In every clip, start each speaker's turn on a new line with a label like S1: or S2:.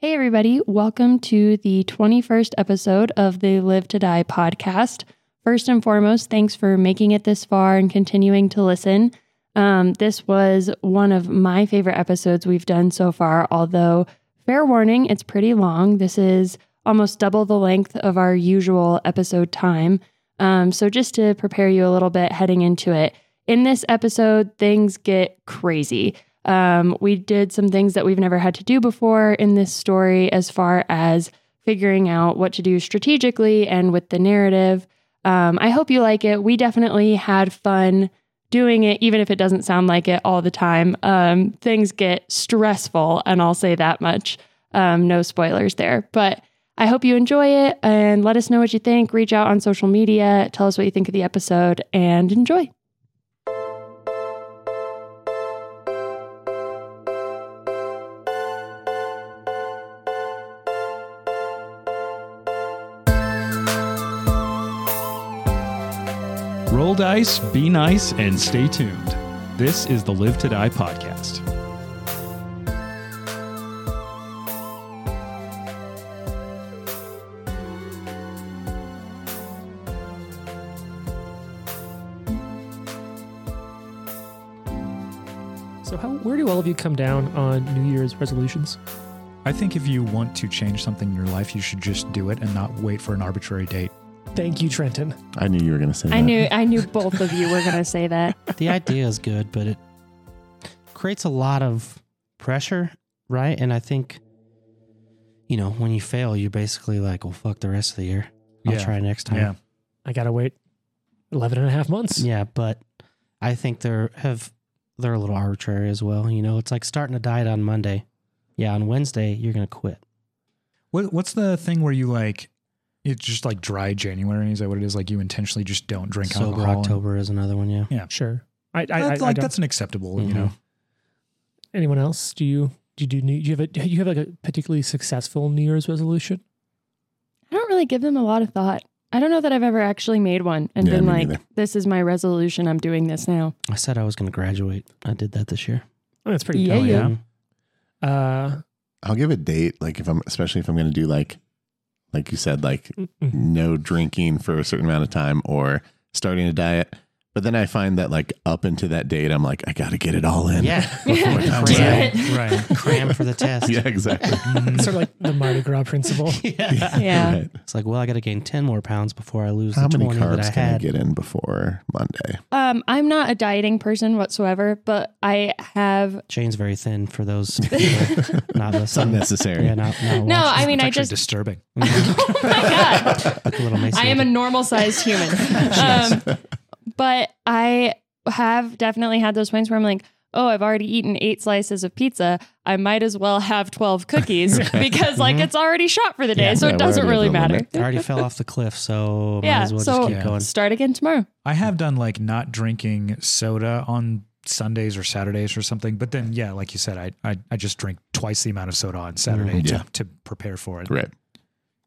S1: Hey, everybody. Welcome to the 21st episode of the Live to Die podcast. First and foremost, thanks for making it this far and continuing to listen. Um, this was one of my favorite episodes we've done so far, although, fair warning, it's pretty long. This is almost double the length of our usual episode time. Um, so, just to prepare you a little bit heading into it, in this episode, things get crazy. Um, we did some things that we've never had to do before in this story, as far as figuring out what to do strategically and with the narrative. Um, I hope you like it. We definitely had fun doing it, even if it doesn't sound like it all the time. Um, things get stressful, and I'll say that much. Um, no spoilers there, but I hope you enjoy it and let us know what you think. Reach out on social media, tell us what you think of the episode, and enjoy.
S2: Roll dice, be nice, and stay tuned. This is the Live to Die podcast.
S3: So, how, where do all of you come down on New Year's resolutions?
S4: I think if you want to change something in your life, you should just do it and not wait for an arbitrary date.
S3: Thank you, Trenton.
S5: I knew you were going to say
S1: I
S5: that.
S1: knew I knew both of you were going to say that.
S6: the idea is good, but it creates a lot of pressure, right? And I think, you know, when you fail, you're basically like, well, fuck the rest of the year. I'll
S4: Yeah.
S6: try next time.
S4: Yeah.
S3: I got to wait 11 and a half months.
S6: Yeah, but I think they're have they're a little arbitrary as well. You know, it's like starting a diet on Monday. Yeah, on Wednesday you're gonna quit.
S4: What, what's the thing where you like, it's just like dry January? Is that what it is? Like you intentionally just don't drink
S6: Sober
S4: alcohol? and-
S6: October is another one. Yeah,
S3: Sure. I, I, I,
S4: That's,
S3: I
S4: like,
S3: don't-
S4: that's Mm-hmm. an acceptable, you
S6: Mhm.
S4: know?
S3: anyone else? Do you do you do, new, do you have a do you have like a particularly successful New Year's resolution?
S1: I don't really give them a lot of thought. I don't know that I've ever actually made one and
S5: Yeah,
S1: been
S5: me
S1: like,
S5: neither.
S1: this is my resolution. I'm doing this now.
S6: I said I was gonna graduate. I did that this year.
S3: Oh, that's pretty.
S1: Yeah,
S3: good.
S1: yeah.
S6: Mhm.
S3: Uh,
S5: I'll give a date, like if I'm, especially if I'm going to do like, like you said, like
S3: mm-mm.
S5: no drinking for a certain amount of time or starting a diet. But then I find that like up into that date, I'm like, I got to get it all in.
S6: Yeah,
S5: Before it comes
S6: Cram.
S5: out.
S1: Damn it.
S4: Right.
S6: cram for the test.
S5: Yeah, exactly.
S3: It's sort of like the Mardi Gras principle.
S6: yeah.
S1: Yeah.
S5: Right.
S6: It's like, well, I got to gain ten more pounds before I lose
S5: How
S6: the
S5: many
S6: twenty that I
S5: carbs can I
S6: had.
S5: get in before Monday?
S1: Um, I'm not a dieting person whatsoever, but I have.
S6: Jane's very thin for those people not
S5: It's
S6: listening.
S5: unnecessary.
S6: Yeah, not, not
S1: No, I mean,
S4: It's
S1: I
S4: actually
S1: just.
S4: disturbing.
S6: watching.
S1: oh my God.
S6: like a little Mason.
S1: I am a
S6: did.
S1: normal sized human. Um, but I have definitely had those points where I'm like, oh, I've already eaten eight slices of pizza. I might as well have 12 cookies because, like,
S5: Mm-hmm.
S6: Mhm.
S1: it's already shot for the day.
S6: Yeah.
S1: so
S5: Yeah,
S1: it
S5: we're
S1: doesn't
S5: already at
S1: really
S5: the
S1: matter.
S5: limit.
S6: I already fell off the cliff, so
S1: Yeah,
S6: might as well
S1: so-
S6: just keep going.
S1: Start again tomorrow.
S4: I have done like not drinking soda on Sundays or Saturdays or something. But then, yeah, like you said, I, I, I just drink twice the amount of soda on Saturday
S5: Yeah.
S4: to, to prepare for it.
S5: Right.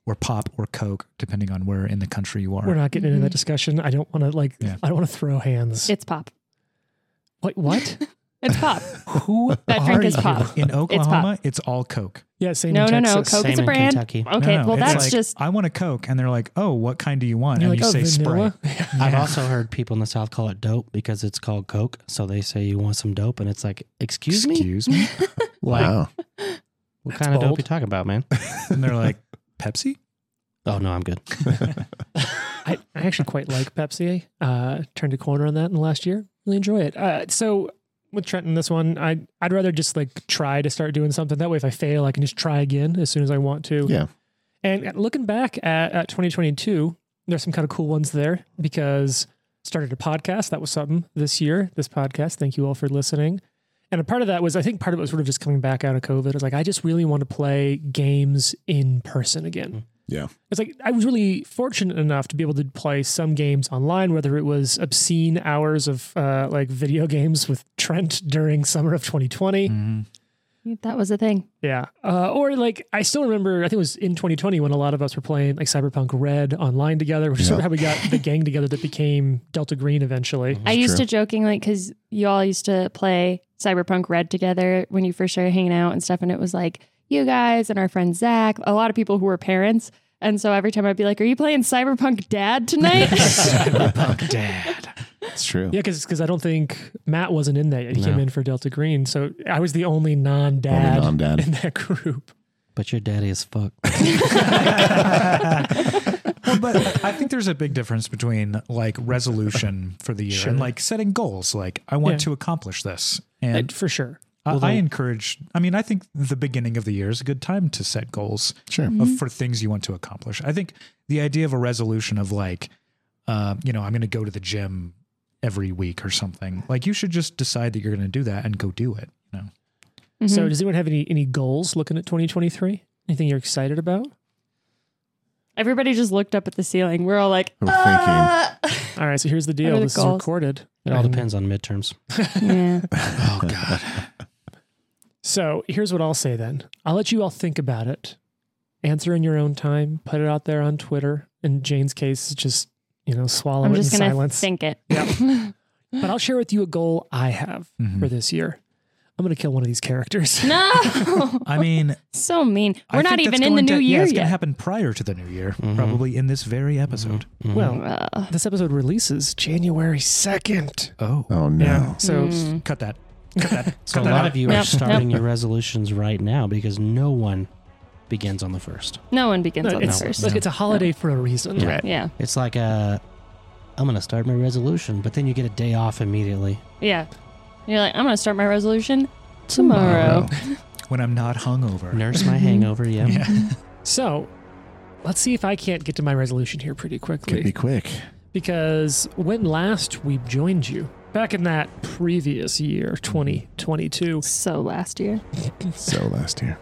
S4: Or pop or Coke, depending on where in the country you are.
S3: We're not getting into
S1: Mhm.
S3: that discussion. I don't want to like.
S4: Mm-hmm. Yeah.
S3: I don't want to throw hands.
S1: It's pop.
S3: Wait, what?
S1: It's pop.
S4: Who
S1: That
S4: are
S1: drink is
S4: you?
S1: pop.
S4: In Oklahoma, it's, all Coke.
S3: Yeah, same.
S1: No,
S3: in
S1: no, no.
S3: Texas.
S1: Coke is
S6: Same
S1: a
S6: in
S1: brand.
S6: Kentucky.
S1: Okay,
S4: No, no,
S1: well,
S4: it's
S1: that's
S4: like,
S1: just
S4: I want a Coke, and they're like, "Oh, what kind do you want?"
S3: You're
S4: And
S3: like,
S4: you
S3: oh,
S4: say
S3: vanilla?
S6: I've also heard people in the South call it dope because it's called Coke. So they say you want some dope, and it's like, excuse,
S4: Sprite.
S6: me,
S4: Excuse me,
S6: like
S5: wow.
S6: what
S3: That's
S6: kind of dope
S3: bold.
S6: you talking about, man?
S4: and they're like, "Pepsi."
S6: Oh no, I'm good.
S3: I, I actually quite like Pepsi. Uh, turned a corner on that in the last year. Really enjoy it. Uh, so with Trenton, this one, I would I'd rather just like try to start doing something. That way, if I fail, I can just try again as soon as I want to.
S5: Yeah.
S3: And uh, looking back at, at 2022, there's some kind of cool ones there because started a podcast. That was something this year. This podcast. Thank you all for listening. And a part of that was, I think, part of it was sort of just coming back out of COVID. It's like I just really want to play games in person again. It's like I was really fortunate enough to be able to play some games online, whether it was obscene hours of uh, like video games with Trent during summer of 2020.
S5: Mm.
S4: Mm-hmm.
S1: that was a thing.
S3: Yeah. Uh, or like I still remember, I think it was in 2020 when a lot of us were playing like Cyberpunk Red online together, which is sort of
S5: Yeah.
S3: how we got the gang together that became Delta Green eventually.
S1: I used
S5: true.
S1: to jokingly because you all used to play Cyberpunk Red together when you first started hanging out and stuff, and it was like you guys and our friend Zach, a lot of people who were parents. And so every time I'd be like, Are you playing Cyberpunk Dad tonight? Mm-hmm.
S4: Cyberpunk dad.
S5: It's true.
S3: Yeah, because I don't think Matt wasn't in that yet. He
S6: No.
S3: came in for Delta Green, so I was the only non-dad,
S5: Only non-dad.
S3: in that group.
S6: But your daddy is fuck.
S4: Well, but I think there's a big difference between like resolution for the year
S3: Sure.
S4: and like setting goals. Like I want
S3: Yeah.
S4: to accomplish this,
S3: Uh,
S4: and
S3: for sure.
S4: I-
S6: Well,
S4: I
S6: they-
S4: encourage. I mean, I think the beginning of the year is a good time to set goals
S5: Sure.
S4: of, for things you want to accomplish. I think the idea of a resolution of like, uh, you know, I'm going to go to the gym every week or something. Like, you should just decide that you're going to do that and go do it. You know,
S1: Mm-hmm.
S3: So, does anyone have any any goals looking at 2023? Anything you're excited about?
S1: Everybody just looked up at the ceiling. We're all like,
S5: We're thinking.
S1: "Ah."
S3: All right, so here's the
S1: What
S3: deal.
S1: are the
S3: This is
S1: goals?
S3: recorded.
S6: It all
S3: Um,
S6: depends on midterms.
S1: yeah.
S6: Oh god.
S3: So here's what I'll say then. I'll let you all think about it, answer in your own time, put it out there on Twitter. In Jane's case, just you know, swallow
S1: I'm
S3: it
S1: just
S3: in
S1: going to
S3: silence.
S1: think it.
S3: But I'll share with you a goal I have
S6: Mm-hmm.
S3: for this year. I'm gonna kill one of these characters.
S1: No.
S4: I mean,
S1: so mean. We're
S4: I
S1: not
S4: think
S1: even
S4: that's
S1: in the
S4: going
S1: new
S4: to- yeah,
S1: year
S4: it's going to
S1: yet.
S4: happen prior to the new year, probably in this very episode.
S3: well,
S1: Uh,
S3: this episode releases January 2nd.
S4: Oh,
S5: Oh no.
S3: So
S1: Oh. Mm.
S4: cut that. Cut that.
S6: So
S4: Cut
S6: a
S4: that
S6: lot
S4: out.
S6: of you
S1: Nope,
S6: are
S1: nope.
S6: starting your resolutions right now because no one begins on the first.
S1: no one begins
S3: No,
S1: on the
S3: it's,
S1: first.
S3: look, it's a holiday for a reason.
S5: Right.
S1: Yeah.
S6: It's like uh I'm gonna start my resolution, but then you get a day off immediately.
S1: Yeah. You're like, I'm going to start my resolution tomorrow.
S4: when I'm not hungover.
S6: Nurse my hangover, yeah.
S3: So let's see if I can't get to my resolution here pretty quickly.
S5: Could be quick.
S3: because when last we joined you, back in that previous year, 2022,
S1: So last year.
S5: So last year.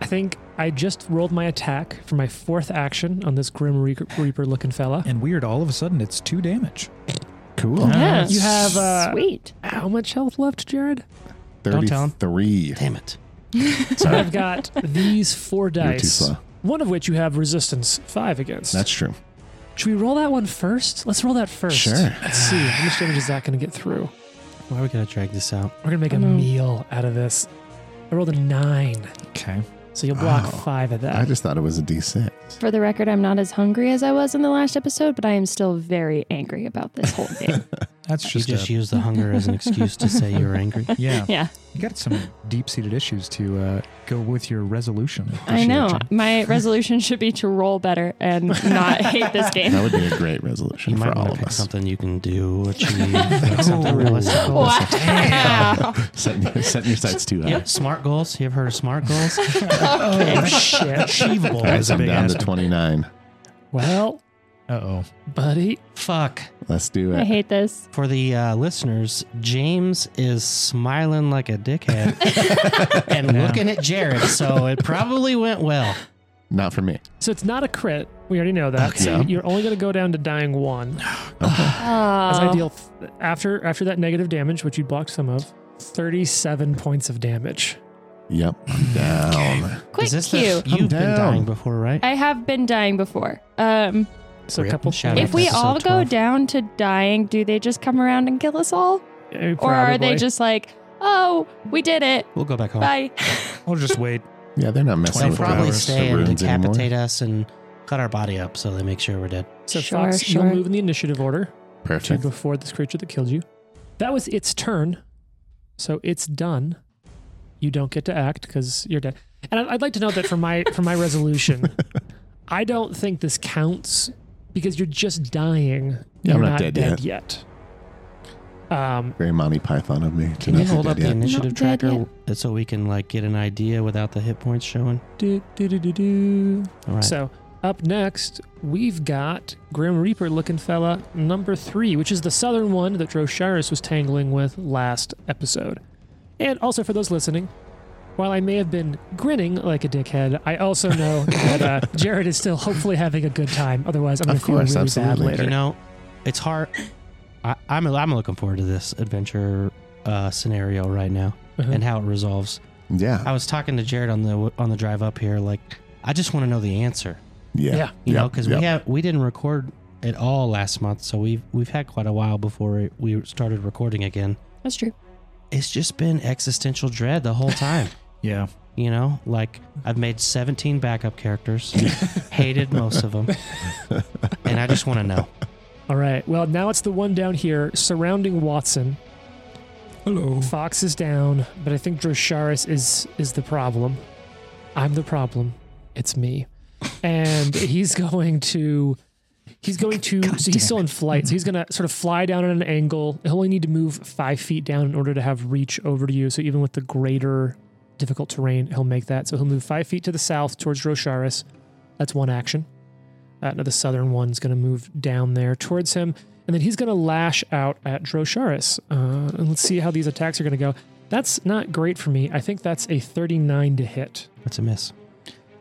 S3: I think I just rolled my attack for my fourth action on this Grim Re- Reaper looking fella.
S4: And weird, all of a sudden it's two damage.
S5: Cool.
S1: Yeah.
S3: You have uh,
S1: Sweet.
S3: how much health left, Jared?
S6: Don't tell him.
S5: 33.
S6: Damn it.
S3: So I've got these four
S5: You're too
S3: dice.
S5: slow.
S3: One of which you have resistance five against.
S5: That's true.
S3: Should we roll that one first? Let's roll that first.
S5: Sure.
S3: Let's see how much damage is that going to get through.
S6: Why are we gonna drag this out?
S3: We're gonna make a
S1: Mm.
S3: meal out of this. I rolled a nine,
S4: Okay.
S3: so you'll block
S5: Wow.
S3: five of that.
S5: I just thought it was a D6.
S1: For the record, I'm not as hungry as I was in the last episode, but I am still very angry about this whole game.
S4: That's just,
S6: you just
S4: a,
S6: use the hunger as an excuse to say you're angry.
S4: yeah.
S1: yeah.
S4: You got some deep-seated issues to uh, go with your resolution.
S1: I know.
S4: Appreciate it, Jim.
S1: My resolution should be to roll better and not hate this game.
S5: That would be a great
S6: You
S5: resolution
S6: might
S5: for
S6: want
S5: all
S6: to
S5: of
S6: pick
S5: us.
S6: something you can do, achieve, like something
S4: Ooh.
S6: realistic. goal.
S1: Wow.
S5: Setting, your- setting your sights too high.
S6: Yeah, smart goals. You ever heard of smart goals?
S4: Oh shit! Achievable
S5: All right,
S4: is a
S5: I'm
S4: big
S5: down
S4: ass.
S5: to 29.
S3: well,
S4: Uh oh.
S3: buddy,
S6: Fuck.
S5: Let's do
S1: I
S5: it.
S1: hate this.
S6: For the uh, listeners, James is smiling like a dickhead and
S4: Yeah.
S6: looking at Jared, so it probably went well.
S5: Not for me.
S3: so it's not a crit. We already know that. So
S5: Okay.
S3: you're only gonna go down to dying one. As I
S1: Oh.
S3: deal f- after after that negative damage, which you blocked some of, thirty-seven points of damage.
S5: Yep. I'm down.
S1: Quick
S6: is this
S1: cue.
S6: the you've been
S5: down.
S6: dying before, right?
S1: I have been dying before. Um,
S3: So a
S6: Rip.
S3: couple.
S6: Shout out
S1: if we
S6: episode
S1: all go
S6: 12.
S1: down to dying, do they just come around and kill us all?
S3: Eh,
S1: Or are they
S3: probably.
S1: just like, oh, we did it.
S6: we'll go back home.
S1: Bye.
S4: We'll just wait.
S5: Yeah, they're not
S6: They
S5: messing
S4: They'll
S5: with
S6: probably
S5: the
S6: stay and
S5: runes anymore.
S6: decapitate us and cut our body up so they make sure we're dead.
S3: So
S1: Sure,
S3: Fox,
S1: sure.
S3: you'll move in the initiative order to
S5: Perfect.
S3: before this creature that killed you. That was its turn, so it's done. You don't get to act because you're dead. And I- I'd like to note that for my for my resolution, I don't think this counts because you're just dying.
S5: Yeah,
S3: you're
S5: I'm not dead
S3: yet. Um,
S5: Very Monty Python of me. to
S6: Can
S5: not
S6: you
S5: be
S6: hold
S5: dead
S6: up the
S5: yet.
S6: initiative
S1: Not dead
S6: tracker so we can like get an idea without the hit points showing?
S3: do, do, do, do, do.
S6: All right.
S3: So up next, we've got Grim Reaper looking fella number three, which is the southern one that Drosharis was tangling with last episode. And also for those listening, while I may have been grinning like a dickhead, I also know that uh, Jared is still hopefully having a good time. Otherwise, I'm going
S5: Of
S3: to feel
S5: course,
S3: really
S5: absolutely.
S3: bad
S6: you
S3: later.
S6: know, it's hard. I, I'm I'm looking forward to this adventure uh, scenario right now
S3: Uh-huh.
S6: and how it resolves. I
S5: Yeah.
S6: was talking to Jared on the on the drive up here. Like, I just want to know the answer.
S5: Yeah.
S3: Yeah.
S6: You know,
S5: Yep,
S6: 'cause know, because
S5: yep.
S6: we have we didn't record at all last month, so we've we've had quite a while before we started recording again.
S1: That's true.
S6: It's just been existential dread the whole time.
S4: Yeah.
S6: You know, like I've made 17 backup characters, hated most of them, and I just want to know.
S3: All right. Well, now it's the one down here surrounding Watson.
S4: Hello.
S3: Fox is down, but I think Drosharis is is the problem. I'm the problem. It's me. And he's going to he's going to so he's still in flight. So he's gonna sort of fly down at an angle. He'll only need to move five feet down in order to have reach over to you. So even with the greater difficult terrain, he'll make that. So he'll move five feet to the south towards Drosharis. That's one action. Uh, no, the southern one's going to move down there towards him. And then he's going to lash out at Drosharis. Uh, and let's see how these attacks are going to go. That's not great for me. I think that's a 39 to hit.
S6: That's a miss.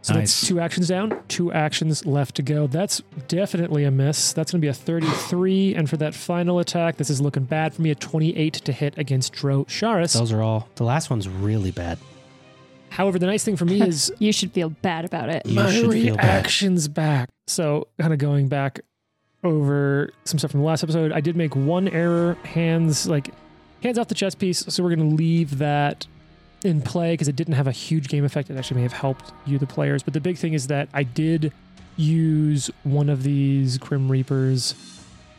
S3: So
S4: Nice.
S3: that's two actions down, two actions left to go. That's definitely a miss. That's going to be a 33. And for that final attack, this is looking bad for me. A 28 to hit against Drosharis.
S6: Those are all. The last one's really bad.
S3: However, the nice thing for me is
S1: You should feel bad about it.
S6: You
S3: my
S6: should feel bad.
S3: reactions back. So, kind of going back over some stuff from the last episode, I did make one error, hands like hands off the chess piece. So we're going to leave that in play because it didn't have a huge game effect. It actually may have helped you, the players. But the big thing is that I did use one of these Grim Reapers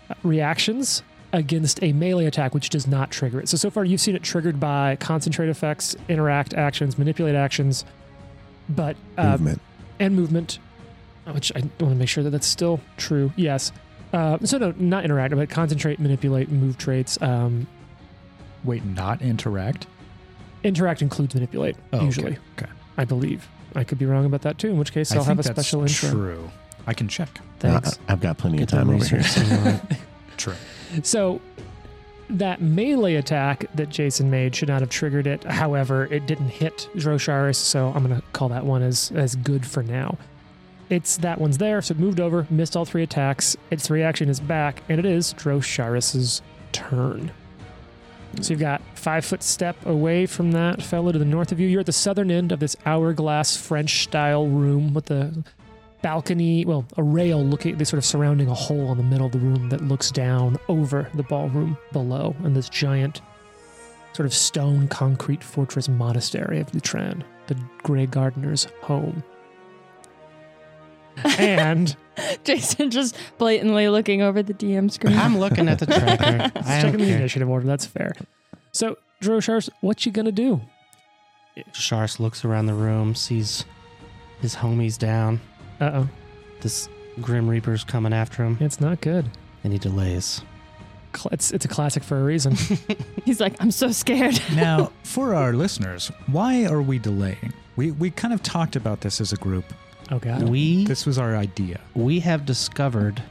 S3: uh, reactions against a melee attack, which does not trigger it. So, so far you've seen it triggered by concentrate effects, interact actions, manipulate actions, but uh,
S5: movement.
S3: and movement, uh, which I want to make sure that that's still true. Yes. Uh, so no, not interact, but concentrate, manipulate, move traits. Um,
S4: Wait, not interact?
S3: interact includes manipulate
S4: Oh, okay.
S3: usually,
S4: Okay.
S3: I believe. I could be wrong about that too, in which case
S4: I
S3: I'll have a
S4: think that's
S3: special intro.
S4: True. I can check.
S3: Thanks.
S5: Uh, I've got plenty of
S6: Get the
S5: time over here.
S6: research thing right.
S4: True.
S3: So that melee attack that Jason made should not have triggered it. However, it didn't hit Drosharis, so I'm gonna call that one as as good for now. It's that one's there, so it moved over, missed all three attacks. Its reaction is back, and it is Drosharis's turn. So you've got five foot step away from that fellow to the north of you. You're at the southern end of this hourglass French style room with the balcony, well, a rail looking, they sort of surrounding a hole in the middle of the room that looks down over the ballroom below and this giant sort of stone concrete fortress monastery of Lutran, the Grey Gardener's home. and
S1: Jason just blatantly looking over the DM screen.
S6: I'm looking at the tracker. I
S3: Let's
S6: don't
S3: check in the
S6: care.
S3: initiative order, that's fair. So, Droshars, what you gonna do?
S6: Shars looks around the room, sees his homies down.
S3: Uh oh,
S6: This Grim Reaper's coming after him,
S3: it's not good.
S6: and he delays.
S3: Cl- It's, it's a classic for a reason.
S1: He's like, I'm so scared.
S4: Now, for our listeners, why are we delaying? We we kind of talked about this as a group.
S3: Oh, God.
S6: We
S4: This was our idea.
S6: we have discovered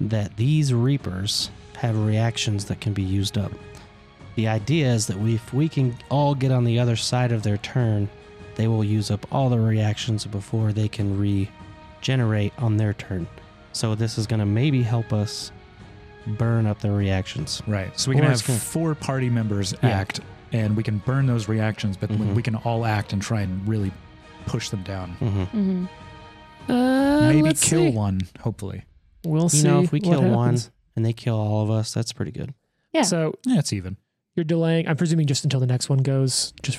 S6: that these Reapers have reactions that can be used up. The idea is that we, if we can all get on the other side of their turn, they will use up all their reactions before they can regenerate on their turn. So this is going to maybe help us burn up their reactions.
S4: Right. So we can
S6: Or
S4: have
S6: it's gonna-
S4: four party members
S6: Yeah.
S4: act and we can burn those reactions, but
S6: Mhm.
S4: we can all act and try and really push them down.
S6: Mm-hmm.
S1: Mhm.
S3: Uh,
S4: Maybe
S3: let's
S4: kill
S3: see.
S4: one, hopefully.
S3: We'll
S6: You
S3: see.
S6: know, if we
S3: what
S6: kill one
S3: happens.
S6: and they kill all of us, that's pretty good.
S1: Yeah.
S3: So,
S4: Yeah, it's even.
S3: You're delaying. I'm presuming just until the next one goes. Just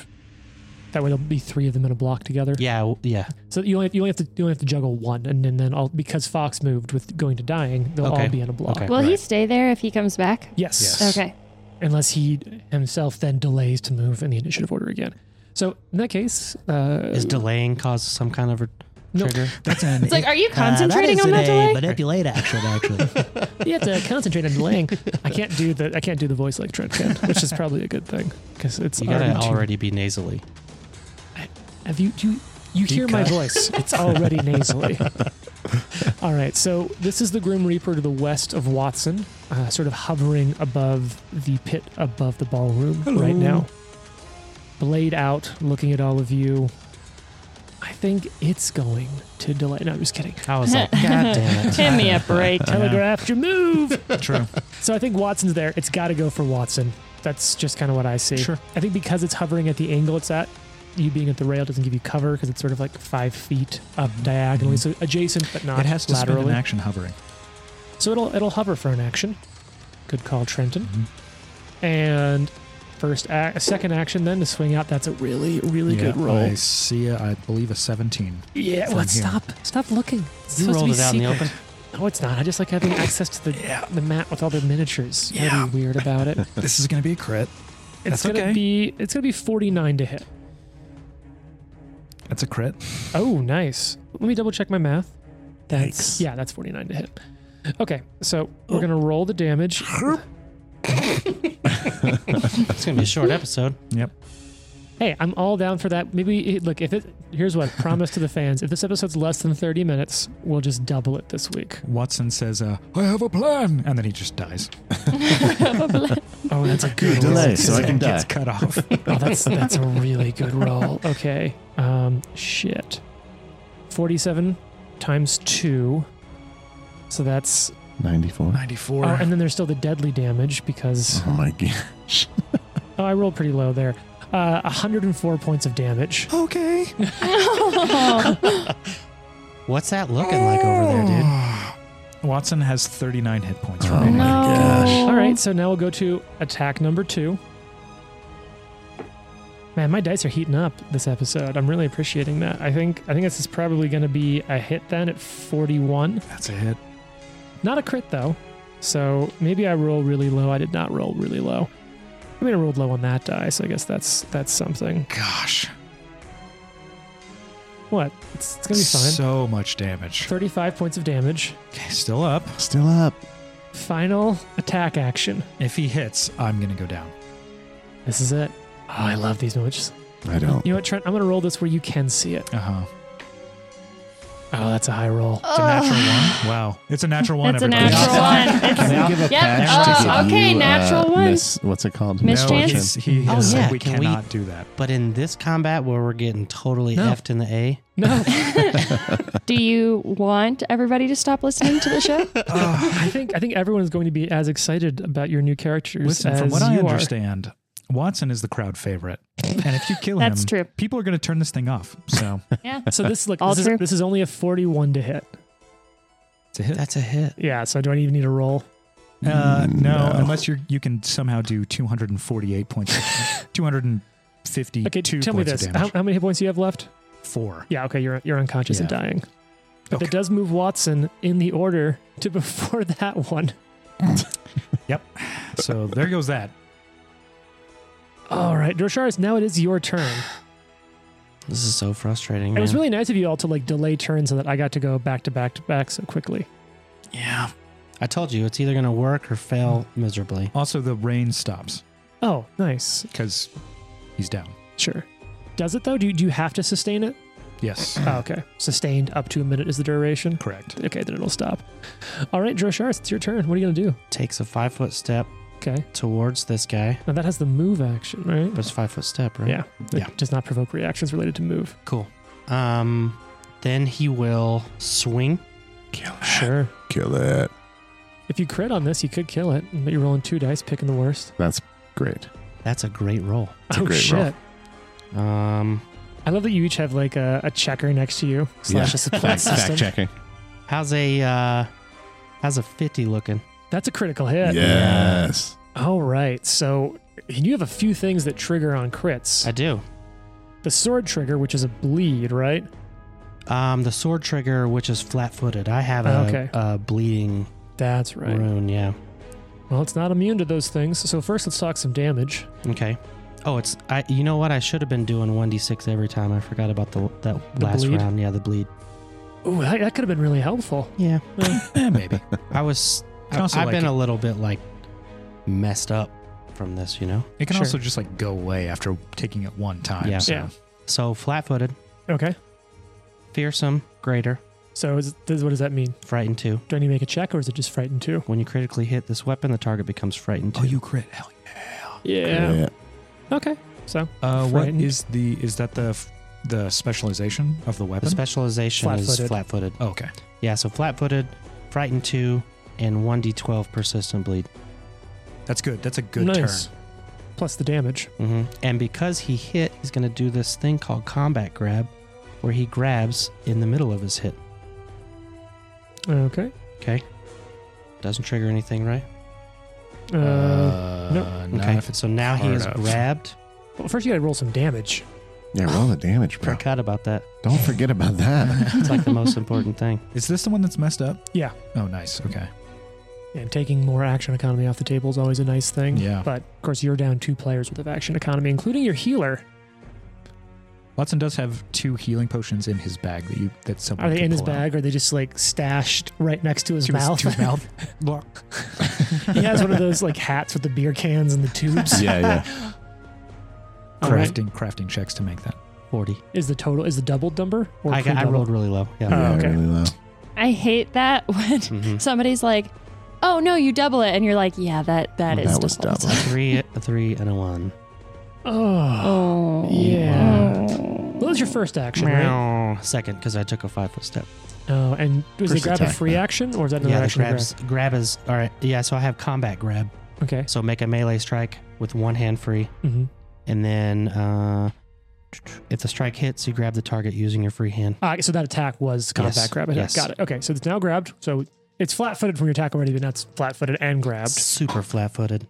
S3: that way, there'll be three of them in a block together.
S6: Yeah, w- yeah.
S3: So you only you only have to you only have to juggle one, and then then all because Fox moved with going to dying, they'll
S6: Okay.
S3: all be in a block.
S6: Okay.
S1: Will he
S4: Right.
S1: stay there if he comes back?
S3: Yes.
S4: Yes.
S1: Okay.
S3: Unless he himself then delays to move in the initiative order again. So in that case, uh,
S6: Is delaying cause some kind of a
S3: No.
S6: trigger?
S4: That's an
S1: It's like, are you
S6: Ah,
S1: concentrating on Uh, that delay?
S6: manipulate action, actually.
S3: you have to concentrate on delaying. I can't do the I can't do the voice like Trent can, which is probably a good thing because it's
S6: you gotta
S3: too-
S6: already be nasally.
S3: Have you do you, you hear my voice? It's already nasally. All right, so this is the Grim Reaper to the west of Watson, uh, sort of hovering above the pit above the ballroom right now. Blade out, looking at all of you. I think it's going to delay. No, I'm just kidding.
S6: I was like, God damn it.
S1: Give me a break.
S3: Telegraph your move.
S4: true.
S3: So I think Watson's there. It's got to go for Watson. That's just kind of what I see.
S4: Sure.
S3: I think because it's hovering at the angle it's at, you being at the rail doesn't give you cover because it's sort of like five feet up diagonally, so adjacent but not
S4: Mm-hmm. It has to spend
S3: laterally.
S4: an action hovering. Mm-hmm.
S3: so it'll it'll hover for an action. Good call, Trenton.
S4: Mhm.
S3: And first act, second action, then to swing out. That's a really, really good roll.
S4: I see. A, I believe a seventeen.
S3: yeah,
S4: from
S3: well,
S4: here.
S3: stop, stop looking. It's
S6: You
S3: supposed to be
S6: rolled it out in the
S3: secret.
S6: open.
S3: No, it's not. I just like having access to the the map with all the miniatures.
S4: Yeah.
S3: Nothing weird about it.
S4: This is gonna be a crit.
S3: It's
S4: That's
S3: gonna
S4: okay.
S3: be it's gonna be forty nine to hit.
S4: That's a crit.
S3: Oh, nice. Let me double check my math. That's
S5: Yikes.
S3: yeah, that's forty nine to hit. Okay, so we're gonna roll the damage.
S6: It's gonna be a short episode.
S4: Yep.
S3: Hey, I'm all down for that. Maybe eh, look if it. Here's what I promise to the fans: if this episode's less than thirty minutes, we'll just double it this week.
S4: Watson says, uh, "I have a plan," and then he just dies.
S3: Oh, that's a good
S5: Delay, so I
S4: His head
S5: can die.
S4: Gets cut off.
S3: Oh, that's that's a really good roll. Okay. Um, shit. Forty-seven times two. So that's.
S5: 94.
S4: Ninety-four.
S3: Oh, and then there's still the deadly damage because
S5: Oh my gosh.
S3: oh, I rolled pretty low there. Uh, 104 points of damage.
S4: okay.
S1: Oh,
S6: What's that looking like over there,
S4: Oh.
S6: dude?
S4: Watson has thirty-nine hit points
S5: Oh
S4: remaining.
S5: my
S1: No.
S5: gosh.
S3: All right, so now we'll go to attack number two. Man, my dice are heating up this episode. I'm really appreciating that. I think I think this is probably going to be a hit then at 41.
S4: That's a hit.
S3: Not a crit though, so maybe I roll really low. I did not roll really low. I mean, I rolled low on that die, so I guess that's that's something.
S4: Gosh.
S3: What? It's, it's gonna be fine.
S4: So much damage.
S3: 35 points of damage.
S4: Okay, still up.
S5: Still up.
S3: Final attack action.
S4: If he hits, I'm gonna go down.
S3: This is it. Oh, I love these miniatures.
S5: I don't.
S3: You know what, Trent? I'm gonna roll this where you can see it.
S4: Uh huh.
S3: Oh, that's a high roll.
S4: It's a natural one. Wow. It's a natural one.
S1: That's a
S4: everybody.
S1: natural one. It's,
S5: Can I give a
S1: Yep.
S5: patch to
S4: Oh,
S5: give
S1: okay,
S5: you, uh,
S1: natural one.
S5: miss- what's it called?
S4: uh, No,
S1: Miss Mischance? Chance?
S4: he's- he
S6: Oh,
S4: has said
S6: yeah,
S4: we
S6: can we-
S4: cannot do that.
S6: But in this combat where we're getting totally
S3: No.
S6: effed in the A,
S3: No,
S1: Do you want everybody to stop listening to the show?
S3: I think I think everyone is going to be as excited about your new characters
S4: Listen,
S3: as
S4: from what
S3: you
S4: I
S3: are.
S4: understand, Watson is the crowd favorite, and if you kill him,
S1: That's true.
S4: people are going to turn this thing off. So
S1: yeah.
S3: So this is like
S1: All
S3: this
S1: true.
S3: is, this is only a 41 to hit.
S4: it's a hit.
S6: that's a hit.
S3: Yeah. So do I even need a roll?
S4: Uh, no,
S5: No.
S4: unless you you can somehow do 248 points, 252
S3: Okay,
S4: points
S3: tell me this:
S4: of
S3: how,
S4: damage.
S3: how many hit points do you have left?
S4: Four.
S3: Yeah, okay, you're you're unconscious and
S4: Yeah.
S3: dying. But
S4: Okay.
S3: that does move Watson in the order to before that one.
S4: So there goes that.
S3: All right, Drosharis, now it is your turn.
S6: This is so frustrating.
S3: It was
S4: Mm.
S6: man.
S3: really nice of you all to like delay turns so that I got to go back to back to back so quickly.
S4: Yeah.
S6: I told you it's either gonna work or fail miserably.
S4: Also, the rain stops
S3: Oh, nice.
S4: because he's down.
S3: Sure. Does it though? Do you, do you have to sustain it?
S4: Yes.
S5: Mm-hmm.
S3: Oh, okay. Sustained up to a minute is the duration.
S4: Correct.
S3: Okay, then it'll stop. All right, Drosharis, it's your turn. What are you going to do?
S6: Takes a five foot step
S3: Okay.
S6: towards this guy,
S3: Now that has the move action, right?
S6: but it's a five foot step, right?
S3: Yeah. It
S4: Yeah.
S3: does not provoke reactions related to move.
S6: Cool. Um, then he will swing.
S5: Kill it.
S3: Sure.
S5: Kill it.
S3: If you crit on this, you could kill it, but you're rolling two dice, picking the worst.
S5: That's great.
S6: That's a great roll.
S5: It's a
S3: oh
S5: great
S3: shit!
S5: roll.
S6: Um,
S3: I love that you each have like a, a checker next to you slash
S5: Yeah.
S3: a support
S5: Fact,
S3: system.
S5: fact checking.
S6: how's a uh, how's a fifty looking?
S3: That's a critical hit.
S5: Yes.
S3: All right, so you have a few things that trigger on crits.
S6: I do.
S3: the sword trigger, which is a bleed, right?
S6: Um, the sword trigger, which is flat footed. I have a,
S3: Okay.
S6: a bleeding
S3: That's right.
S6: rune. Yeah.
S3: Well, it's not immune to those things. So first, let's talk some damage.
S6: Okay. Oh, it's I. You know what? I should have been doing one d six every time. I forgot about the that
S3: The
S6: last
S3: bleed?
S6: round. Yeah, the bleed.
S3: Ooh, that, that could have been really helpful.
S6: Yeah.
S4: Eh, maybe.
S6: I was. I,
S4: Can also,
S6: have
S4: like,
S6: been a little bit like messed up from this, you know.
S4: It can
S3: Sure.
S4: also just like go away after taking it one time.
S6: Yeah.
S4: So.
S3: Yeah.
S6: So flat footed,
S3: Okay.
S6: fearsome, greater,
S3: So is, does, what does that mean?
S6: frightened two.
S3: Do I need to make a check, or is it just frightened too?
S6: When you critically hit this weapon, the target becomes frightened
S4: Oh,
S6: too.
S4: you crit. Hell
S3: Yeah.
S5: Yeah.
S3: Okay. So
S4: yeah. Uh, what
S3: Frightened.
S4: is the is that the f- the specialization of the
S6: the
S4: weapon?
S6: specialization
S3: Flat-footed.
S6: is flat footed.
S4: oh, okay.
S6: Yeah, so flat footed, frightened two, and one d twelve persistent bleed.
S4: That's good. That's a good
S3: nice.
S4: turn.
S3: Plus the damage.
S4: Mm-hmm.
S6: hmm And because he hit, he's going to do this thing called combat grab, where he grabs in the middle of his hit.
S3: Okay.
S6: Okay. Doesn't trigger anything, right?
S3: Uh, no.
S4: not
S6: Okay.
S4: if it's
S6: So now he
S4: hard
S6: is
S4: up.
S6: grabbed.
S3: well, first you gotta roll some damage.
S5: Yeah, roll the damage, bro.
S6: Forgot about that.
S5: Don't forget about that.
S6: It's like the most important thing.
S4: Is this the one that's messed up?
S3: Yeah.
S4: Oh, nice. Okay.
S3: And taking more action economy off the table is always a nice thing.
S4: Yeah.
S3: But of course, you're down two players with action economy, including your healer.
S4: Watson does have two healing potions in his bag that you that someone
S3: Are they
S4: can
S3: in his
S4: pull out.
S3: bag or are they just like stashed right next to his
S4: To his-
S3: mouth?
S4: to his mouth. Look.
S3: he has one of those like hats with the beer cans and the tubes.
S5: yeah, yeah.
S3: All right.
S4: Crafting crafting checks to make that.
S6: 40.
S3: Is the total is the doubled number? Or
S6: I, got, I
S3: pre-doubled?
S6: rolled really low. Yeah.
S3: Oh,
S5: yeah,
S3: okay.
S5: really low.
S1: I hate that when
S6: Mhm.
S1: somebody's like, "Oh no, you double it," and you're like, "Yeah, that that
S5: Well,
S1: is
S5: that was
S1: doubled."
S5: double.
S6: Three, a three, and a one.
S3: Oh.
S1: Oh
S3: Yeah.
S1: Mm.
S3: Well, that was your first action, right?
S6: Second, because I took a five foot step.
S3: Oh, and was the
S5: First
S3: grab a
S5: attack,
S3: free
S5: yeah.
S3: action or is that another
S6: Yeah, the
S3: action? to
S6: grabs, grab is. All right. Yeah, so I have combat grab.
S3: grab? Okay.
S6: So make a melee strike with one hand free.
S3: Mm-hmm.
S6: And then uh, if the strike hits, you grab the target using your free hand.
S3: Uh, so that attack was combat
S6: Yes,
S3: grab. attack.
S6: yes.
S3: Got it. Okay, so it's now grabbed. So it's flat footed from your attack already, but now it's flat footed and grabbed.
S6: Super flat footed.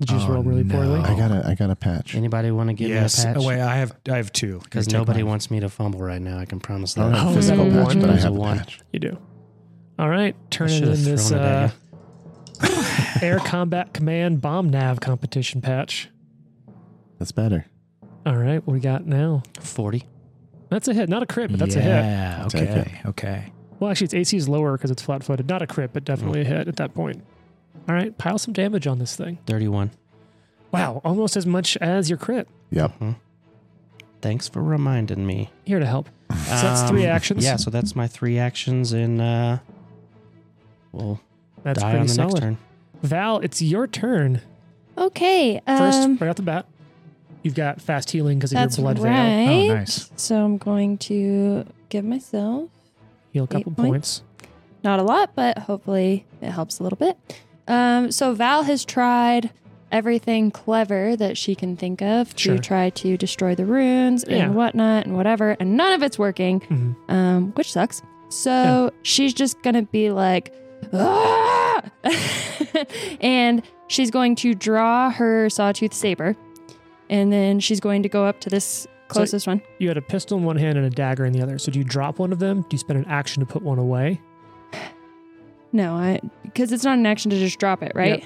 S3: Did you just
S4: Oh,
S3: roll really
S4: no.
S3: poorly?
S5: I got a, I got a
S1: Oh,
S5: patch.
S6: Anybody want to give
S4: yes.
S6: me a patch?
S4: Oh, wait, I have I have two. Here,
S6: Because
S4: take
S6: nobody
S4: mine.
S6: wants me to fumble right now. I can promise
S5: I don't
S6: that.
S5: have a
S3: Oh,
S5: physical
S1: no.
S5: patch, but I
S6: There's a
S5: have a
S6: one.
S5: patch.
S3: You do. All right,
S6: I
S3: turning
S6: should have
S3: in this
S6: thrown it
S3: uh,
S6: at you.
S3: air combat command bomb nav competition patch.
S5: That's better.
S3: All right, what we got now?
S6: 40.
S3: That's a hit, not a crit, but that's a hit.
S4: yeah,
S5: Take
S4: Okay. Okay.
S3: Well, actually, its AC is lower because it's flat footed. Not a crit, but definitely a hit at that point. All right, pile some damage on this thing.
S6: 31.
S3: Wow, almost as much as your crit.
S5: Yep.
S6: Thanks for reminding me. Um,
S3: Here to help. So that's three actions.
S6: Yeah, so that's my three actions in. Uh, well,
S3: That's
S6: die
S3: pretty
S6: on the
S3: solid.
S6: next turn.
S3: Val, it's your turn.
S1: Okay.
S3: First,
S1: Um,
S3: right off the bat, you've got fast healing because of your
S1: that's
S3: blood veil.
S1: right.
S4: Oh, nice.
S1: So I'm going to give myself
S3: Heal a couple
S1: Eight points.
S3: points.
S1: not a lot, but hopefully it helps a little bit. Um, so Val has tried everything clever that she can think of
S3: Sure.
S1: to try to destroy the runes
S3: Yeah.
S1: and whatnot and whatever, and none of it's working,
S3: Mhm.
S1: um, which sucks. So she's just gonna be like, "Ah!" and she's going to draw her sawtooth saber, and then she's going to go up to this closest one.
S3: You had a pistol in one hand and a dagger in the other. So do you drop one of them? Do you spend an action to put one away?
S1: No, I because it's not an action to just drop it, right?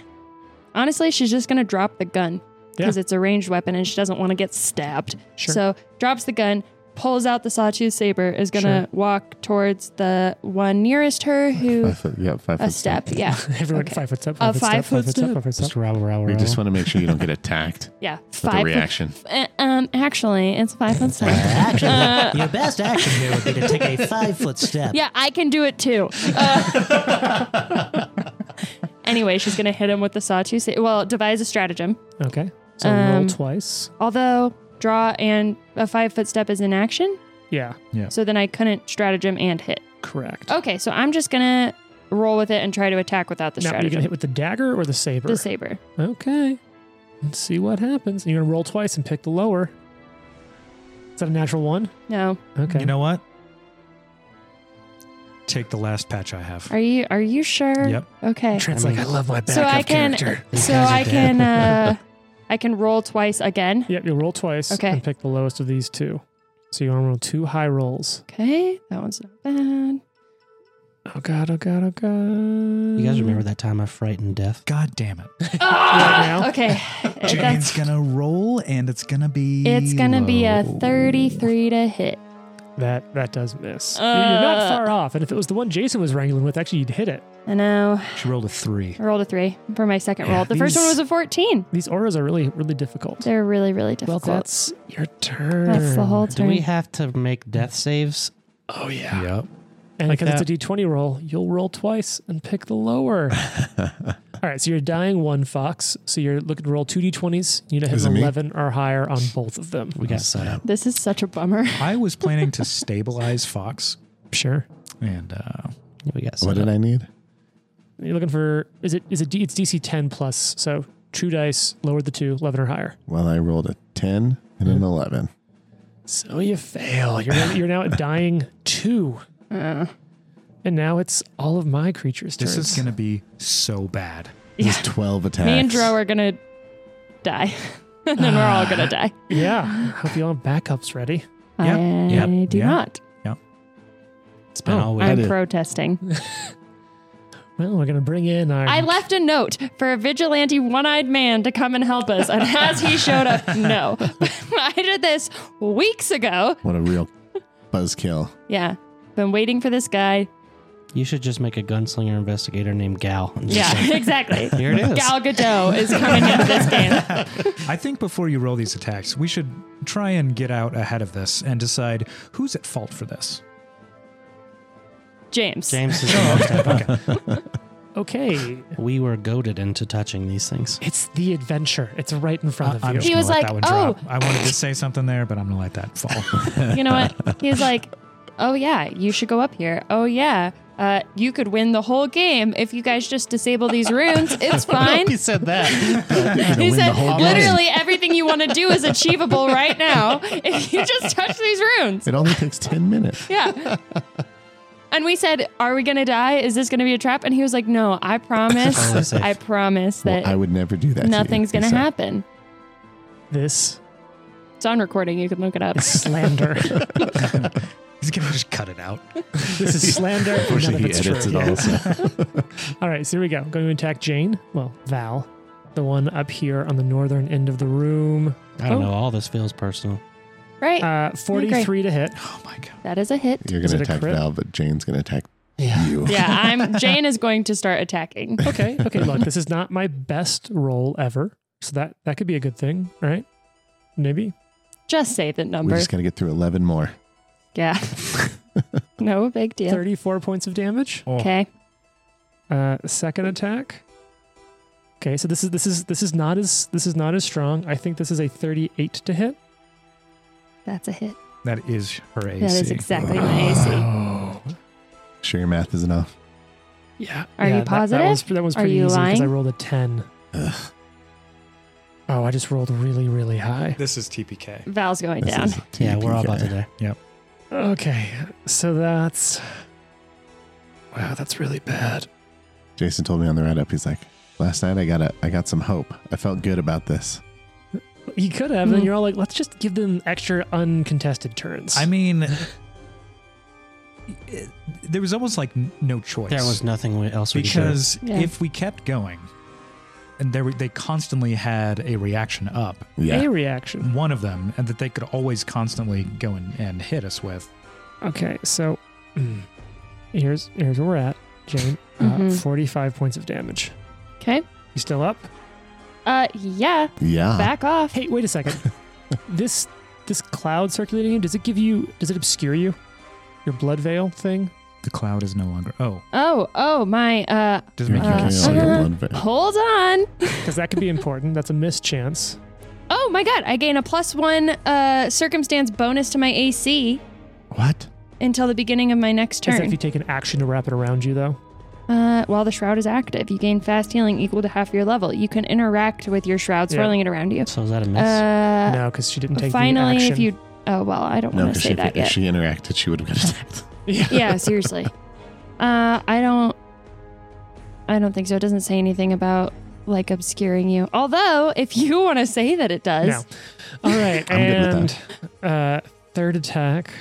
S1: Honestly, she's just gonna drop the gun because it's a ranged weapon and she doesn't want to get stabbed.
S3: Sure.
S1: So drops the gun, pulls out the sawtooth saber, is gonna walk towards the one nearest her who
S5: Five foot, yep, five
S1: a
S5: foot
S1: step, yeah,
S3: Everyone
S1: Okay.
S3: five foot step,
S1: A five
S3: five foot step, five
S1: foot
S3: foot step,
S1: step.
S3: five foot step.
S6: Just rabble, rabble,
S5: We just
S6: rabble.
S5: want to make sure you don't get attacked
S1: yeah,
S5: with
S1: five.
S5: a
S1: foot-
S5: reaction.
S1: Uh, um, actually, it's five foot step.
S6: Action.
S1: Uh,
S6: Your best action here would be to take a five foot step.
S1: yeah, I can do it too. Uh, anyway, she's gonna hit him with the sawtooth. Sa- well, devise a stratagem.
S3: Okay. So roll
S1: Um,
S3: twice.
S1: Although draw and a five foot step is in action,
S3: Yeah.
S1: So then I couldn't stratagem and hit.
S3: Correct.
S1: Okay, so I'm just gonna roll with it and try to attack without the
S3: now you're gonna
S1: stratagem.
S3: hit with the dagger or the saber.
S1: The saber.
S3: okay. Let's see what happens. And you're gonna roll twice and pick the lower. Is that a natural one?
S1: No.
S3: Okay.
S4: You know what? Take the last patch I have.
S1: Are you are you sure?
S4: Yep.
S1: Okay.
S3: Trent's
S6: I mean-
S3: like, I love my backup
S1: So I can
S3: character.
S6: These
S1: so
S6: guys are
S1: I
S6: dead.
S1: can uh I can roll twice again.
S3: Yep, you'll roll twice
S1: Okay.
S3: and pick the lowest of these two. So you want to roll two high rolls.
S1: Okay. That one's not bad.
S3: Oh god, oh god, oh god.
S6: You guys remember that time I frightened death?
S4: God damn it.
S1: Ah!
S3: now?
S1: Okay.
S4: Jane's
S1: That's
S4: gonna roll and it's gonna be
S1: it's gonna be a
S4: low.
S1: thirty-three to hit.
S3: That that does miss. You're- You're not
S1: Uh.
S3: far off. And if it was the one Jason was wrangling with, actually you'd hit it.
S1: I know.
S4: She rolled a three.
S1: I rolled a three for my second
S3: Yeah,
S1: roll. The first
S3: these-
S1: one was a fourteen.
S3: These auras are really, really difficult.
S1: They're really, really
S3: well,
S1: difficult.
S3: that's your turn.
S1: That's the whole
S6: Do
S1: turn.
S6: we have to make death saves?
S3: Oh yeah.
S4: Yep.
S3: And
S6: Like
S3: because it's a
S6: that.
S3: D20 roll, you'll roll twice and pick the lower. All right, so you're dying one fox. So you're looking to roll two D20s. You need to hit
S5: Is it
S3: an
S5: me?
S3: 11 or higher on both of them.
S6: We got set up.
S1: this is such a bummer.
S4: I was planning to stabilize Fox
S3: Sure.
S4: and uh
S6: We got set
S5: What did
S6: up.
S5: I need?
S3: You're looking for is it is it D, it's DC 10 plus. So true dice lower the two, 11 or higher.
S5: Well, I rolled a 10 and an 11.
S3: So you fail. You're now, you're now at dying two,
S1: Uh,
S3: and now it's all of my creatures.
S4: this
S3: turns.
S4: is gonna be so bad.
S5: There's
S1: Yeah.
S5: 12 attacks.
S1: Me and Dro are gonna die. and then we're all gonna die.
S3: Yeah. Hope you all have backups ready.
S1: I
S4: Yeah. Ah. Yep.
S1: do
S4: Yeah.
S1: not.
S6: It's been
S3: Oh,
S6: all week.
S1: I'm
S5: did.
S1: protesting.
S3: Well, we're gonna bring in our.
S1: I left a note for a vigilante one eyed man to come and help us. And as he showed up, no. I did this weeks ago.
S5: What a real buzzkill.
S1: Yeah. Been waiting for this guy.
S6: You should just make a gunslinger investigator named Gal. and just
S1: Yeah, exactly.
S6: Here it is.
S1: Gal Gadot is coming into this game.
S4: I think before you roll these attacks, we should try and get out ahead of this and decide who's at fault for this.
S1: James.
S6: James is the most at fault.
S3: Okay.
S6: We were goaded into touching these things.
S3: It's the adventure. It's right in front
S4: I'm
S3: of
S4: just
S1: He
S3: you.
S4: gonna
S1: was
S4: let
S1: like,
S4: that one
S1: "Oh."
S4: drop. I wanted to say something there, but I'm going to let that fall.
S1: You know what? He's like, oh yeah, you should go up here. Oh yeah. Uh, you could win the whole game if you guys just disable these runes. It's fine.
S6: He said that.
S1: He said, literally everything you want to do is achievable right now if you just touch these runes.
S5: It only takes 10 minutes.
S1: Yeah. And we said, Are we going to die? Is this going to be a trap? And he was like, No, I
S6: Totally
S1: promise.
S6: safe.
S1: I promise
S5: Well,
S1: that
S5: I would never do that. to you,"
S1: nothing's
S5: he
S1: going to
S5: said.
S1: happen.
S3: This
S1: It's on recording. You can look it up.
S3: is slander.
S4: He's going to just cut it out.
S3: this is slander. None of
S5: Unfortunately, he
S3: it's
S5: edits
S3: true.
S5: it all. so-
S3: All right, so here we go. Going to attack Jane. Well, Val, the one up here on the northern end of the room.
S6: I don't know.
S1: Oh.
S6: All this feels personal.
S1: Right?
S3: Uh, 43 to hit.
S4: Oh my God.
S1: that is a hit.
S5: You're
S3: Is
S5: going
S3: it
S5: to
S3: a
S5: attack
S3: crit?
S5: Val, but Jane's going to attack
S6: Yeah.
S5: you.
S1: Yeah, I'm Jane is going to start attacking.
S3: Okay, okay. Look, this is not my best roll ever, so that that could be a good thing, right? Maybe.
S1: Just say the
S5: We're
S1: number.
S5: just going to get through 11 more.
S1: Yeah. no big deal.
S3: 34 points of damage.
S1: Okay.
S3: Uh, second attack. Okay, so this is this is this is not as this is not as strong. I think this is a 38 to hit.
S1: That's a hit.
S4: That is her AC.
S1: That is exactly my
S3: Ah.
S1: AC.
S5: Oh. Sure, your math isn't off.
S3: Yeah.
S1: Are you
S3: that- That,
S1: positive?
S3: one's, that one's
S1: Are
S3: pretty
S1: you
S3: easy because I
S1: lying?
S3: rolled a 10.
S5: Ugh,
S3: Oh, I just rolled really really high.
S4: This is TPK.
S1: Val's going
S5: this
S1: down.
S5: is
S6: Yeah, we're all about to
S5: TPK.
S6: die.
S3: Okay, so that's wow, that's really bad.
S5: Jason told me on the ride up, he's like, last night I got a, I got some hope. I felt good about this.
S3: You could have, and then
S1: Mhm.
S3: you're all like, let's just give them extra uncontested turns.
S4: I mean, it- there was almost like n- no choice.
S6: There was nothing we- else we could
S4: because
S1: Yeah.
S4: if we kept going, and there were, they constantly had a reaction up,
S5: Yeah.
S3: a reaction.
S4: one of them, and that they could always constantly go and, and hit us with.
S3: Okay, so mm, here's here's where we're at, Jane. Uh,
S1: Mhm.
S3: 45 points of damage.
S1: Okay.
S3: You still up?
S1: Uh yeah.
S5: Yeah.
S3: Ah.
S1: Back off.
S3: Hey, wait a second. this this cloud circulating you, does it give you does it obscure you? Your blood veil thing?
S4: The cloud is no longer. Oh,
S1: Oh, oh my uh
S4: does it
S5: You're
S4: make
S1: Uh,
S4: you
S5: killing
S4: can
S5: all
S4: see
S5: your
S1: uh-huh.
S5: blood vessels.
S1: hold on.
S3: Because that could be important. That's a missed chance.
S1: Oh my god, I gain a plus one uh circumstance bonus to my AC
S5: What?
S1: until the beginning of my next
S3: Is that if
S1: turn.
S3: you take an action to wrap it around you though?
S1: Uh while the shroud is active, you gain fast healing equal to half your level. You can interact with your shroud,
S3: Yeah.
S1: swirling it around you.
S6: So is that a miss?
S1: Uh
S3: no, because she didn't take
S1: finally
S3: the action.
S1: if you oh well, I don't
S5: No,
S1: want to
S5: because
S1: say
S5: she,
S1: that
S5: if
S1: yet.
S5: she interacted, she would have got attacked.
S1: yeah, seriously. Uh, I don't. I don't think so. It doesn't say anything about like obscuring you. Although, if you want to say that it does,
S3: No. All right,
S5: I'm good
S3: and
S5: with
S3: uh, third attack.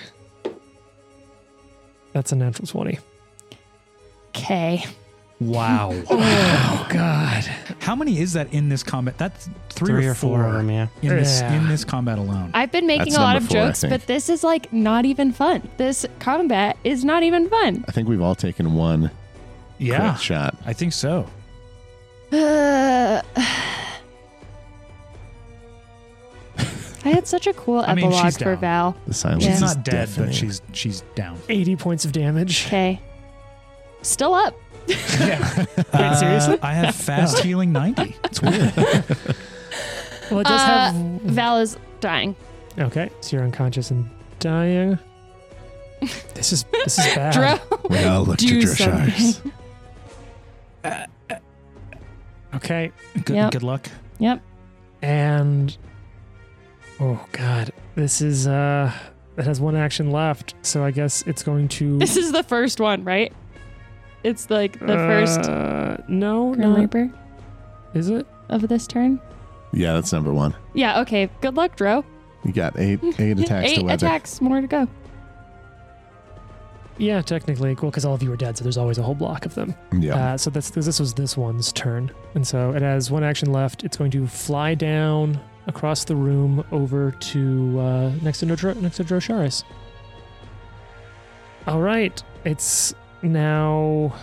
S3: That's a natural twenty.
S1: okay.
S4: Wow.
S3: Oh God!
S4: How many is that in this combat? That's three,
S6: Three or four of them, yeah.
S4: in this
S3: Yeah.
S4: in this combat alone.
S1: I've been making
S5: That's
S1: a lot of
S5: number four, I
S1: jokes,
S5: think.
S1: but this is like not even fun. This combat is not even fun.
S5: I think we've all taken one
S4: yeah,
S5: crit shot.
S4: I think so.
S1: Uh, I had such a cool
S4: I mean,
S1: epilogue
S4: she's
S1: for
S4: down.
S1: Val.
S5: The silence
S1: Yeah.
S4: She's
S5: is
S4: not dead,
S5: deafening.
S4: but she's she's down.
S3: Eighty points of damage.
S1: Okay, still up.
S4: yeah.
S3: Wait, seriously?
S4: Uh, I have fast healing ninety. It's weird.
S3: Well, it does
S1: Uh,
S3: have.
S1: Val is dying.
S3: Okay, so you're unconscious and dying. This is this is bad.
S1: Dro,
S5: We all look
S1: Do
S5: to Droshar's.
S3: Okay,
S4: Good,
S1: Yep.
S4: good luck.
S3: and oh God, this is uh, it has one action left, so I guess it's going to.
S1: this is the first one, right? It's like the first
S3: Uh, no,
S1: Grim
S3: not
S1: Reaper.
S3: Is it?
S1: of this turn.
S5: Yeah, that's number one.
S1: Yeah, okay. Good luck, Dro.
S5: You got eight eight attacks
S1: Eight
S5: to weather.
S1: attacks, more to go.
S3: Yeah, technically, cool, because all of you are dead, so there's always a whole block of them.
S5: Yeah.
S3: Uh, so that's this was this one's turn, and so it has one action left. It's going to fly down across the room over to uh, next to Nodro- next to Drosharis. All right, it's now.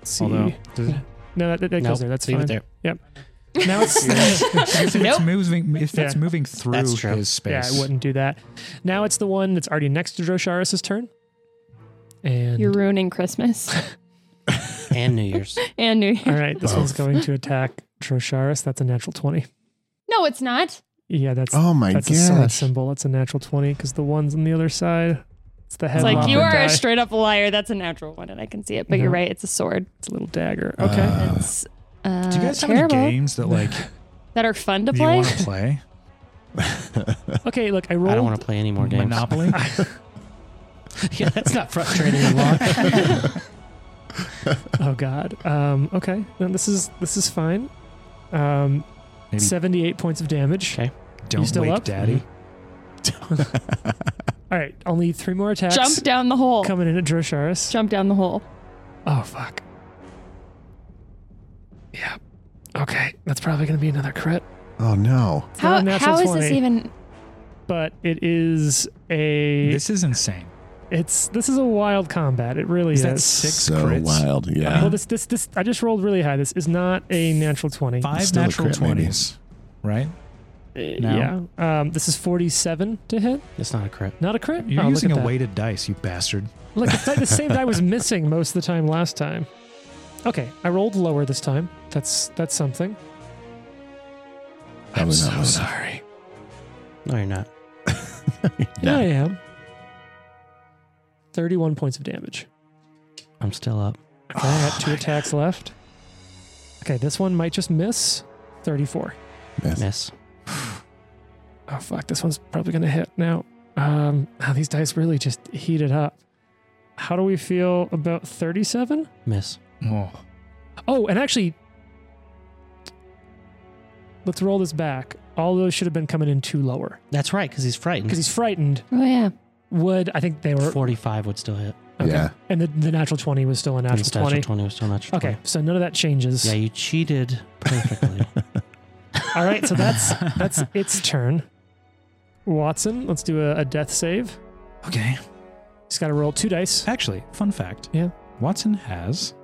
S3: Let's see.
S2: Although-
S3: no, that, that goes
S6: Nope,
S3: there. That's
S6: leave
S3: fine.
S6: it there.
S3: Now it's
S4: If it's
S1: Nope.
S4: moving, if it's
S3: Yeah.
S4: moving through
S6: That's true.
S4: his
S3: yeah,
S4: space,
S3: it wouldn't do that. Now it's the one that's already next to Drosharis' turn, and
S1: You're ruining Christmas
S6: And New Year's.
S1: and New
S3: all
S1: Year.
S3: right, this one's going to attack Drosharis. That's a natural twenty.
S1: No, it's not.
S3: Yeah, that's
S5: oh my
S3: That's a side
S5: gosh.
S3: symbol. That's a natural 20 because the one's on the other side. It's the head.
S1: It's like
S3: lock
S1: you
S3: and
S1: are
S3: die.
S1: a straight up liar. That's a natural one, and I can see it. But you're
S3: No.
S1: right. It's a sword.
S3: It's a little dagger.
S5: Uh,
S3: Okay.
S1: It's uh,
S4: Do you guys have
S1: terrible.
S4: any games that like
S1: that are fun to
S4: you
S1: play?
S4: want to play?
S3: okay, look, I
S6: I don't
S3: rolled.
S6: want to play any more games.
S4: Monopoly.
S6: yeah, that's not frustrating anymore.
S3: oh God. Um, okay. No, this is this is fine. Um,
S4: Maybe
S3: 78 points of damage.
S6: Okay.
S4: don't
S3: still
S4: wake
S3: up?
S4: daddy.
S3: All right. Only three more attacks.
S1: Jump down the hole.
S3: Coming in at Drosharis.
S1: Jump down the hole.
S3: Oh fuck. Yeah. Okay. That's probably gonna be another crit.
S5: Oh no.
S3: It's not
S1: How,
S3: a natural
S1: how is
S3: 20,
S1: this even?
S3: But it is a.
S4: This is insane.
S3: it's this is a wild combat. It really
S4: Is
S3: is.
S4: that six
S5: So
S4: crits?
S5: wild.
S3: Well,
S5: Yeah.
S3: this this this I just rolled really high. This is not a natural twenty.
S4: Five
S5: Still a
S4: natural
S5: crit, maybe.
S4: twenties, right?
S3: Uh,
S4: No.
S3: Yeah. Um, this is forty-seven to hit.
S6: It's not a crit.
S3: Not a crit.
S4: You're
S3: Oh,
S4: using
S3: look
S4: a
S3: at that.
S4: weighted dice, you bastard.
S3: Look, it's like the same die was missing most of the time last time. Okay, I rolled lower this time. That's that's something.
S5: Probably not lower.
S3: sorry.
S6: No, you're not.
S3: Yeah,
S5: No.
S3: I am. Thirty-one points of damage.
S6: I'm still up.
S3: Okay, I got
S4: Oh,
S3: two attacks left. Okay, this one might just miss. Thirty-four.
S5: That's-
S6: Miss.
S3: Oh fuck, this one's probably gonna hit now. Um, now these dice really just heated up. How do we feel about 37?
S6: Miss.
S4: Oh,
S3: Oh, and actually, let's roll this back. All those should have been coming in two lower
S6: That's right, because he's frightened.
S3: because he's frightened.
S1: Oh yeah.
S3: Would I think they were?
S6: 45 would still hit.
S3: okay.
S5: Yeah.
S3: And the, the natural 20 was still a
S6: And
S3: natural
S6: it's
S3: 20.
S6: was still natural
S3: Okay, so none of that changes.
S6: 20. Yeah, you cheated perfectly.
S3: All right, so that's that's its turn. Watson, let's do a, a death save.
S4: okay.
S3: He's got to roll two dice.
S4: Actually, fun fact.
S3: Yeah.
S4: Watson has,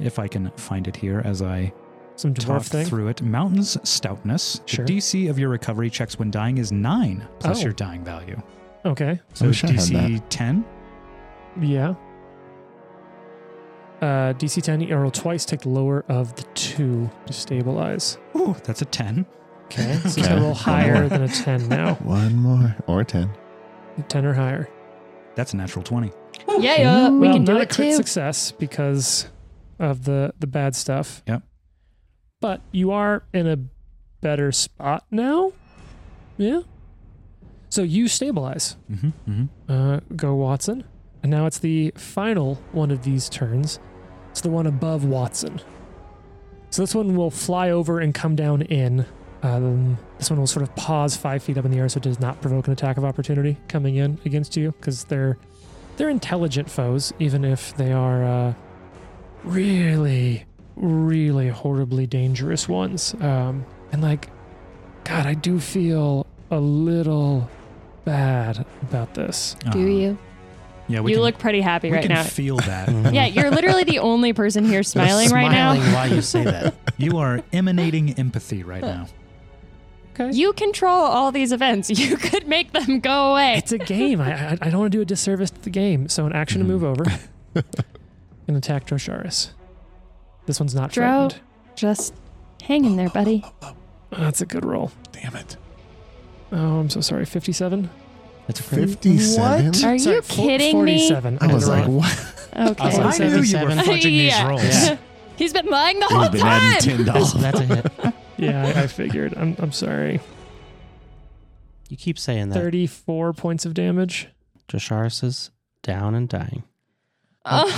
S4: if I can find it here as I
S3: Some
S4: talk
S3: dwarf thing.
S4: through it, Mountain's Stoutness.
S3: Sure.
S4: The DC of your recovery checks when dying is nine plus
S3: Oh.
S4: your dying value.
S3: Okay.
S4: So
S5: wish I had
S4: DC 10.
S3: Yeah. Uh, DC 10, you roll twice, take the lower of the two to stabilize.
S4: Ooh, that's a 10.
S3: Okay. So it's going
S5: Okay.
S3: to roll higher than a 10 now.
S5: One more or ten.
S3: 10 or higher.
S4: That's a natural 20.
S1: Yeah, yeah. We
S3: well,
S1: can do
S3: not a
S1: it
S3: crit
S1: too.
S3: success because of the, the bad stuff.
S4: Yep.
S3: But you are in a better spot now. Yeah. So you stabilize.
S4: Mm-hmm. Mm-hmm.
S3: Uh, go Watson. And now it's the final one of these turns. It's the one above Watson. So this one will fly over and come down in. Um, this one will sort of pause five feet up in the air, so it does not provoke an attack of opportunity coming in against you because they're they're intelligent foes, even if they are uh, really, really horribly dangerous ones. Um, and like, God, I do feel a little bad about this.
S1: Do you?
S4: Uh, Yeah, we
S1: You
S4: can,
S1: look pretty happy
S4: we
S1: right
S4: can
S1: now.
S4: feel that.
S6: Mhm.
S1: yeah, you're literally the only person here smiling, right now.
S6: Smiling while you say that.
S4: you are emanating empathy right now.
S3: Okay.
S1: You control all these events. You could make them go away.
S3: it's a game. I, I I don't want to do a disservice to the game. So an action to move over
S5: Mm-hmm.
S3: and attack Drosharis. This one's not
S1: Dro-
S3: frightened.
S1: Just hang in there, buddy.
S3: Oh, that's a good roll.
S5: Damn it.
S3: Oh, I'm so sorry. 57.
S6: That's a crit.
S5: Fifty-seven.
S1: Are you
S3: Sorry, fo-
S1: kidding
S3: 47.
S5: I
S3: did
S5: was
S3: it
S5: like,
S3: wrong.
S5: what?
S1: me?
S6: I
S1: Okay.
S6: was
S4: I knew you were
S6: 77.
S4: fudging these
S1: Yeah.
S4: rolls.
S6: Yeah.
S1: He's been lying the
S5: It would
S1: whole
S5: have been adding
S1: time.
S5: ten dollars.
S6: That's a hit.
S3: yeah, I, I figured. I'm, I'm sorry.
S6: You keep saying that.
S3: 34 points of damage.
S6: Josharis is down and dying.
S1: Oh,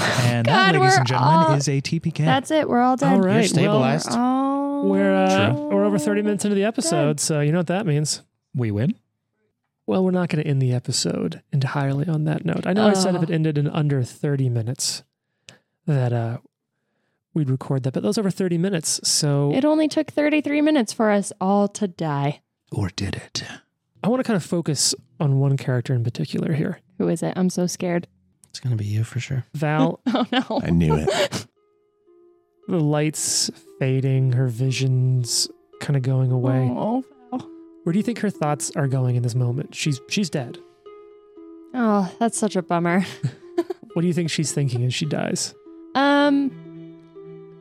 S4: And
S1: God,
S4: that, ladies
S1: we're
S4: and gentlemen,
S1: all-
S4: is a TPK.
S1: That's it. We're all done.
S3: All right,
S6: You're
S3: well,
S6: stabilized.
S1: We're all
S3: We're uh, we're over 30 minutes into the episode, so you know what that means.
S4: We win.
S3: Well, we're not going to end the episode entirely on that note. I know I said if it
S1: Oh.
S3: ended in under 30 minutes that uh we'd record that, but that was over 30 minutes. So
S1: It only took 33 minutes for us all to die.
S4: Or did it?
S3: I want to kind of focus on one character in particular here.
S1: Who is it? I'm so scared.
S6: It's going to be you for sure.
S3: Val,
S1: Oh no.
S5: I knew it.
S3: the lights fading, her visions kind of going away.
S1: Oh,
S3: Where do you think her thoughts are going in this moment? She's she's dead.
S1: oh, that's such a bummer.
S3: What do you think she's thinking as she dies?
S1: Um,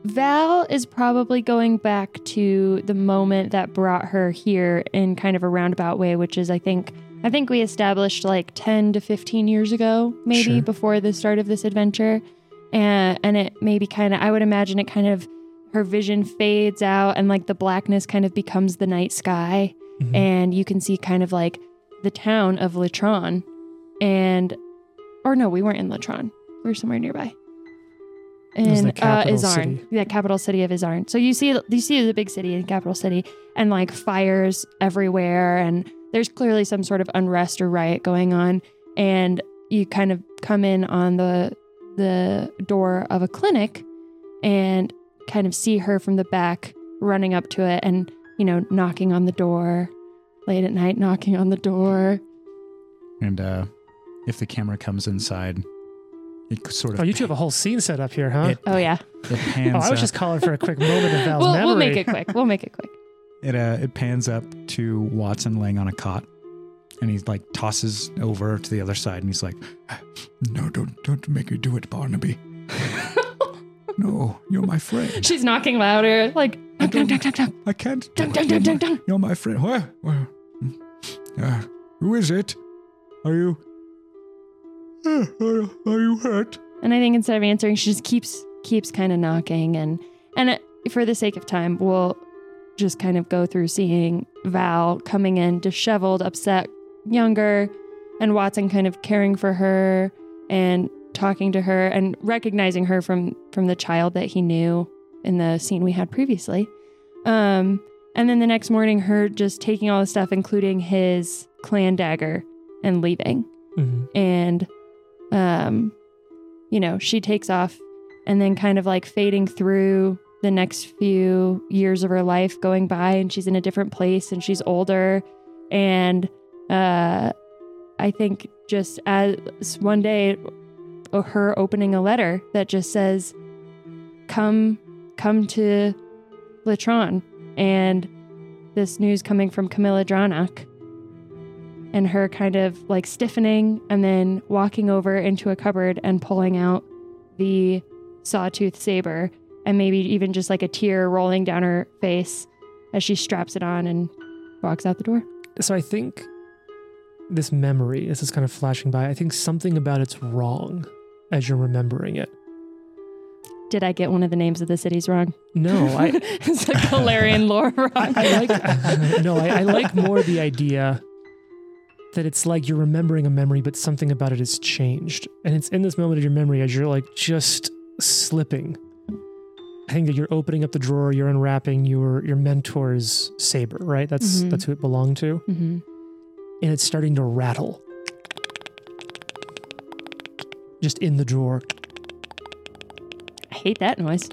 S1: Val is probably going back to the moment that brought her here in kind of a roundabout way, which is I think I think we established like ten to fifteen years ago, maybe
S3: Sure.
S1: before the start of this adventure, and and it maybe kind of I would imagine it kind of her vision fades out and like the blackness kind of becomes the night sky,
S3: Mhm.
S1: and you can see kind of like the town of Latron, and or no, we weren't in Latron. We were somewhere nearby.
S3: It was
S1: In
S3: the
S1: uh,
S3: capital
S1: Izarn,
S3: city.
S1: yeah, capital city of Izarn. So you see, you see the big city, the capital city, and like fires everywhere, and there's clearly some sort of unrest or riot going on. And you kind of come in on the the door of a clinic, and kind of see her from the back running up to it, and you know, knocking on the door late at night, knocking on the door.
S4: And uh, if the camera comes inside, it c- sort of.
S3: Oh, you two have a whole scene set up here, huh?
S4: It,
S1: Oh yeah.
S4: It pans.
S3: Oh, I
S4: up-
S3: was just calling for a quick moment of Val's
S1: we'll,
S3: memory.
S1: we'll make it quick. We'll make it quick.
S4: It uh, it pans up to Watson laying on a cot, and he like tosses over to the other side, and he's like, "No, don't don't make me do it, Barnaby. No, you're my friend.
S1: She's knocking louder, like dunk, dunk, dunk, dunk, dunk,
S4: I can't. Do
S1: dunk, dunk,
S4: it.
S1: dunk,
S4: You're,
S1: dunk,
S4: my,
S1: dunk.
S4: you're my friend. What? What? Uh, who is it? Are you? Uh, are, are you hurt?
S1: And I think instead of answering, she just keeps keeps kind of knocking, and and it, for the sake of time, we'll just kind of go through seeing Val coming in, disheveled, upset, younger, and Watson kind of caring for her and talking to her and recognizing her from from the child that he knew in the scene we had previously. Um, and then the next morning, her just taking all the stuff, including his clan dagger, and leaving
S3: Mhm.
S1: and um you know she takes off and then kind of like fading through the next few years of her life going by and she's in a different place and she's older and uh i think just as one day uh, her opening a letter that just says come come to latron and this news coming from camilla Dranach and her kind of like stiffening and then walking over into a cupboard and pulling out the sawtooth saber and maybe even just like a tear rolling down her face as she straps it on and walks out the door.
S3: So I think this memory, this is kind of flashing by. I think something about it's wrong as you're remembering it.
S1: Did I get one of the names of the cities wrong?
S3: No, I,
S1: it's like Galarian lore wrong.
S3: I, I like no, I, I like more the idea that it's like you're remembering a memory, but something about it has changed, and it's in this moment of your memory as you're like just slipping. I think that you're opening up the drawer, you're unwrapping your your mentor's saber, right? That's
S1: Mhm.
S3: that's who it belonged to,
S1: Mhm.
S3: and it's starting to rattle, just in the drawer,
S1: I hate that noise.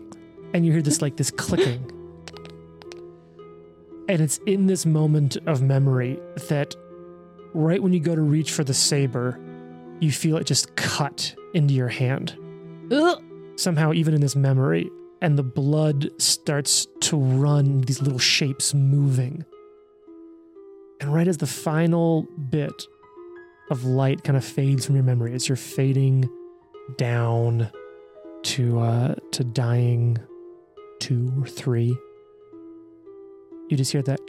S3: and you hear this like this clicking. And it's in this moment of memory that right when you go to reach for the saber, you feel it just cut into your hand.
S1: Ugh.
S3: Somehow, even in this memory, and the blood starts to run, these little shapes moving. And right as the final bit of light kind of fades from your memory, as you're fading down to uh, to dying two or three. You just hear that.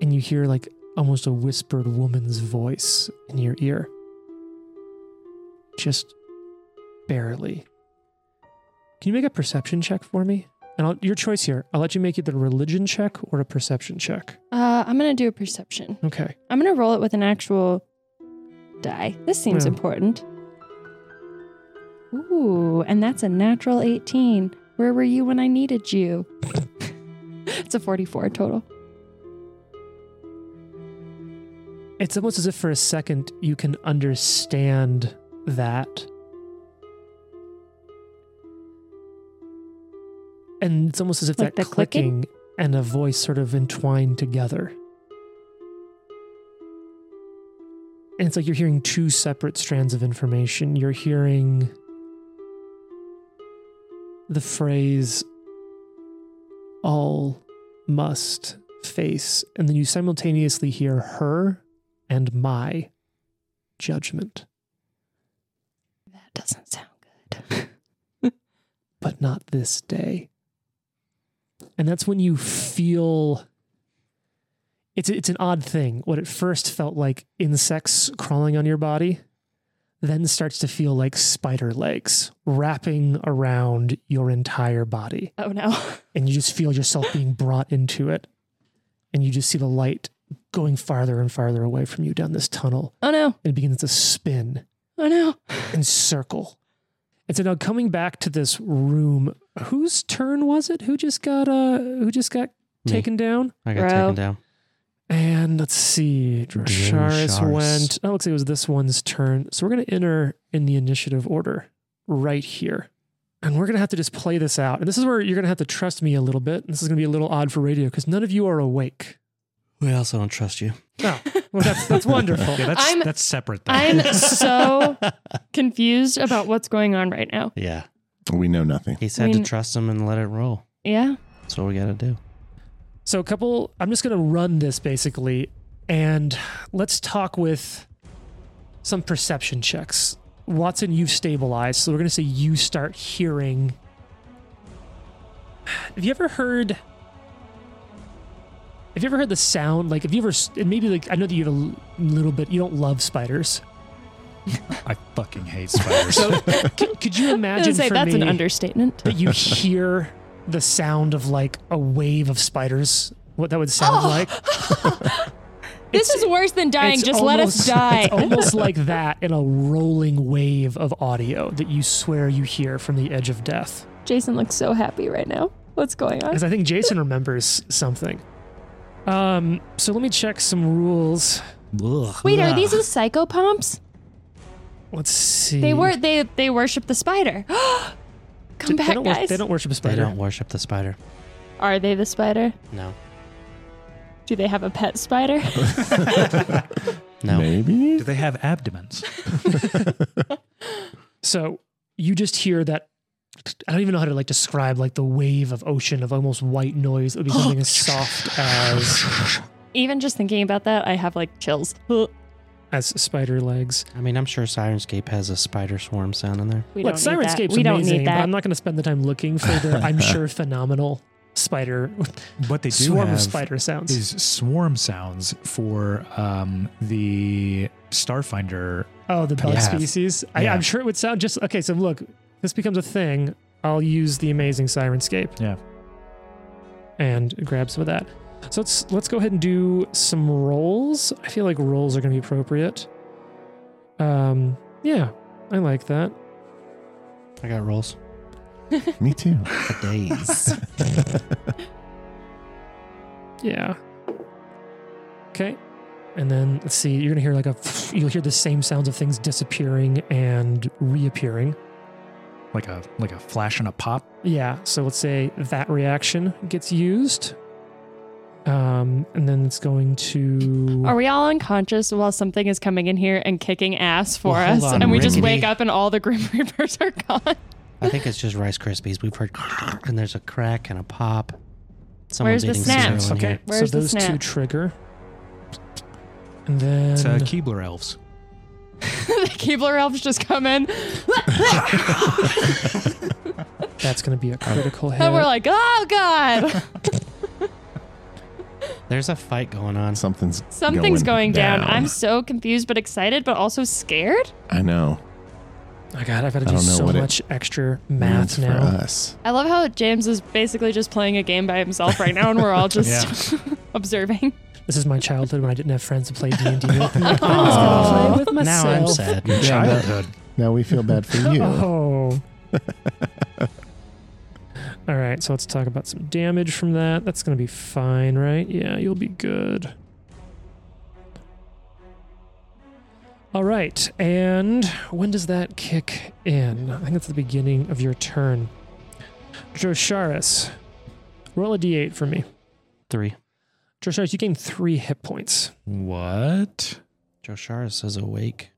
S3: And you hear like almost a whispered woman's voice in your ear. Just barely. Can you make a perception check for me? And I'll, your choice here. I'll let you make either a religion check or a perception check.
S1: Uh, I'm going to do a perception.
S3: Okay.
S1: I'm going to roll it with an actual die. This seems
S3: Yeah.
S1: important. Ooh, and that's a natural 18. Where were you when I needed you? it's a 44 total.
S3: It's almost as if for a second you can understand that. And it's almost as if
S1: Like
S3: that
S1: the clicking?
S3: clicking and a voice sort of entwined together. And it's like you're hearing two separate strands of information. You're hearing the phrase all must face, and then you simultaneously hear her and my judgment,
S1: That doesn't sound good.
S3: but not this day. And that's when you feel it's it's an odd thing. What at first felt like insects crawling on your body then starts to feel like spider legs wrapping around your entire body.
S1: Oh no.
S3: and you just feel yourself being brought into it and you just see the light going farther and farther away from you down this tunnel
S1: Oh no.
S3: and it begins to spin
S1: Oh no.
S3: and circle and so now coming back to this room whose turn was it who just got uh who just got
S6: Me.
S3: taken down
S6: I got
S1: Bro.
S6: taken down.
S3: and let's see Drasharis
S6: Drasharis.
S3: went oh looks like it was this one's turn so we're going to enter in the initiative order right here and we're going to have to just play this out and this is where you're going to have to trust me a little bit this is going to be a little odd for radio because none of you are awake
S6: We also don't trust you.
S3: Oh, well, that's that's wonderful.
S4: Yeah, that's
S1: I'm-
S4: that's separate though.
S1: I'm so confused about what's going on right now.
S6: Yeah.
S5: We know nothing.
S6: He said
S1: mean-
S6: to trust him and let it roll.
S1: Yeah.
S6: That's what we got to do.
S3: So, a couple. I'm just going to run this basically, and let's talk with some perception checks. Watson, you've stabilized, so we're going to say you start hearing. Have you ever heard? Have you ever heard the sound? Like, have you ever? s- And maybe like I know that you have a l- little bit. You don't love spiders.
S4: I fucking hate spiders.
S3: So, c- could you
S1: I was
S3: imagine
S1: gonna say
S3: for
S1: that's an
S3: me-
S1: understatement.
S3: that you hear the sound of like a wave of spiders. What that would sound
S1: Oh,
S3: like.
S1: This is worse than dying.
S3: It's
S1: Just
S3: almost-
S1: let us
S3: It's
S1: die.
S3: almost like that in a rolling wave of audio that you swear you hear from the edge of death.
S1: Jason looks so happy right now. What's going on?
S3: Because I think Jason remembers something. Um, so let me check some rules.
S6: Ugh.
S1: Wait, are
S3: Ugh.
S1: these the psychopomps?
S3: Let's see.
S1: They were they they worship the spider. Come
S3: Mm. They
S1: back,
S3: don't, wor-
S1: guys.
S3: they don't worship a
S6: They
S3: spider.
S6: don't worship the spider.
S1: Are they the spider?
S6: No.
S1: Do they have a pet spider?
S6: No.
S5: Maybe?
S4: Do they have abdomens?
S3: So you just hear that. I don't even know how to like describe like the wave of ocean of almost white noise. It would be something as soft as
S1: Even just thinking about that, I have like chills. We
S3: as spider legs.
S6: I mean, I'm sure Sirenscape has a spider swarm sound in there.
S1: don't
S3: Look,
S1: need
S3: Sirenscape's
S1: that. We don't
S3: amazing,
S1: need
S3: but
S1: that.
S3: I'm not going to spend the time looking for the, I'm sure, phenomenal spider
S4: What they do
S3: swarm
S4: have
S3: of spider sounds.
S4: is swarm sounds for um, the Starfinder.
S3: oh, the bug
S6: Yeah.
S3: species. I,
S4: Yeah.
S3: I'm sure it would sound just okay. So look, this becomes a thing. I'll use the amazing Sirenscape.
S4: Yeah.
S3: and grab some of that. So let's let's go ahead and do some rolls. I feel like rolls are going to be appropriate. Um, yeah, I like that.
S6: I got rolls
S5: Me too.
S6: for days.
S3: Yeah. Okay. And then let's see, you're gonna hear like a you'll hear the same sounds of things disappearing and reappearing.
S4: Like a like a flash and a pop.
S3: Yeah, so let's say that reaction gets used. Um, and then it's going to
S1: Are we all unconscious while something is coming in here and kicking ass for
S6: Well, hold
S1: us?
S6: on,
S1: and we just
S6: Rickety.
S1: wake up and all the Grim Reapers are gone.
S6: I think it's just Rice Krispies. We've heard, and there's a crack and a pop. Someone's
S1: Where's the
S6: eating
S1: snap?
S6: cereal in
S3: Okay,
S6: here.
S1: Where's
S3: so
S1: the
S3: those two
S1: snap?
S3: trigger. And then
S4: It's uh, Keebler elves.
S1: the Keebler elves just come in.
S3: that's gonna be a critical hit.
S1: And we're like, oh God.
S6: There's a fight going on.
S5: Something's
S1: Something's going, down.
S5: down.
S1: I'm so confused but excited, but also scared.
S5: I know.
S3: oh god, I've gotta
S5: I
S3: do
S5: don't know
S3: so
S5: what it
S3: much extra
S5: Means
S3: math
S5: for
S3: now.
S5: us.
S1: I love how James is basically just playing a game by himself right now and we're all just observing.
S3: This is my childhood when I didn't have friends to play D and D with.
S1: Aw.
S3: Play with
S6: Now I'm
S3: myself.
S6: sad.
S5: Yeah,
S4: Childhood.
S5: Now we feel bad for you.
S3: Oh, All right, so let's talk about some damage from that. That's going to be fine, right? Yeah, you'll be good. All right, and when does that kick in? I think it's the beginning of your turn. Drosharis, roll a d8 for me.
S6: Three.
S3: Drosharis, you gain three hit points.
S4: What?
S6: Josharis is awake.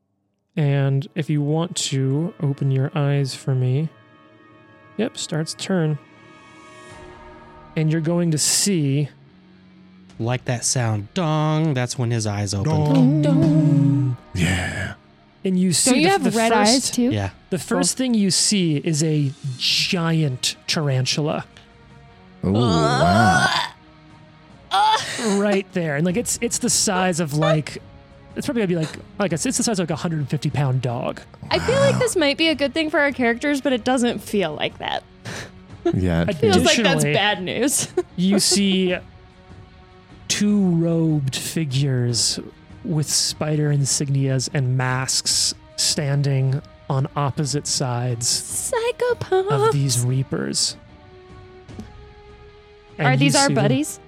S3: And if you want to, open your eyes for me. Yep, starts turn. And you're going to see
S6: Like that sound, dong. That's when his eyes open.
S5: Yeah.
S3: and you see
S1: Don't you
S3: the,
S1: have
S3: the
S1: red
S3: first,
S1: eyes too?
S6: Yeah.
S3: The first thing you see is a giant tarantula
S5: Oh, wow.
S3: right there. And like it's it's the size of like it's probably gonna be like like it's it's the size of like a 150 pound dog.
S1: I feel like this might be a good thing for our characters, but it doesn't feel like that.
S5: Yeah.
S3: I
S1: Feels like that's
S3: Additionally-
S1: bad news.
S3: you see two robed figures with spider insignias and masks standing on opposite sides of
S1: Psychopath.
S3: these reapers. And
S1: Are
S3: you
S1: these our
S3: see them-
S1: buddies?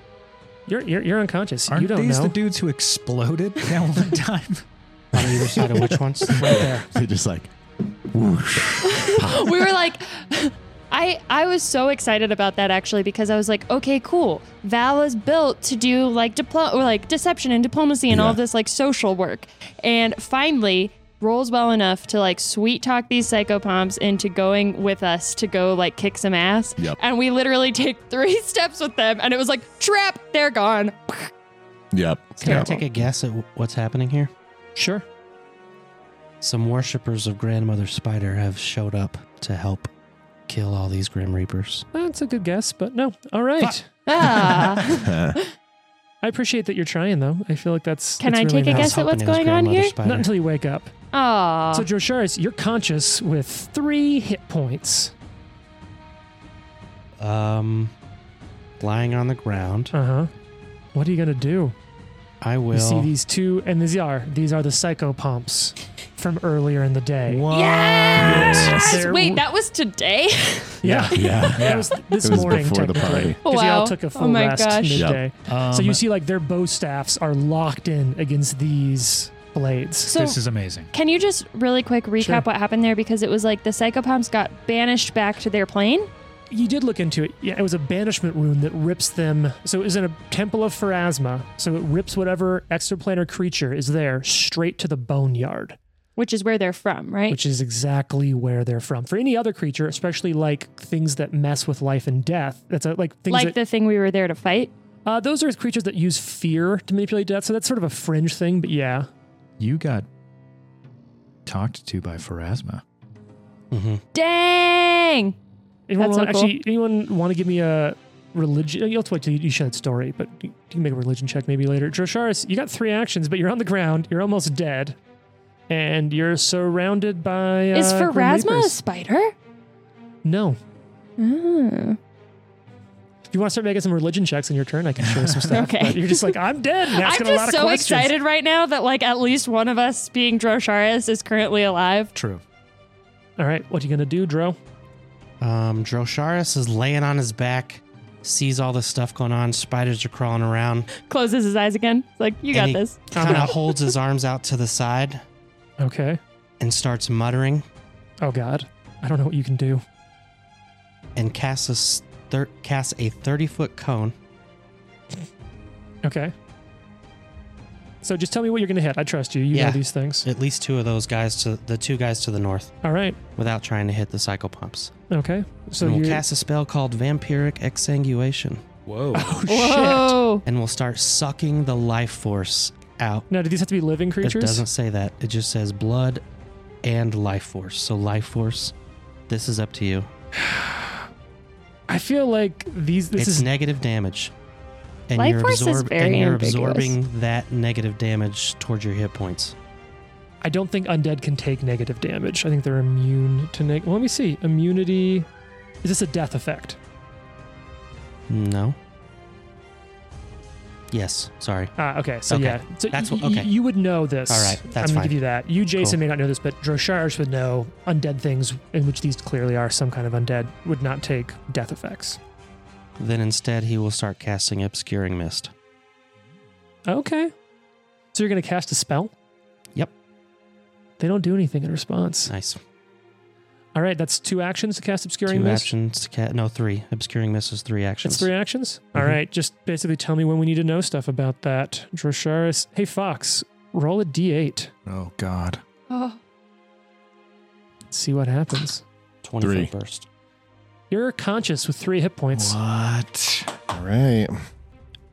S3: You're, you're, you're unconscious.
S4: Aren't
S3: you don't
S4: these
S3: know.
S4: the dudes who exploded that one time?
S6: On either side of which ones?
S3: right there.
S5: They're just like, whoosh.
S1: we were like I I was so excited about that actually because I was like, okay, cool. Val is built to do like diplo- or like deception and diplomacy and all
S5: Yeah.
S1: of this like social work. And finally rolls well enough to like sweet talk these psychopomps into going with us to go like kick some ass.
S5: Yep.
S1: And we literally take three steps with them and it was like trap, they're gone.
S5: Yep.
S6: Can I
S1: Terrible.
S6: take a guess at wh- what's happening here?
S3: Sure.
S6: Some worshippers of Grandmother Spider have showed up to help kill all these Grim Reapers.
S3: That's a good guess, but no. All right.
S1: Ah.
S3: I appreciate that you're trying, though. I feel like that's.
S1: Can
S3: that's
S1: I
S3: really
S1: take a
S3: nice.
S6: I was
S1: guess at what's
S6: hoping it was
S1: going on
S6: Grandmother
S1: here?
S6: Spider.
S3: Not until you wake up.
S1: Aw.
S3: So, Josharis, you're conscious with three hit points.
S6: Um, lying on the ground.
S3: Uh
S4: Uh-huh.
S3: huh. What are you gonna do?
S6: I will.
S3: You see these two, and these are these are the psychopomps from earlier in the day.
S6: What?
S1: Yes!
S3: Yes.
S1: Wait, that was today?
S3: Yeah,
S5: Yeah.
S3: that was this
S5: It was
S3: morning
S5: before the
S3: technically.
S5: party.
S3: 'Cause
S1: Wow.
S3: y'all took a full
S1: Oh my
S3: rest
S1: gosh.
S5: Yep.
S3: midday. So
S4: Um,
S3: you see, like their bow staffs are locked in against these blades.
S1: So
S4: this is amazing.
S1: Can you just really quick recap
S3: Sure.
S1: what happened there? Because it was like the psychopomps got banished back to their plane.
S3: You did look into it. Yeah, it was a banishment rune that rips them. So it was in a temple of Pharasma. So it rips whatever extraplanar creature is there straight to the boneyard.
S1: Which is where they're from, right?
S3: which is exactly where they're from. For any other creature, especially like things that mess with life and death, that's a, like things
S1: like
S3: that
S1: the thing we were there to fight.
S3: uh, those are creatures that use fear to manipulate death. So that's sort of a fringe thing, but yeah,
S4: You got talked to by Pharasma.
S6: Mhm.
S1: Dang!
S3: anyone
S1: That's
S3: want,
S1: so cool.
S3: actually anyone want to give me a religion? You'll have to wait till you, you share that story, but you can make a religion check maybe later. Drosharis, you got three actions, but you're on the ground, you're almost dead, and you're surrounded by uh,
S1: is
S3: Grim
S1: Pharasma a
S3: Reapers.
S1: spider?
S3: No.
S1: Oh.
S3: If you want to start making some religion checks in your turn, I can share some stuff.
S1: Okay.
S3: But you're just like, I'm dead. And
S1: I'm
S3: asking a lot
S1: just
S3: of
S1: so
S3: questions.
S1: excited right now that like at least one of us being Drosharis is currently alive.
S4: True.
S3: All right, what are you gonna do, Dro?
S6: Um, Drosharis is laying on his back, sees all this stuff going on. Spiders are crawling around.
S1: Closes his eyes again. It's like, you got
S6: And he-
S1: this.
S6: Kind of holds his arms out to the side
S3: Okay.
S6: and starts muttering
S3: Oh God, I don't know what you can do.
S6: and casts a s- thir- casts a thirty foot cone.
S3: Okay. So just tell me what you're gonna hit. I trust you. You
S6: Yeah.
S3: know these things.
S6: At least two of those guys to the two guys to the north
S3: All right.
S6: without trying to hit the psychopomps.
S3: Okay. So
S6: and
S3: you
S6: we'll cast a spell called Vampiric Exsanguination,
S4: Whoa.
S3: Oh shit.
S1: Whoa.
S6: and we'll start sucking the life force out.
S3: Now, do these have to be living
S6: It
S3: creatures?
S6: doesn't say that. It just says blood and life force. So life force, this is up to you.
S3: I feel like these. This
S6: it's
S3: is
S6: negative damage. And
S1: Life
S6: you're,
S1: force is
S6: absorb-
S1: very
S6: and you're
S1: ambiguous.
S6: absorbing that negative damage towards your hit points.
S3: I don't think undead can take negative damage. I think they're immune to neg. Well, let me see. Immunity. Is this a death effect?
S6: No. Yes, sorry.
S3: Ah, okay. So
S6: Okay.
S3: yeah, so
S6: That's
S3: y-
S6: what- okay.
S3: y- you would know this.
S6: All right, that's
S3: I'm gonna
S6: fine.
S3: give you that. You, Jason,
S6: Cool.
S3: may not know this, but Drosharge would know undead things, in which these clearly are some kind of undead, would not take death effects.
S6: Then instead, he will start casting Obscuring Mist.
S3: Okay. So you're gonna cast a spell.
S6: Yep.
S3: They don't do anything in response.
S6: Nice.
S3: All right, that's two actions to cast obscuring
S6: Two
S3: mist.
S6: actions. to Ca- no, three. Obscuring Mist is three
S3: That's
S6: actions.
S3: three actions. All
S6: Mhm.
S3: right, just basically tell me when we need to know stuff about that. Drosharis. Hey Fox, roll a d8.
S4: Oh God.
S1: Oh,
S3: See what happens.
S6: 20
S5: Three.
S6: foot burst.
S3: You're conscious with three hit points.
S4: What?
S5: All right.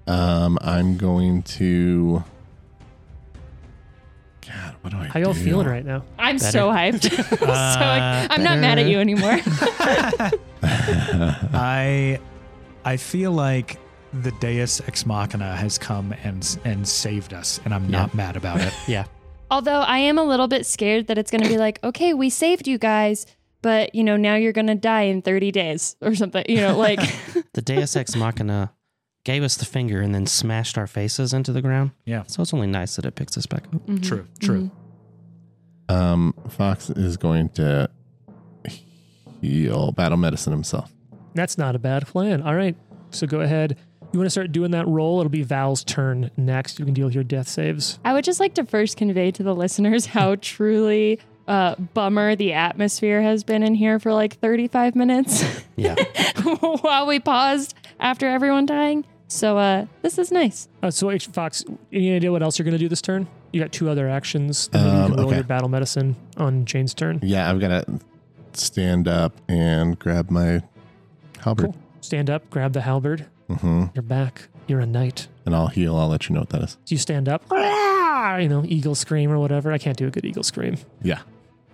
S5: Um, I'm going to. God, what do I?
S3: How y'all feeling right now?
S1: I'm so hyped. I'm so-
S3: Uh,
S1: I'm not mad at you anymore.
S4: I I feel like the Deus Ex Machina has come and and saved us, and I'm not mad about it.
S6: Yeah.
S1: Although I am a little bit scared that it's going to be like, okay, we saved you guys, but you know, now you're going to die in 30 days or something. You know, like,
S6: The Deus Ex Machina gave us the finger and then smashed our faces into the ground.
S4: Yeah.
S6: So it's only nice that it picks us back up.
S3: Mm.
S4: True.
S1: Mm-hmm.
S4: True.
S5: Um, Fox is going to heal battle medicine himself.
S3: That's not a bad plan. All right. So go ahead. You want to start doing that roll? It'll be Val's turn next. You can deal your death saves.
S1: I would just like to first convey to the listeners how truly uh, bummer the atmosphere has been in here for like 35 minutes
S6: Yeah.
S1: while we paused after everyone dying. So uh, this is nice.
S3: Uh, so, H- Fox, any idea what else you're going to do this turn? You got two other actions. And then you
S5: Um,
S3: can roll
S5: okay.
S3: your battle medicine on Jane's turn.
S5: Yeah, I've got to stand up and grab my halberd,
S3: Cool. Stand up, grab the halberd.
S5: hmm
S3: You're back. You're a knight.
S5: and I'll heal. I'll let you know what that is.
S3: So you stand up. "Ah!" You know, eagle scream or whatever. I can't do a good eagle scream.
S5: Yeah.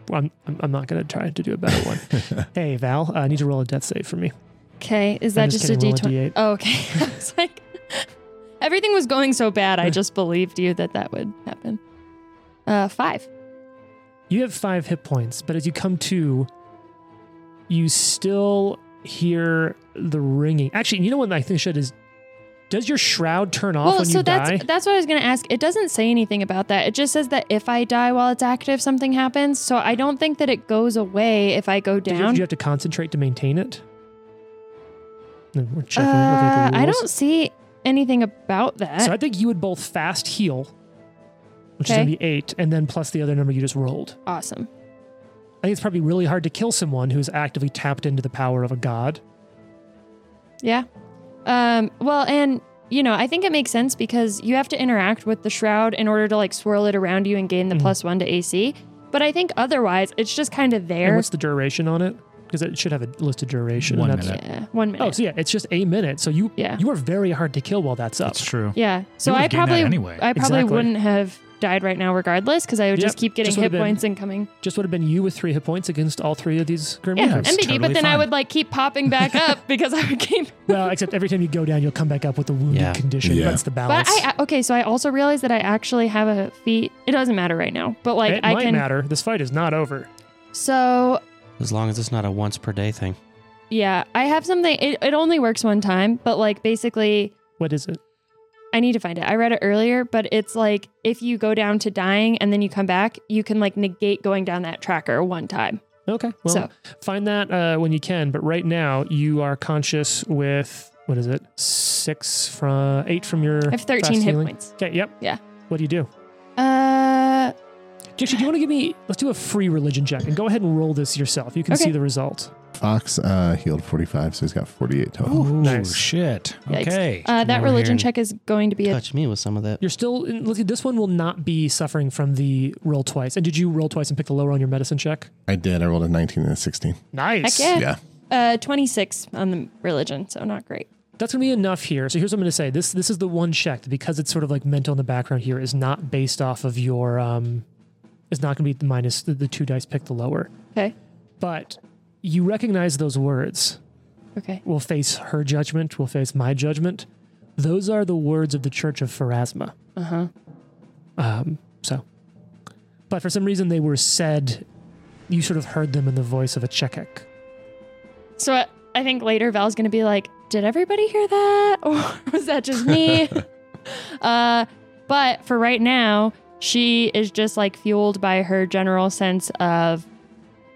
S3: Well, I'm, I'm, I'm not going to try to do a better one. hey, Val, uh, I need to roll a death save for me.
S1: Okay. Is that
S3: I'm
S1: just,
S3: just
S1: a
S3: kidding, roll
S1: D20?
S3: a D8.
S1: Oh, okay. I was like, everything was going so bad. I just believed you that that would happen. Uh, five.
S3: You have five hit points, but as you come to, you still hear the ringing. Actually, you know what I think should is, does your shroud turn off
S1: well,
S3: when
S1: so
S3: you
S1: that's
S3: die?
S1: that's what I was gonna ask. It doesn't say anything about that. It just says that if I die while it's active, something happens. So I don't think that it goes away if I go
S3: Did you,
S1: down.
S3: did you have to concentrate to maintain it? No, We're checking. looking
S1: uh,
S3: at the
S1: I
S3: rules.
S1: don't see anything about that.
S3: So I think you would both fast heal, which is
S1: Okay.
S3: gonna be eight, and then plus the other number you just rolled.
S1: awesome.
S3: I think it's probably really hard to kill someone who's actively tapped into the power of a god.
S1: Yeah. Um, well, and you know, I think it makes sense because you have to interact with the shroud in order to like swirl it around you and gain the
S3: Mhm.
S1: plus one to AC. But I think otherwise, it's just kind of
S3: And
S1: there.
S3: what's the duration on it? Because it should have a listed duration.
S4: One
S3: That's-
S4: minute.
S1: Yeah, one minute.
S3: Oh, so yeah, it's just a minute. So you
S1: Yeah.
S3: you are very hard to kill while that's up.
S4: That's true.
S1: yeah. So
S4: You would've
S1: I
S4: gained that
S1: probably,
S4: anyway.
S1: I probably
S3: Exactly.
S1: wouldn't have died right now regardless because I would just
S3: Yep,
S1: keep getting
S3: just
S1: hit
S3: would've been-
S1: points and coming.
S3: Just would have been you with three hit points against all three of these grim
S1: Yeah,
S3: reapers.
S1: MBD. but
S4: totally
S1: then I
S4: fine.
S1: would like keep popping back up because I would keep.
S3: well, except every time you go down, you'll come back up with a wounded
S6: Yeah.
S3: condition.
S5: Yeah.
S3: That's the balance.
S1: But I I- okay, so I also realized that I actually have a feat. It doesn't matter right now, but like
S3: it
S1: I
S3: might
S1: can.
S3: matter. This fight is not over.
S1: So
S6: As long as it's not a once per day thing.
S1: Yeah, I have something. It, it only works one time, but like basically,
S3: What is it?
S1: I need to find it. I read it earlier, but it's like if you go down to dying and then you come back, you can like negate going down that tracker one time.
S3: Okay. Well,
S1: So-
S3: find that uh, when you can. But right now, you are conscious with what is it? Six from eight from your.
S1: I have 13
S3: fast
S1: hit
S3: healing?
S1: points.
S3: Okay. Yep.
S1: Yeah.
S3: What do you do?
S1: Uh,
S3: Actually, do you want to give me? Let's do a free religion check and go ahead and roll this yourself. You can
S1: Okay.
S3: see the result.
S5: Fox uh, healed 45, so he's got 48 total.
S4: Ooh,
S3: nice.
S4: shit.
S1: Yikes.
S4: Okay.
S1: uh that
S6: over here
S1: religion
S6: and
S1: check is going to be a
S6: Touch me with some of that.
S3: You're still. In, look, this one will not be suffering from the roll twice. And did you roll twice and pick the lower on your medicine check?
S5: I did. I rolled a 19 and a 16.
S3: Nice.
S1: Heck yeah.
S5: Yeah.
S1: uh 26 on the religion, so not great.
S3: That's gonna be enough here. So here's what I'm gonna say. This this is the one check that because it's sort of like mental in the background here is not based off of your um, is not gonna be the minus the, the two dice pick the lower.
S1: Okay,
S3: But you recognize those words.
S1: okay.
S3: We'll face her judgment. We'll face my judgment. Those are the words of the Church of Pharasma.
S1: Uh huh.
S3: Um, so, but for some reason they were said. You sort of heard them in the voice of a Chekek.
S1: So uh, I, I think later Val's going to be like, "Did everybody hear that? Or was that just me?" Uh, but for right now, she is just like fueled by her general sense of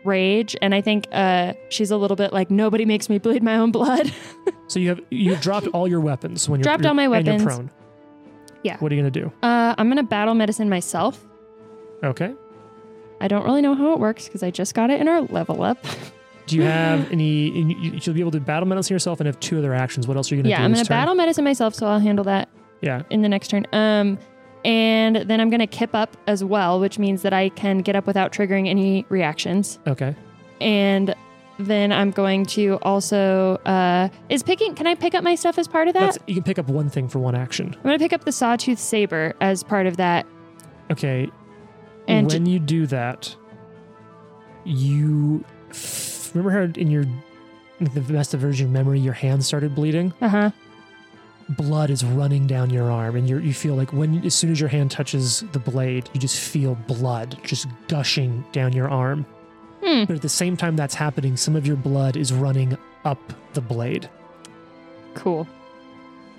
S1: rage, and I think uh, she's a little bit like nobody makes me bleed my own blood.
S3: So you have you dropped all your weapons when you're
S1: Dropped all my
S3: and you're
S1: weapons.
S3: prone.
S1: Yeah.
S3: What are you gonna do?
S1: Uh, I'm gonna battle medicine myself.
S3: Okay.
S1: I don't really know how it works because I just got it in our level up.
S3: Do you have any? and you- You'll be able to battle medicine yourself and have two other actions. What else are you gonna do?
S1: yeah, I'm
S3: this
S1: gonna
S3: turn?
S1: battle medicine myself, so I'll handle that
S3: Yeah.
S1: in the next turn. Um, and then I'm gonna kip up as well, which means that I can get up without triggering any reactions.
S3: Okay.
S1: And then I'm going to also uh, is picking. Can I pick up my stuff as part of that?
S3: That's you can pick up one thing for one action.
S1: I'm gonna pick up the sawtooth saber as part of that.
S3: Okay.
S1: And
S3: when you do that, you f- remember how in your in the best of your memory, your hand started bleeding.
S1: uh huh.
S3: Blood is running down your arm, and you you feel like when as soon as your hand touches the blade, you just feel blood just gushing down your arm.
S1: Hmm.
S3: But at the same time that's happening, some of your blood is running up the blade.
S1: Cool.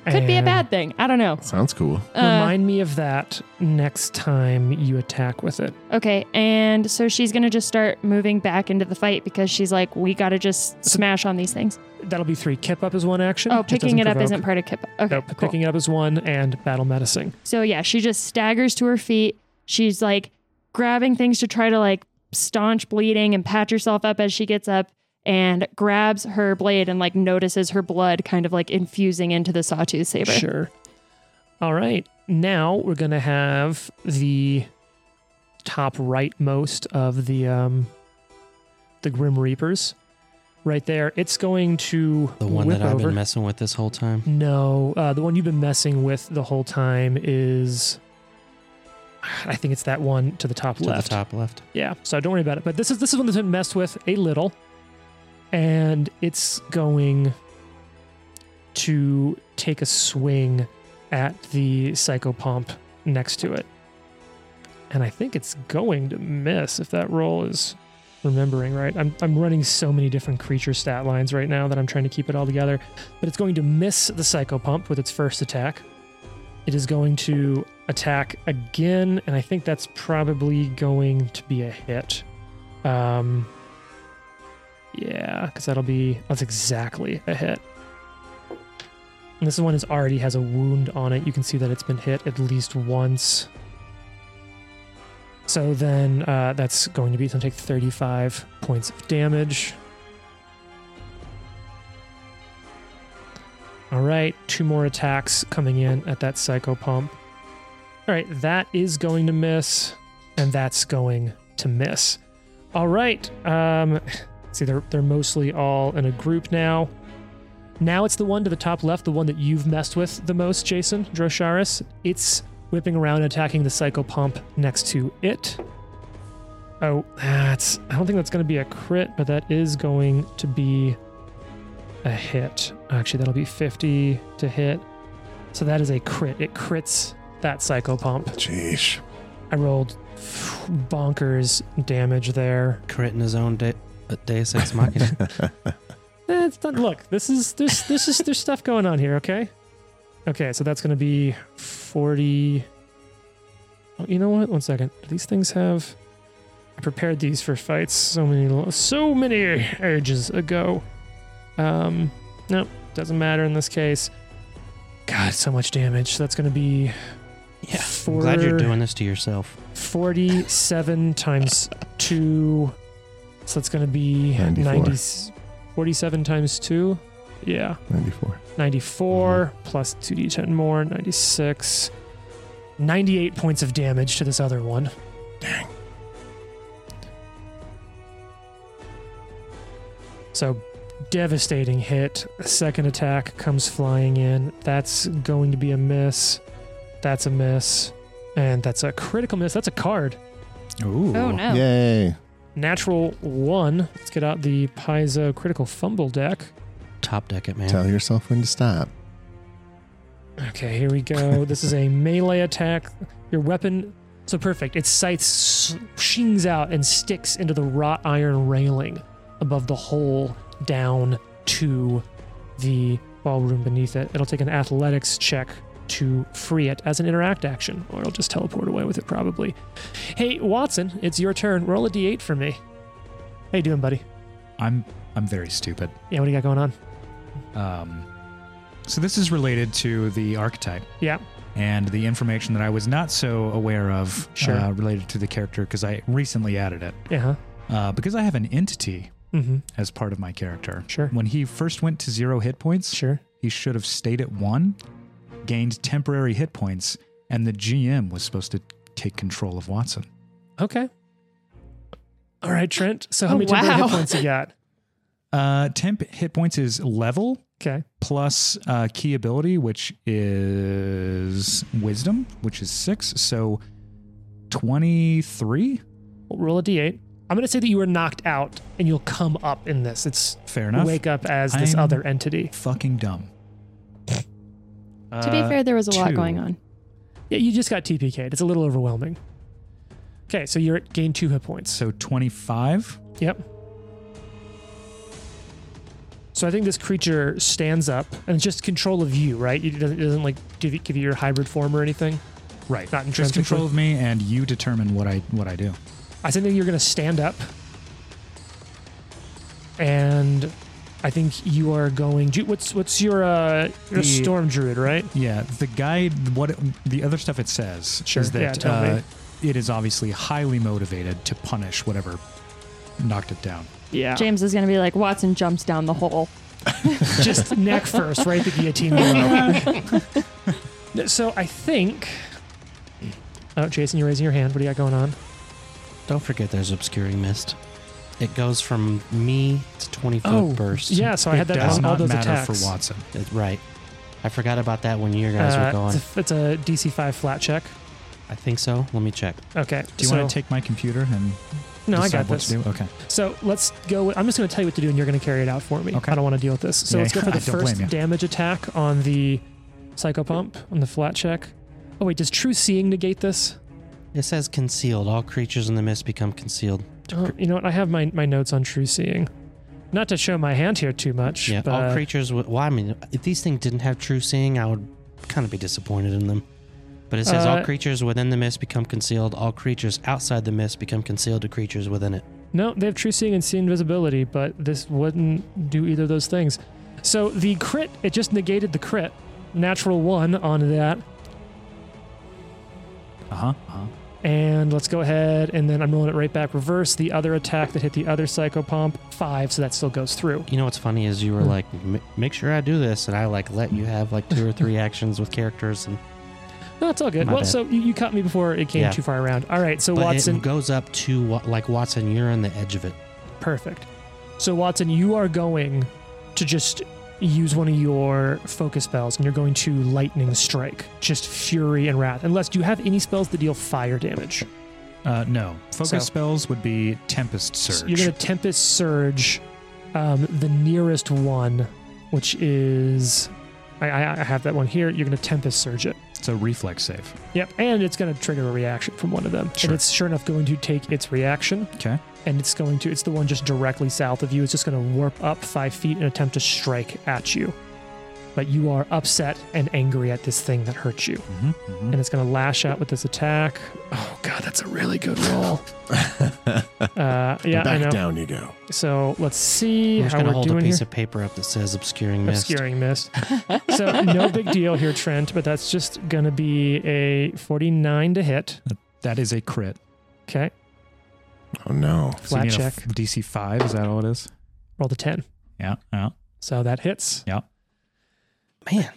S1: Could be a
S3: And
S1: bad thing. I don't know.
S5: Sounds cool.
S1: Uh,
S3: Remind me of that next time you attack with it.
S1: Okay, and so she's gonna just start moving back into the fight because she's like, we gotta just smash on these things.
S3: That'll be three. Kip up is one action.
S1: Oh,
S3: Just doesn't
S1: picking it up
S3: provoke.
S1: isn't part of Kip. Okay,
S3: Nope.
S1: cool.
S3: Picking it up is one, and battle medicine.
S1: So yeah, she just staggers to her feet. She's like grabbing things to try to like staunch bleeding and patch herself up as she gets up and grabs her blade and like notices her blood kind of like infusing into the sawtooth saber.
S3: Sure. All right. Now we're gonna have the top rightmost of the um the Grim Reapers. Right there. It's going to
S6: The one
S3: whip
S6: that I've
S3: over.
S6: been messing with this whole time.
S3: No, uh, the one you've been messing with the whole time is. I think it's that one to the top
S6: To
S3: left.
S6: the top left.
S3: Yeah, so don't worry about it. But this is this is one that's been messed with a little, and it's going to take a swing at the psychopomp next to it, and I think it's going to miss if that roll is remembering right. I'm I'm running so many different creature stat lines right now that I'm trying to keep it all together, but it's going to miss the psychopomp with its first attack. It is going to attack again, and I think that's probably going to be a hit. Um, yeah, because that'll be that's exactly a hit. And this one is already has a wound on it. You can see that it's been hit at least once. So then uh, that's going to be it's gonna take 35 points of damage. All right, two more attacks coming in at that psycho pump. All right, that is going to miss, and that's going to miss. All right, um, see, they're they're mostly all in a group now. Now it's the one to the top left, the one that you've messed with the most, Jason Drosharis. It's whipping around, attacking the psycho pump next to it. Oh, that's I don't think that's going to be a crit, but that is going to be a hit. Actually, that'll be 50 to hit. So that is a crit. It crits that psycho pump.
S5: Jeez.
S3: I rolled bonkers damage there.
S6: Critting his own de- uh, Deus Ex Machina.
S3: Eh, it's not, look, this is this this is there's stuff going on here. Okay, okay, so that's gonna be forty. Oh, you know what? One second. Do these things have? I prepared these for fights so many so many ages ago. Um, no, doesn't matter in this case. God, so much damage. That's gonna be
S6: yeah.
S3: four.
S6: I'm glad you're doing this to yourself.
S3: 47 times 2 so that's going to be
S5: 94.
S3: 90 47 times 2 yeah
S5: 94.
S3: 94 plus 2d10 more 96 98 points of damage to this other one
S5: Dang.
S3: so devastating hit second attack comes flying in that's going to be a miss that's a miss and that's a critical miss that's a card
S4: Ooh.
S1: Oh no.
S5: Yay.
S3: Natural one. Let's get out the Paizo critical fumble deck.
S6: Top deck it, man.
S5: Tell yourself when to stop.
S3: Okay, here we go. this is a melee attack. Your weapon. So perfect. Its scythe shings out and sticks into the wrought iron railing above the hole down to the ballroom beneath it. It'll take an athletics check to free it as an interact action, or it'll just teleport away with it probably. Hey, Watson, it's your turn. Roll a d8 for me. How you doing, buddy?
S4: I'm I'm very stupid.
S3: Yeah, what do you got going on?
S4: Um, so this is related to the archetype
S3: Yeah,
S4: and the information that I was not so aware of
S3: Sure.
S4: uh, related to the character because I recently added it
S3: yeah, huh?
S4: uh, because I have an entity
S3: Mm-hmm.
S4: as part of my character.
S3: Sure.
S4: When he first went to zero hit points,
S3: Sure.
S4: he should have stayed at one, gained temporary hit points, and the GM was supposed to take control of Watson.
S3: Okay. All right, Trent. So how
S1: Oh,
S3: many temporary
S1: wow.
S3: hit points you got?
S4: Uh, temp hit points is level
S3: Okay.
S4: plus uh, key ability, which is wisdom, which is six. So 23.
S3: Well, roll a d8. I'm going to say that you were knocked out and you'll come up in this. It's
S4: Fair enough.
S3: wake up as this
S4: I'm-
S3: other entity.
S4: Fucking dumb.
S1: to be
S4: Uh,
S1: fair, there was a lot
S4: two.
S1: going on.
S3: Yeah, you just got TPK'd. It's a little overwhelming. Okay, so you're at gain two hit points.
S4: So 25.
S3: Yep. So I think this creature stands up and it's just control of you, right? It doesn't, it doesn't like give you, give you your hybrid form or anything.
S4: Right.
S3: Not
S4: Just
S3: intrinsically.
S4: control of me, and you determine what I what I do.
S3: I think that you're going to stand up. And I think you are going. do- What's what's your uh, your
S4: The-
S3: storm druid, right?
S4: Yeah, the guide. What it- the other stuff it says
S3: Sure,
S4: is
S3: yeah,
S4: that
S3: tell me.
S4: uh, it is obviously highly motivated to punish whatever knocked it down.
S3: Yeah.
S1: James is going to be like, Watson jumps down the hole.
S3: just neck first, right? The guillotine. below. so I think. Oh, Jason, you're raising your hand. What do you got going on?
S6: Don't forget there's obscuring mist. It goes from me to 20 foot
S3: Oh,
S6: burst.
S3: Yeah, so I had
S4: it
S3: that
S4: does
S3: on
S4: not
S3: all those
S4: matter
S3: attacks.
S4: for Watson.
S6: It- right. I forgot about that when your guys
S3: Uh,
S6: were going.
S3: it's, a, it's a DC five flat check.
S6: I think so. Let me check.
S3: Okay.
S4: Do you
S3: so,
S4: want to take my computer and
S3: No, I
S4: decide
S3: got
S4: what
S3: this.
S4: to do? Okay.
S3: So let's go. With, I'm just going to tell you what to do, and you're going to carry it out for me.
S4: Okay.
S3: I don't want to deal with this. So
S4: Yeah,
S3: let's go for the
S4: I don't blame
S3: first
S4: you.
S3: damage attack on the psycho pump on the flat check. Oh wait, does true seeing negate this?
S6: It says concealed. All creatures in the mist become concealed.
S3: Oh, you know what? I have my, my notes on true seeing. Not to show my hand here too much.
S6: Yeah, all
S3: but
S6: creatures. With, well, I mean, if these things didn't have true seeing, I would kind of be disappointed in them. But it says all
S3: Uh,
S6: creatures within the mist become concealed. All creatures outside the mist become concealed to creatures within it.
S3: No, they have true seeing and see invisibility, but this wouldn't do either of those things. So the crit, it just negated the crit. Natural one on that.
S4: Uh huh. Uh-huh.
S3: And let's go ahead and then I'm rolling it right back. Reverse the other attack that hit the other psychopomp. Five, so that still goes through.
S6: You know what's funny is you were
S3: Hmm.
S6: like, "M- make sure I do this, and I like let you have like two or three actions with characters, and
S3: No, it's all good.
S6: My
S3: well,
S6: bad.
S3: so you, you caught me before it came
S6: Yeah.
S3: too far around. All right, so
S6: but
S3: Watson,
S6: it goes up to wa- like Watson. You're on the edge of it.
S3: perfect. So Watson, you are going to just use one of your focus spells and you're going to lightning strike, just fury and wrath. Unless do you have any spells that deal fire damage?
S4: Uh, no, focus
S3: So-
S4: spells would be tempest surge.
S3: So you're going to Tempest Surge um, the nearest one, which is. I, I, I have that one here. You're going to Tempest Surge it.
S4: it's a reflex save.
S3: Yep. And it's going to trigger a reaction from one of them.
S4: Sure.
S3: And it's sure enough going to take its reaction.
S4: Okay.
S3: And it's going to. It's the one just directly south of you. It's just going to warp up five feet and attempt to strike at you. But you are upset and angry at this thing that hurt you.
S4: Mm-hmm, mm-hmm.
S3: And it's going to lash out with this attack. Oh, God, that's a really good roll. uh, yeah, I
S5: Back
S3: know.
S5: down you go.
S3: So let's see
S6: I'm just
S3: how
S6: gonna
S3: we're
S6: hold a
S3: doing
S6: piece
S3: here.
S6: of paper up that says obscuring mist.
S3: Obscuring mist. so no big deal here, Trent. But that's just gonna be a 49 to hit.
S4: That is a crit.
S3: Okay,
S5: Oh no.
S4: So you
S3: flat
S4: need a
S3: check.
S4: f- DC five. Is that all it is?
S3: Roll the 10.
S4: Yeah. Yeah.
S3: So that hits.
S4: Yeah.
S6: Man,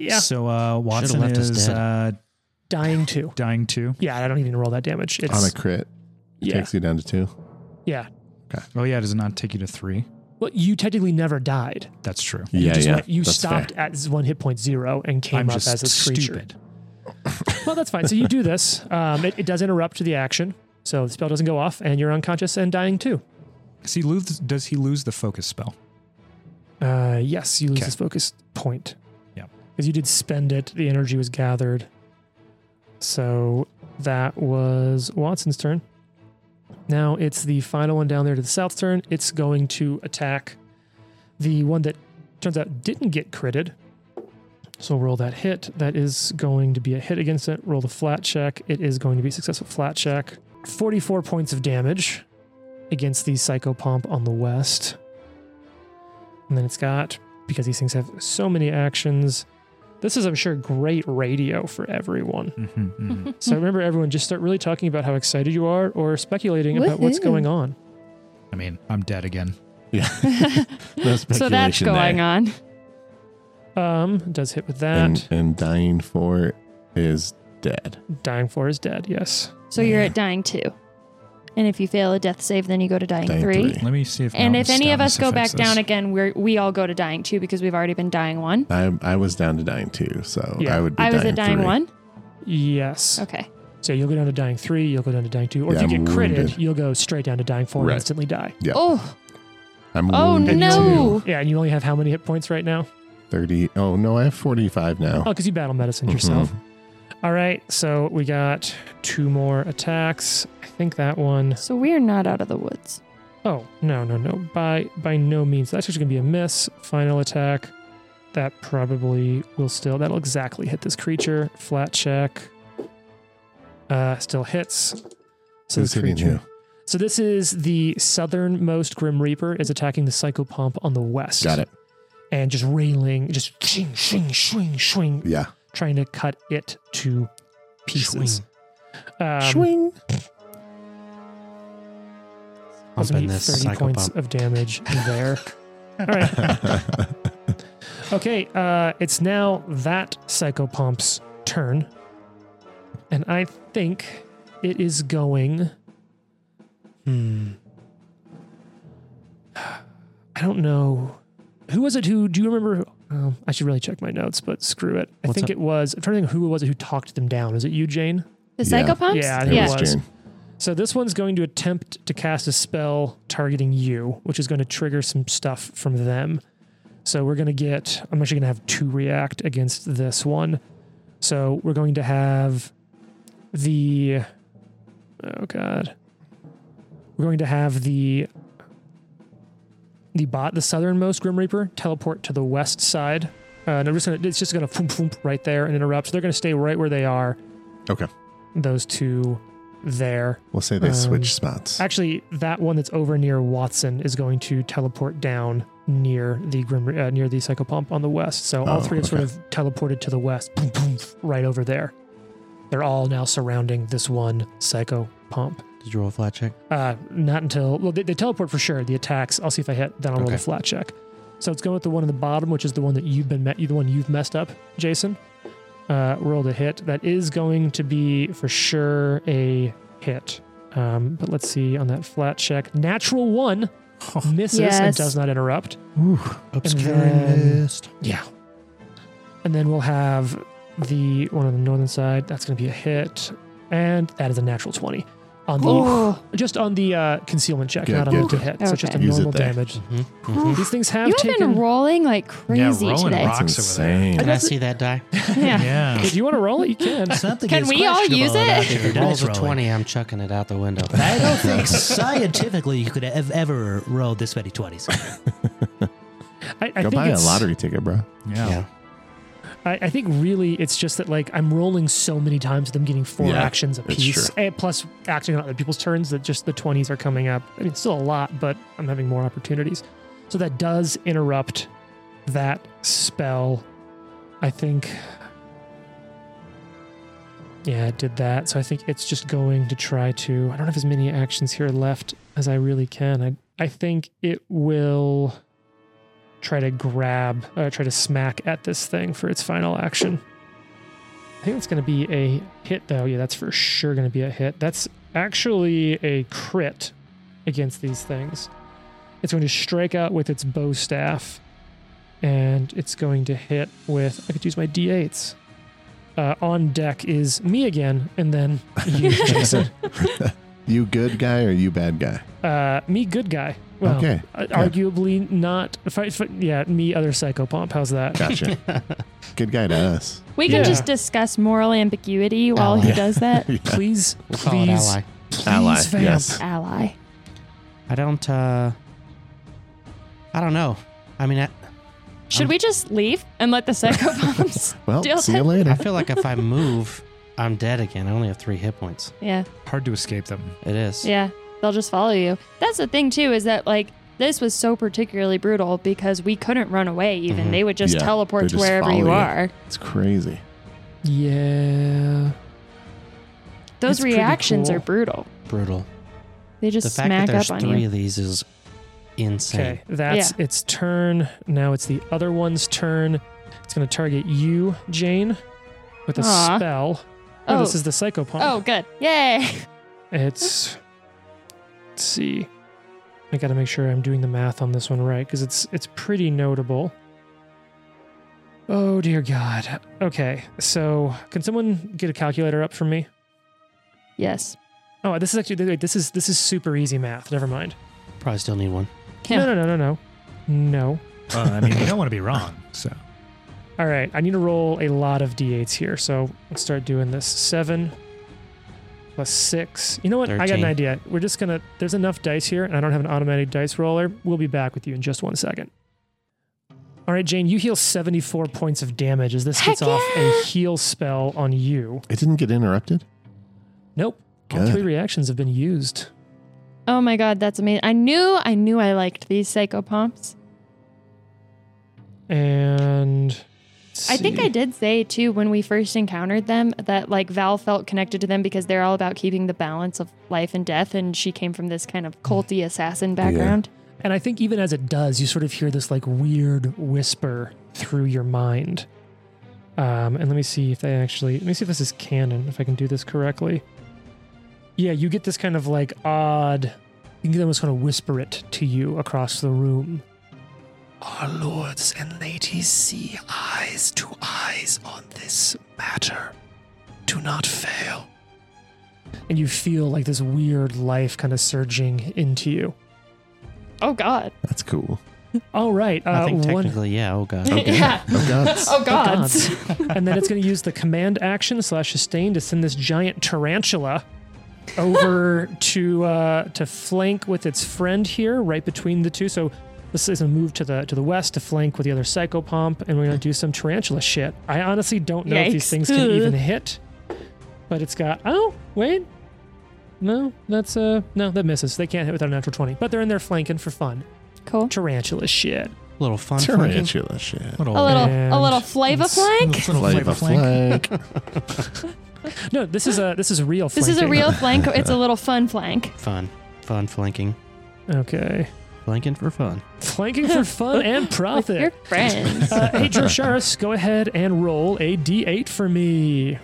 S3: Yeah,
S4: So uh, Watson
S6: left us
S4: is
S6: dead.
S4: uh,
S3: dying two.
S4: dying too.
S3: Yeah, I don't even roll that damage. It's
S5: On a crit, it
S3: yeah,
S5: takes you down to two.
S3: yeah.
S4: Oh yeah, does it not take you to three?
S3: Well, you technically never died.
S4: That's true.
S5: Yeah,
S3: you just
S5: yeah.
S3: went- you
S5: that's
S3: stopped at z- one hit point zero and came
S4: I'm
S3: up
S4: just
S3: as this creature.
S4: stupid.
S3: Well, that's fine. So you do this. Um, it, it does interrupt the action, so the spell doesn't go off, and you're unconscious and dying too.
S4: Does he lose? Does he lose the focus spell?
S3: Uh, yes, you lose
S4: Okay.
S3: this focus point.
S4: Yeah.
S3: Because you did spend it, the energy was gathered. So that was Watson's turn. Now it's the final one down there to the south's turn. It's going to attack the one that turns out didn't get critted. So roll that hit. That is going to be a hit against it. Roll the flat check. It is going to be a successful flat check. 44 points of damage against the psychopomp on the west. And then it's got, because these things have so many actions, this is, I'm sure, great radio for everyone.
S4: Mhm, mhm.
S1: Mm-hmm.
S3: So remember, everyone, just start really talking about how excited you are or speculating about what's
S1: Woohoo.
S3: going on.
S4: I mean, I'm dead again.
S5: Yeah. no speculation
S1: so that's going
S5: there.
S1: on.
S3: Um, it does hit with that.
S5: And, and dying for is dead.
S3: Dying for is dead, yes.
S1: So you're at dying two. And if you fail a death save, then you go to dying,
S5: Dying
S1: three.
S5: three.
S4: Let me see if
S1: And
S4: mountain
S1: if any of us
S4: stoutness
S1: go back
S4: affects this.
S1: down again, we we all go to dying two because we've already been dying one.
S5: I I was down to dying two, so
S3: Yeah.
S5: I would. Be
S1: I was
S5: dying
S1: at dying
S5: three.
S1: one.
S3: Yes.
S1: Okay.
S3: So you'll go down to dying three, you'll go down to dying two, or
S5: Yeah,
S3: if you
S5: I'm
S3: get critted,
S5: wounded.
S3: you'll go straight down to dying four
S5: Right.
S3: and instantly die.
S5: Yeah.
S1: Oh,
S5: I'm
S1: oh
S5: wounded
S1: no.
S3: Yeah, and you only have how many hit points right now?
S5: to Thirty. Oh no, I have forty-five now.
S3: Oh, because you battle medicine
S5: Mm-hmm.
S3: yourself. All right, so we got two more attacks. I think that one
S1: So we're not out of the woods.
S3: Oh, no, no, no. By by no means. That's actually gonna be a miss. Final attack. That probably will still that'll exactly hit this creature. Flat check. Uh still hits. So
S5: Who's
S3: this
S5: hitting
S3: creature.
S5: who?
S3: So this is the southernmost Grim Reaper is attacking the Psychopomp on the west.
S5: Got it.
S3: And just railing, just shing, shing, swing, swing,
S5: Yeah.
S3: trying to cut it to pieces. Um,
S5: Swing.
S3: that's gonna
S6: Pumping
S3: be
S6: this
S3: 30 points
S6: psychopomp.
S3: of damage there. All right. Okay, uh, it's now that psychopomp's turn, and I think it is going. Hmm. I don't know. Who was it? Who do you remember? Um, I should really check my notes, but screw it. I
S6: What's
S3: think
S6: up?
S3: it was. I'm trying to think. Who was it who talked them down? Was it you, Jane?
S1: The
S5: Yeah.
S1: psychopomps?
S3: Yeah, I
S5: It
S3: think
S1: yeah.
S5: was Jane.
S3: So this one's going to attempt to cast a spell targeting you, which is going to trigger some stuff from them. So we're going to get, I'm actually going to have two react against this one. So we're going to have the, oh God. We're going to have the, the bot, the southernmost Grim Reaper, teleport to the west side. Uh, and I'm just gonna, it's just going to foom foom right there and interrupt. So they're going to stay right where they are.
S5: Okay.
S3: Those two there.
S5: We'll say they
S3: Um,
S5: switch spots.
S3: Actually, that one that's over near Watson is going to teleport down near the Grim, uh, near the Psychopomp on the west. So all
S5: Oh,
S3: three have sort
S5: okay.
S3: of teleported to the west, boom, boom, right over there. They're all now surrounding this one Psychopomp.
S6: Did you roll a flat check?
S3: Uh, not until well, they, they teleport for sure. The attacks. I'll see if I hit. Then I'll roll
S6: Okay.
S3: the flat check. So it's going with the one on the bottom, which is the one that you've been met. You the one you've messed up, Jason. Uh, rolled a hit. That is going to be for sure a hit. Um, but let's see on that flat check. Natural one misses and
S1: Yes.
S3: does not interrupt.
S6: Obscuring
S3: then-
S6: mist.
S3: Yeah. And then we'll have the one on the northern side. That's going to be a hit, and that is a natural twenty. On the
S1: Oh,
S3: just on the uh, concealment check,
S5: Good,
S3: not on
S5: good,
S3: the
S5: good.
S3: hit. So just a
S1: Okay.
S5: Use it
S3: normal
S5: there.
S3: damage.
S6: Mhm, mhm.
S1: Oh,
S3: These things have
S1: you have
S3: taken.
S1: been rolling like crazy
S4: rolling
S1: today.
S4: rock.
S5: That's
S4: Rocks over there.
S5: insane.
S6: Can I see that die?
S1: Yeah.
S4: Yeah.
S3: If you want to roll it, you can.
S6: It's not that
S1: Can
S6: it's
S1: we all
S6: questionable
S1: use it?
S6: about If it
S4: Everybody's
S6: rolls a
S4: rolling.
S6: 20, I'm chucking it out the window. I don't think scientifically you could have ever rolled this many 20s.
S3: I, I
S5: Go
S3: think
S5: buy a
S3: it's-
S5: lottery ticket, bro.
S4: Yeah.
S6: Yeah.
S3: I, I think really it's just that like I'm rolling so many times with them getting four
S5: Yeah,
S3: actions
S5: it's
S3: apiece, and plus acting on other people's turns that just the 20s are coming up. I mean, it's still a lot, but I'm having more opportunities. So that does interrupt that spell. I think. Yeah, it did that. So I think it's just going to try to. I don't have as many actions here left as I really can. I I think it will try to grab, uh, try to smack at this thing for its final action. I think it's going to be a hit, though. Yeah, that's for sure going to be a hit. That's actually a crit against these things. It's going to strike out with its bow staff, and it's going to hit with. I could use my d8s. Uh, on deck is me again, and then you, Jason.
S5: You good guy or you bad guy?
S3: Uh, me, good guy. Well,
S5: Okay,
S3: uh,
S5: yeah.
S3: arguably not. If I, if I- yeah, me, other psychopomp. How's that?
S5: Gotcha. good guy to us.
S1: We can
S3: Yeah.
S1: just discuss moral ambiguity while he
S6: Ally.
S1: does that.
S3: Please,
S6: We'll call it
S3: please,
S6: ally.
S3: please,
S5: Ally,
S3: vamp.
S5: yes.
S1: Ally.
S6: I don't, uh, I don't know. I mean, I,
S1: Should we just leave and let the psychopomps?
S5: Well,
S1: Deal
S5: see you
S1: with
S5: later.
S6: I feel like if I move, I'm dead again. I only have three hit points.
S1: yeah,
S4: Hard to escape them.
S6: It is.
S1: yeah. They'll just follow you. That's the thing too, is that like this was so particularly brutal because we couldn't run away. Even
S6: Mhm.
S1: they would just
S5: Mm-hmm. Yeah,
S1: teleport
S5: they
S1: to
S5: just
S1: wherever
S5: follow
S1: you
S5: you.
S1: are.
S5: It's crazy.
S3: Yeah.
S1: Those
S3: It's pretty
S1: reactions
S3: cool.
S1: are brutal.
S6: Brutal.
S1: They
S6: the
S1: just
S6: fact that
S1: smack
S6: there's
S1: up on
S6: three
S1: you.
S6: of these is insane.
S3: Okay, that's its turn. Now it's the other one's turn. It's going to target you, Jane, with a
S1: Aw.
S3: spell. Oh,
S1: Oh,
S3: this is the psycho pump.
S1: oh, good. Yay.
S3: It's. Let's see. I got to make sure I'm doing the math on this one right because it's it's pretty notable. Oh dear God. Okay, so can someone get a calculator up for me?
S1: Yes.
S3: Oh, this is actually wait, this is this is super easy math. Never mind.
S6: Probably still need one.
S1: Yeah.
S3: No, no, no, no, no, no.
S4: Well, I mean, you don't want to be wrong. So
S3: All right, I need to roll a lot of d8s here, so let's start doing this. Seven plus six. You know what? I got an
S6: Thirteen.
S3: idea. We're just gonna. There's enough dice here, and I don't have an automatic dice roller. We'll be back with you in just one second. All right, Jane, you heal 74 points of damage as this
S1: Heck
S3: gets off a
S1: yeah!
S3: heal spell on you.
S5: It didn't get interrupted.
S3: Nope. All
S5: Good.
S3: three reactions have been used.
S1: Oh my god, that's amazing. I knew I knew I liked these psychopomps.
S3: And. let's
S1: I think
S3: see.
S1: I did say too when we first encountered them that like Val felt connected to them because they're all about keeping the balance of life and death and she came from this kind of culty assassin background.
S3: And I think even as it does, you sort of hear this like weird whisper through your mind. Um, and let me see if they actually, let me see if this is canon, if I can do this correctly. Yeah, you get this kind of like odd, you can almost kind of whisper it to you across the room. Our lords and ladies see eyes to eyes on this matter. Do not fail. And you feel like this weird life kind of surging into you.
S1: Oh god.
S5: That's cool.
S3: All right. Uh,
S6: I think
S3: one-
S6: technically, yeah. Oh god.
S1: Yeah.
S5: Oh, gods.
S1: Oh god.
S3: and then it's going to use the command action slash sustain to send this giant tarantula over to uh, to flank with its friend here, right between the two. So this is a move to the to the west to flank with the other psychopomp, and we're going to do some tarantula shit. I honestly don't know if these
S1: Yikes.
S3: things can
S1: Ugh.
S3: even hit, but it's got oh wait. No, that's uh no, that misses. They can't hit without a natural twenty, but they're in there flanking for fun.
S1: Cool.
S3: Tarantula shit.
S6: Little fun. flanking.
S5: Tarantula shit.
S4: little,
S1: A
S3: Oh,
S1: little
S3: And-
S1: a little flavor flank.
S4: little
S5: Flavor
S4: flavor flank.
S5: flank.
S3: No, this is a this is real.
S1: This is a
S3: flanking.
S1: real flank. It's a little fun flank.
S6: Fun. Fun flanking.
S3: Okay.
S6: Flanking for fun.
S3: Flanking for fun and
S1: With your
S3: profit.
S1: friends.
S3: Uh, hey, Drew Sharis, go ahead and roll a d8 for me.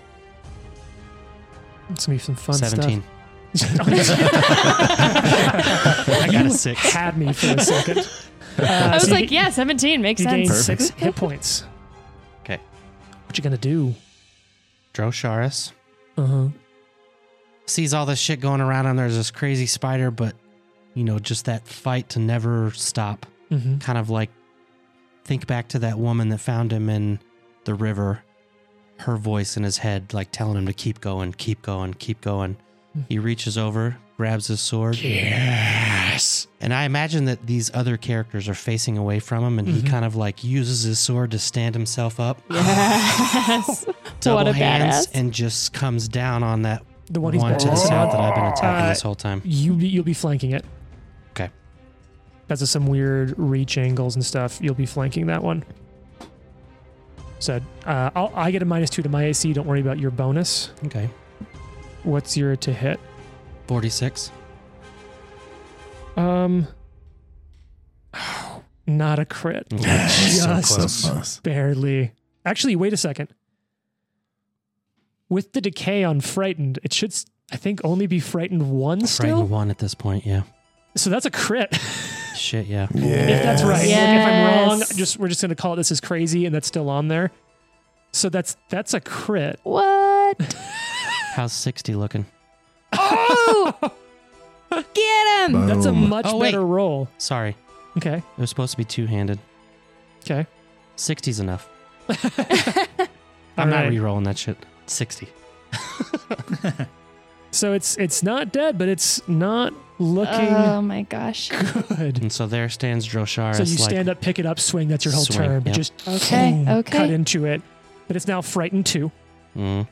S3: It's gonna be some fun
S6: Seventeen.
S3: stuff.
S6: I got a six.
S3: Had me for a second. Uh,
S1: I was
S3: so you
S1: like,
S3: ga-
S1: yeah, 17 makes
S3: you gain
S1: sense.
S5: Perfect.
S3: six hit points.
S6: Okay.
S3: What you gonna do?
S6: Drosharis
S3: Uh huh.
S6: sees all this shit going around, and there's this crazy spider, but you know, just that fight to never stop.
S3: Mm-hmm.
S6: kind of like think back to that woman that found him in the river, her voice in his head, like telling him to keep going, keep going, keep going. He reaches over, grabs his sword.
S3: Yes.
S6: And I imagine that these other characters are facing away from him, and he kind of like uses his sword to stand himself up,
S1: Yes.
S6: double
S1: a
S6: hands,
S1: badass.
S6: and just comes down on that
S3: The one
S6: one,
S3: he's
S6: to the
S3: balancing on.
S6: south that I've been attacking
S3: Uh,
S6: this whole time.
S3: You be- you'll be flanking it.
S6: Okay.
S3: Because of some weird reach angles and stuff, you'll be flanking that one. So uh, I'll, I get a minus two to my AC. Don't worry about your bonus.
S6: Okay.
S3: What's your to hit?
S6: 46.
S3: Um, not a crit,
S5: So
S3: Just-
S5: close. So close.
S3: barely. Actually, wait a second. With the decay on frightened, it should s- I think only be frightened one
S6: Frightened
S3: still.
S6: one at this point, yeah.
S3: So that's a crit.
S6: Shit, yeah.
S3: if that's right.
S1: Yes.
S3: Like, if I'm wrong, just we're just gonna call it this is crazy, and that's still on there. So that's that's a crit.
S1: What?
S6: How's 60 looking?
S1: Oh! Get him!
S3: That's a
S5: Boom.
S3: much
S6: Oh, wait.
S3: better roll.
S6: Sorry.
S3: Okay.
S6: It was supposed to be two handed.
S3: Okay.
S6: 60's enough.
S3: All
S6: I'm not
S3: right.
S6: re-rolling that shit. 60.
S3: So it's it's not dead, but it's not looking
S1: Oh my gosh.
S3: good.
S6: And so there stands Droshar.
S3: So you
S6: it's like,
S3: stand up, pick it up, swing. That's your whole
S6: Swing,
S3: turn.
S6: yeah.
S3: Just
S1: Okay,
S3: boom,
S1: okay.
S3: cut into it. But it's now frightened too.
S6: Mm,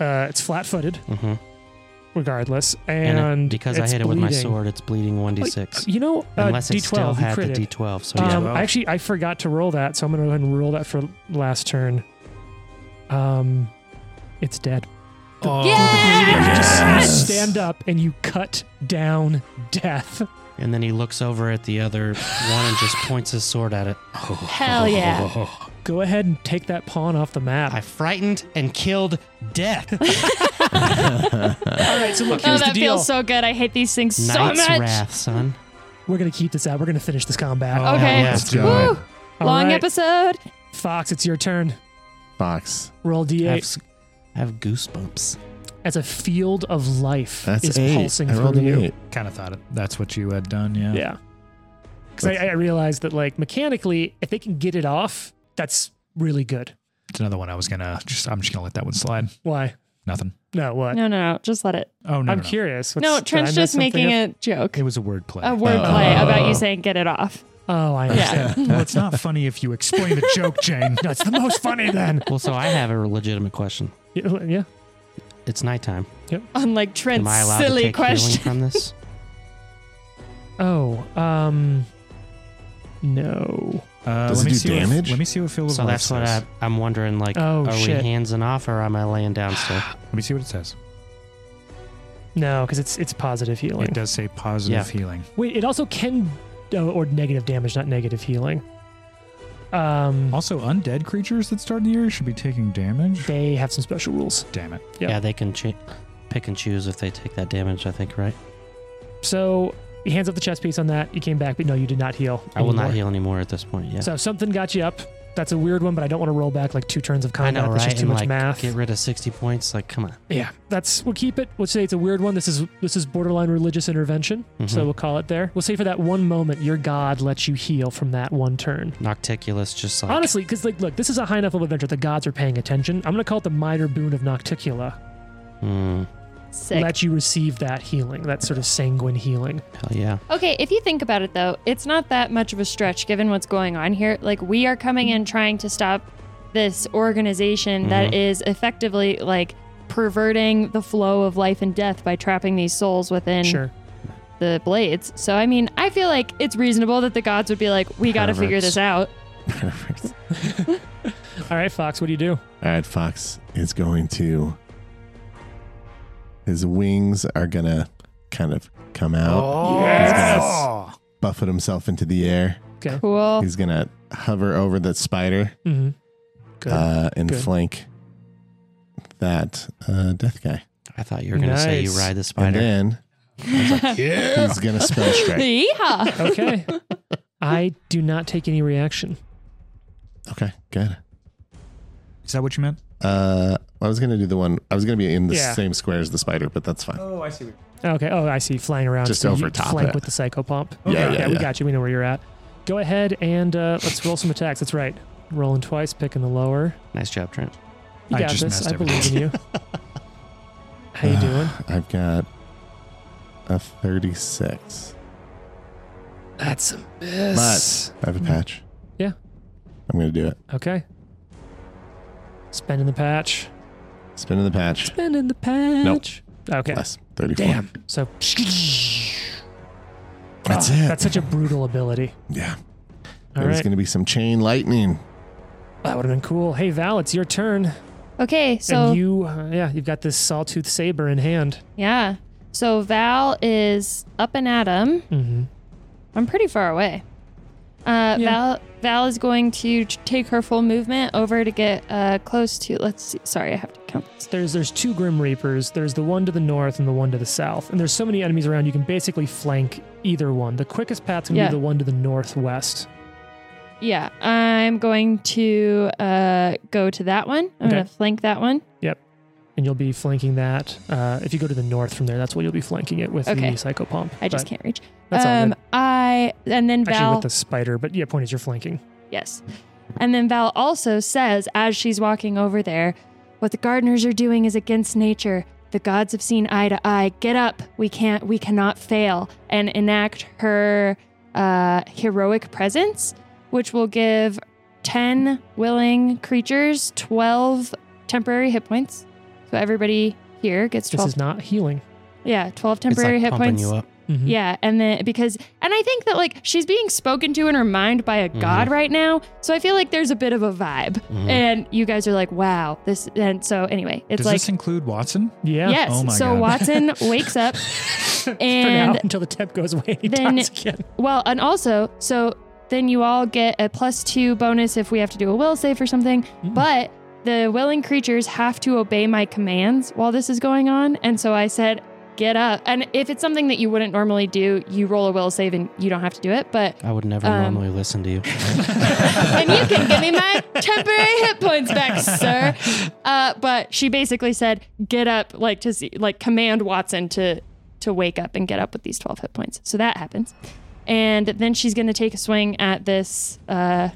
S3: Uh, it's flat-footed,
S6: hmm And,
S3: regardless, and,
S6: it- because I
S3: it's
S6: hit it with my
S3: bleeding.
S6: sword, it's bleeding
S3: Like,
S6: 1d6.
S3: You know, uh,
S6: Unless
S3: D12,
S6: it still
S3: you
S6: had the
S3: crit it.
S6: d12. So
S3: Um,
S6: yeah.
S3: actually, I forgot to roll that, so I'm gonna go ahead and roll that for last turn. Um, it's dead.
S4: Oh,
S3: You just
S5: Yes!
S3: stand up and you cut down death.
S6: And then he looks over at the other one and just points his sword at it.
S1: Hell yeah.
S3: Go ahead and take that pawn off the map.
S6: I frightened and killed death.
S3: All right, so look,
S1: Oh,
S3: here's the
S1: that
S3: deal.
S1: feels so good. I hate these things so
S6: Knight's
S1: much.
S6: wrath, son.
S3: We're gonna keep this out. We're gonna finish this combat.
S6: Oh,
S1: Okay.
S6: yeah.
S5: Let's go.
S1: Woo! Oh, Long
S3: Alright,
S1: episode.
S3: Fox, it's your turn.
S5: Fox.
S3: Roll
S6: I
S3: d8
S6: have, s- I have goosebumps.
S3: as a field of life
S5: That's
S3: is
S5: eight.
S3: pulsing
S5: I rolled
S3: through
S5: an
S3: you.
S5: eight.
S4: kind of thought it, that's what you had done. Yeah.
S3: Yeah. Because I, I realized that, like, mechanically, if they can get it off, that's really good.
S4: It's another one I was gonna just. I'm just gonna let that one slide.
S3: Why?
S4: Nothing.
S3: No, what?
S1: No, no, no. Just let it.
S4: Oh no.
S3: I'm
S4: no, no.
S3: curious. What's-
S1: No,
S3: did I
S1: Trent's
S3: mess
S1: just
S3: something
S1: making
S3: up?
S1: a joke.
S4: It was a word play.
S1: A wordplay about you saying get it off.
S3: Oh, I understand.
S1: Yeah.
S4: well, it's not funny if you explain the joke, Jane.
S3: That's the most funny then.
S6: Well, so I have a legitimate question.
S3: Yeah, yeah.
S6: It's nighttime.
S1: Unlike
S6: Am
S1: Trent's
S6: I allowed to
S1: silly
S6: take healing
S1: question.
S6: from this?
S3: Oh, um, no.
S4: Uh,
S5: Does
S4: let
S5: it
S4: me
S5: do
S4: see
S5: damage?
S4: What, let me see what Field of
S6: so
S4: Life
S6: that's what
S4: says.
S6: I, I'm wondering. Like,
S3: Oh,
S6: are
S3: shit.
S6: we hands and off, or am I laying down still?
S4: Let me see what it says.
S3: No, because it's it's positive healing.
S4: It does say positive
S6: Yeah.
S4: healing.
S3: Wait, it also can, oh, or negative damage, not negative healing. Um,
S4: Also, undead creatures that start in the area should be taking damage.
S3: they have some special rules.
S4: Damn it.
S3: Yeah.
S6: Yeah, they can ch- pick and choose if they take that damage. I think, right?
S3: So, hands up the chest piece on that. You came back, but no, you did not heal.
S6: I will
S3: anymore.
S6: not heal anymore at this point. Yeah.
S3: So if something got you up. That's a weird one, but I don't want to roll back like two turns of
S6: I
S3: combat.
S6: know, right?
S3: That's just too
S6: and
S3: much
S6: like,
S3: math.
S6: get rid of sixty points. Like, come on.
S3: yeah, that's we'll keep it. We'll say it's a weird one. This is this is borderline religious intervention, so
S6: Mhm.
S3: we'll call it there. We'll say for that one moment, your god lets you heal from that one turn.
S6: Nocticulus, just like
S3: Honestly, because like, look, this is a high enough level adventure. The gods are paying attention. I'm gonna call it the minor boon of Nocticula.
S6: Mm,
S1: Sick.
S3: Let you receive that healing, that sort of sanguine healing.
S6: hell yeah.
S1: Okay, if you think about it though, it's not that much of a stretch given what's going on here. Like we are coming in trying to stop this organization that is effectively like perverting the flow of life and death by trapping these souls within
S3: Sure.
S1: the blades. So I mean, I feel like it's reasonable that the gods would be like, we got to figure
S5: Perverts.
S1: this out.
S5: Perfect.
S3: All right, Fox, what do you do?
S5: All right, Fox is going to. His wings are gonna kind of come out.
S3: Oh.
S5: Yes! Buffet himself into the air.
S1: Cool.
S5: He's gonna hover over that spider
S3: Mm-hmm. Good.
S5: uh, and
S3: Good.
S5: flank that uh, death guy.
S6: I thought you were gonna say you
S3: Nice.
S6: ride the
S5: And
S6: spider.
S5: then he's gonna spell strike.
S1: Yeehaw.
S3: okay. I do not take any reaction.
S5: Okay, good.
S4: Is that what you meant?
S5: Uh, I was gonna do the one. I was gonna be in the
S3: Yeah.
S5: same square as the spider, but that's fine.
S4: Oh, I see. What
S3: Okay. Oh, I see. Flying around.
S5: Just
S3: so you
S5: over top
S3: Flank
S5: it.
S3: with the psycho pump.
S5: Yeah, yeah,
S3: we
S5: yeah.
S3: got you. We know where you're at. Go ahead and uh, let's roll some attacks. That's right. Rolling twice, picking the lower.
S6: Nice job, Trent.
S3: You
S4: I
S3: got
S4: just
S3: this.
S4: messed
S3: I believe
S4: everything
S3: in you. How
S5: Uh,
S3: you doing?
S5: I've got a thirty-six.
S3: That's a
S5: But I have a patch.
S3: Yeah.
S5: I'm gonna do it.
S3: Okay. Spending the patch.
S5: Spinning the patch.
S3: Spending the patch. Okay.
S5: Less thirty-four.
S3: Damn. So
S5: That's
S3: Ah,
S5: it.
S3: That's such a brutal ability.
S5: yeah.
S3: All
S5: There's
S3: right.
S5: gonna be some chain lightning.
S3: That would have been cool. Hey Val, it's your turn.
S1: Okay, so
S3: and you, uh, yeah, you've got this sawtooth saber in hand.
S1: yeah. So Val is up and at 'em.
S3: Mm-hmm.
S1: I'm pretty far away. Uh, Val Val is going to t- take her full movement over to get uh, close to. Let's see. Sorry, I have to count.
S3: There's there's two Grim Reapers. There's the one to the north and the one to the south. And there's so many enemies around you can basically flank either one. The quickest path's gonna
S1: Yeah.
S3: be the one to the northwest.
S1: Yeah, I'm going to uh, go to that one. I'm
S3: Okay.
S1: going to flank that one.
S3: And you'll be flanking that. Uh, if you go to the north from there, that's what you'll be flanking it with
S1: Okay.
S3: the psycho pump.
S1: I just
S3: But
S1: can't reach.
S3: That's all
S1: um,
S3: good.
S1: I and then
S3: Actually,
S1: Val.
S3: with the spider, but yeah, point is you're flanking.
S1: yes, and then Val also says as she's walking over there, "What the gardeners are doing is against nature. the gods have seen eye to eye. Get up. We can't, we cannot fail. And enact her uh, heroic presence, which will give 10 willing creatures 12 temporary hit points. So everybody here gets
S3: This
S1: 12.
S3: is not healing.
S1: yeah, 12
S6: It's
S1: temporary
S6: like
S1: hit
S6: pumping
S1: points.
S6: you up.
S3: Mhm.
S4: Mm-hmm.
S1: Yeah, and then because and I think that like she's being spoken to in her mind by a
S4: Mm-hmm.
S1: god right now, so I feel like there's a bit of a vibe,
S6: Mhm.
S1: and you guys are like, wow, this. And so anyway, it's
S4: Does
S1: like
S4: this include Watson?
S3: Yeah.
S1: yes.
S4: Oh my
S1: so
S4: God.
S1: Watson wakes up,
S3: For now,
S1: and
S3: until the temp goes away, and he
S1: then-
S3: dies again.
S1: well, and also so then you all get a plus two bonus if we have to do a will save or something, but. The willing creatures have to obey my commands while this is going on. And so I said, get up. And if it's something that you wouldn't normally do, you roll a will save and you don't have to do it. But
S6: I would never
S1: Um,
S6: normally listen to you.
S1: and you can give me my temporary hit points back, sir. Uh, but she basically said, "Get up!" Like to see, like command Watson to to wake up and get up with these twelve hit points. So that happens, and then she's going to take a swing at this uh,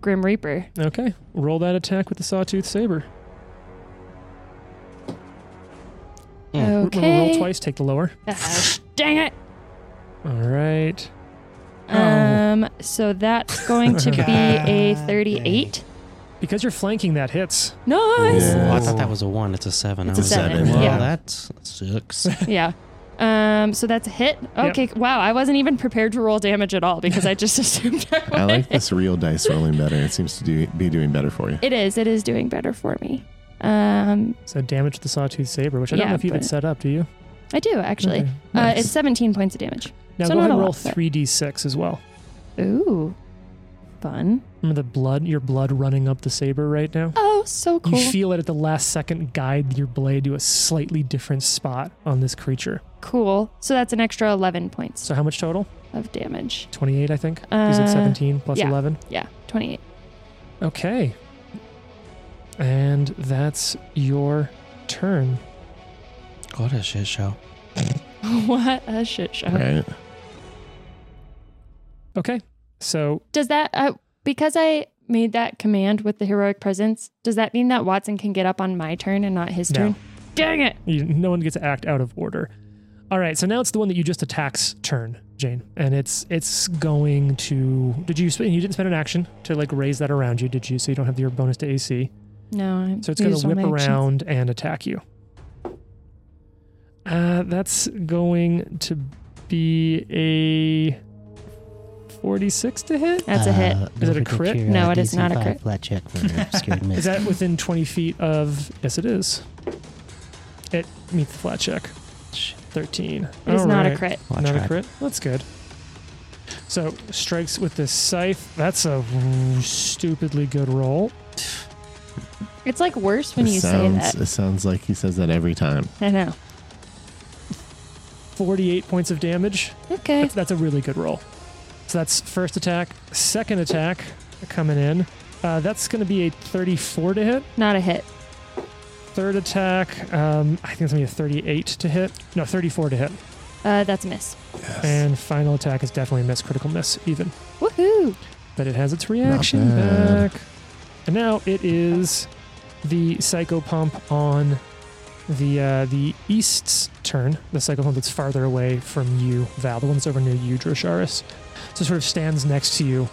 S1: Grim Reaper.
S3: Okay. Roll that attack with the sawtooth saber. Remember,
S1: Okay.
S3: roll twice, take the lower.
S1: Ah, dang it.
S3: All right. Oh.
S1: Um. So that's going to be a
S6: God
S1: thirty-eight.
S3: Because you're flanking, that hits.
S1: Nice.
S5: Yeah.
S6: Well, I thought that was a one. It's a seven.
S1: It's
S6: I
S1: a
S6: was
S5: seven,
S6: Like, well,
S5: yeah.
S6: that sucks.
S1: Yeah. Um, so that's a hit.
S3: Yep.
S1: Okay. Wow. I wasn't even prepared to roll damage at all because I just assumed I would.
S5: I like this real dice rolling better. It seems to do, be doing better for you.
S1: It is. It is doing better for me. Um,
S3: So damage to the sawtooth saber, which I don't
S1: Yeah,
S3: know if you even
S1: but-
S3: set up, do you?
S1: I do actually.
S3: Okay,
S1: uh, it's 17 points of damage.
S3: Now
S1: So
S3: go
S1: not
S3: ahead
S1: a
S3: and roll
S1: lot, but-
S3: three d six as well.
S1: Ooh, fun.
S3: Remember the blood, your blood running up the saber right now.
S1: Oh, so cool.
S3: You feel it at the last second guide your blade to a slightly different spot on this creature.
S1: cool. So that's an extra 11 points
S3: So how much total?
S1: of damage.
S3: 28, I think. Is it
S1: Uh,
S3: 17 plus
S1: yeah.
S3: 11?
S1: Yeah, 28.
S3: Okay. And that's your turn.
S6: what a shit show.
S1: what a shit show.
S5: Right?
S3: Okay. So
S1: Does that uh, because I made that command with the heroic presence? Does that mean that Watson can get up on my turn and not his
S3: No.
S1: turn? Dang it!
S3: you, no one gets to act out of order. All right. So now it's the one that you just attack's turn, Jane. And it's it's going to. Did you spend? You didn't spend an action to like raise that around you, did you? So you don't have your bonus to AC.
S1: No. I'm
S3: So it's going to whip around and attack you. Uh, that's going to be a 46 to hit.
S1: That's a hit.
S6: Uh,
S3: Is it a
S6: don't
S3: crit?
S6: forget your
S1: No, it
S6: ID
S1: is not a
S6: 25
S1: crit.
S6: Flat check for obscured
S3: Is
S6: mist.
S3: that within 20 feet of? Yes, it is. It meets the flat check. 13.
S1: It's
S3: All
S1: not a
S3: right.
S1: crit.
S6: Well, I
S3: not a
S6: tried.
S3: crit. That's good. So strikes with the scythe. That's a stupidly good roll.
S1: It's like worse when
S5: it
S1: you
S5: sounds
S1: say that.
S5: it sounds like he says that every time.
S1: I know.
S3: 48 points of damage.
S1: Okay.
S3: That's, that's a really good roll. So that's first attack. Second attack coming in. Uh, that's going to be a 34 to hit.
S1: Not a hit.
S3: Third attack, um, I think it's going to be a 38 to hit. No, 34 to hit.
S1: Uh, that's a miss.
S3: And final attack is definitely a miss, critical miss, even.
S1: Woohoo!
S3: But it has its reaction
S5: bad.
S3: back. And now it is the psycho pump on the uh, the east's turn. The psycho pump that's farther away from you, Val, the one that's over near you, Drosharis. So it sort of stands next to you,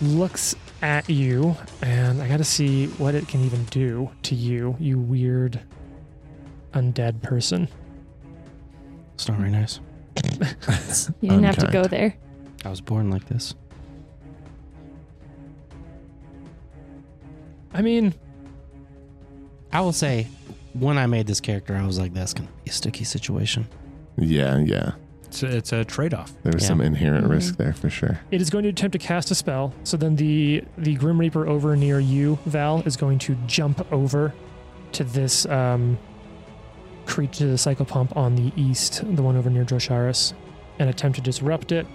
S3: looks at you, and I got to see what it can even do to you, you weird undead person.
S6: It's not very nice.
S1: You didn't have to
S5: Unkind.
S1: go there.
S6: I was born like this.
S3: I mean,
S6: I will say, when I made this character, I was like, that's going to be a sticky situation.
S5: Yeah, yeah.
S4: It's a, it's a trade-off.
S5: There was
S6: Yeah.
S5: some inherent
S1: Mhm.
S3: Mm-hmm.
S5: risk there for sure.
S3: It is going to attempt to cast a spell. So then the the Grim Reaper over near you, Val, is going to jump over to this um, creature, to the psychopomp on the east, the one over near Drosharis, and attempt to disrupt it.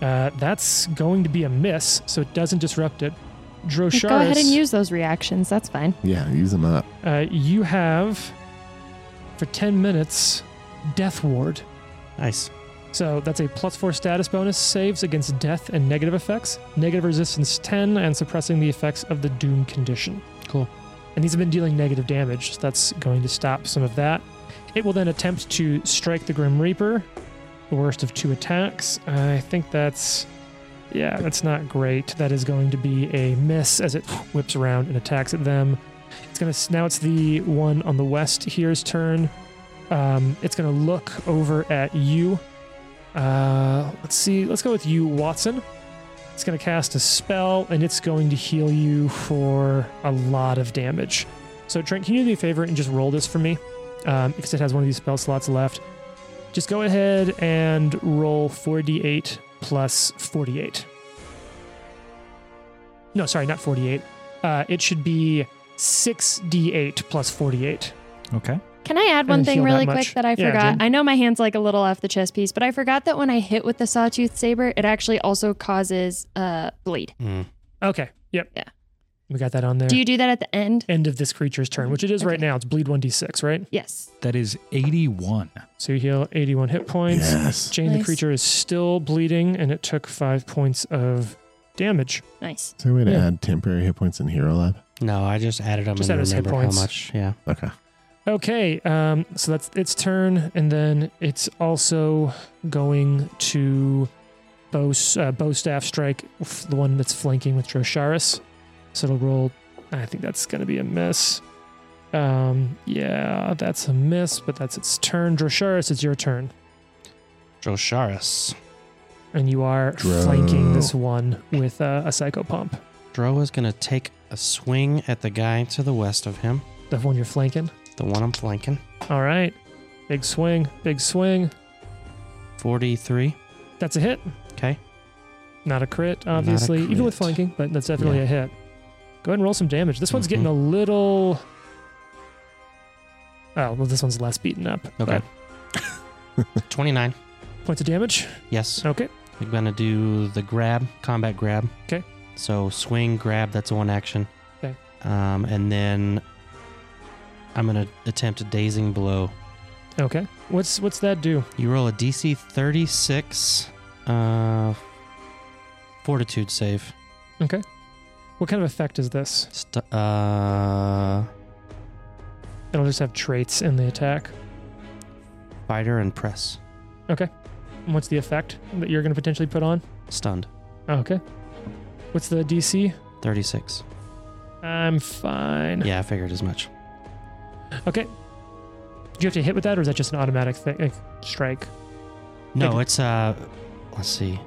S3: Uh, that's going to be a miss, so it doesn't disrupt it. Drosharis,
S1: Go ahead and use those reactions. That's fine.
S5: Yeah, use them up.
S3: uh, you have for ten minutes Death Ward.
S6: Nice.
S3: So that's a plus four status bonus, saves against death and negative effects, negative resistance 10, and suppressing the effects of the doom condition.
S6: Cool.
S3: And these have been dealing negative damage, so that's going to stop some of that. It will then attempt to strike the Grim Reaper. The worst of two attacks. I think that's. Yeah, that's not great. That is going to be a miss as it whips around and attacks at them. It's going to. Now it's the one on the west here's turn. Um, it's going to look over at you. Uh, let's see. Let's go with you, Watson. It's going to cast a spell and it's going to heal you for a lot of damage. So, Trent, can you do me a favor and just roll this for me? Um, if it has one of these spell slots left, just go ahead and roll 4d8 plus 48. No, sorry, not 48. Uh, it should be 6d8 plus 48.
S4: Okay.
S1: Can I add
S3: I
S1: one
S3: didn't
S1: thing
S3: feel
S1: really
S3: that
S1: quick
S3: much.
S1: that I
S3: Yeah,
S1: forgot?
S3: Jen.
S1: I know my hand's like a little off the chess piece, but I forgot that when I hit with the sawtooth saber, it actually also causes uh, bleed.
S6: Mm.
S3: Okay. Yep.
S1: Yeah.
S3: We got that on there.
S1: Do you do that at the end?
S3: End of this creature's turn, which it is right
S1: Okay.
S3: now. It's bleed 1d6, right?
S1: Yes.
S4: That is 81.
S3: So you heal 81 hit points.
S5: Yes.
S3: Jane, the
S1: Nice.
S3: creature is still bleeding, and it took five points of damage.
S1: Nice.
S5: Is there a way to
S3: Yeah.
S5: add temporary hit points in Hero Lab?
S6: No, I just added them
S3: Just
S6: and
S3: add his hit
S6: remembered how
S3: points.
S6: much. Yeah.
S5: Okay.
S3: Okay, um, so that's its turn, and then it's also going to bow, uh, bow staff strike, f- the one that's flanking with Drosharis. So it'll roll. I think that's going to be a miss. Um, yeah, that's a miss, but that's its turn. Drosharis, it's your turn,
S6: Drosharis.
S3: and you are
S5: Dro.
S3: flanking this one with uh, a psycho pump.
S6: Dro is going to take a swing at the guy to the west of him,
S3: The one you're flanking.
S6: the one I'm flanking.
S3: All right, big swing, big swing.
S6: 43.
S3: That's a hit.
S6: Okay.
S3: Not a crit,
S6: Not a
S3: obviously, even with
S6: crit.
S3: flanking, but that's definitely
S6: Yeah.
S3: a hit. Go ahead and roll some damage. This one's
S6: Mhm.
S3: getting a little. Oh, well, this one's less beaten up.
S6: Okay. 29.
S3: but Points of damage.
S6: Yes.
S3: Okay.
S6: We're going to do the grab, combat grab.
S3: 'Kay.
S6: So swing, grab, that's a one action.
S3: 'Kay.
S6: Um, and then I'm going to attempt a dazing blow.
S3: Okay. What's what's that do?
S6: You roll a DC 36 uh, fortitude save.
S3: What kind of effect is this?
S6: St- uh,
S3: It'll just have traits in the attack.
S6: fighter and press.
S3: And What's the effect that you're going to potentially put on?
S6: Stunned.
S3: Okay. What's the DC?
S6: 36.
S3: I'm fine.
S6: Yeah, I figured as much.
S3: Okay. Do you have to hit with that, or is that just an automatic thing? Like strike.
S6: No,
S3: Like-
S6: it's uh let's see.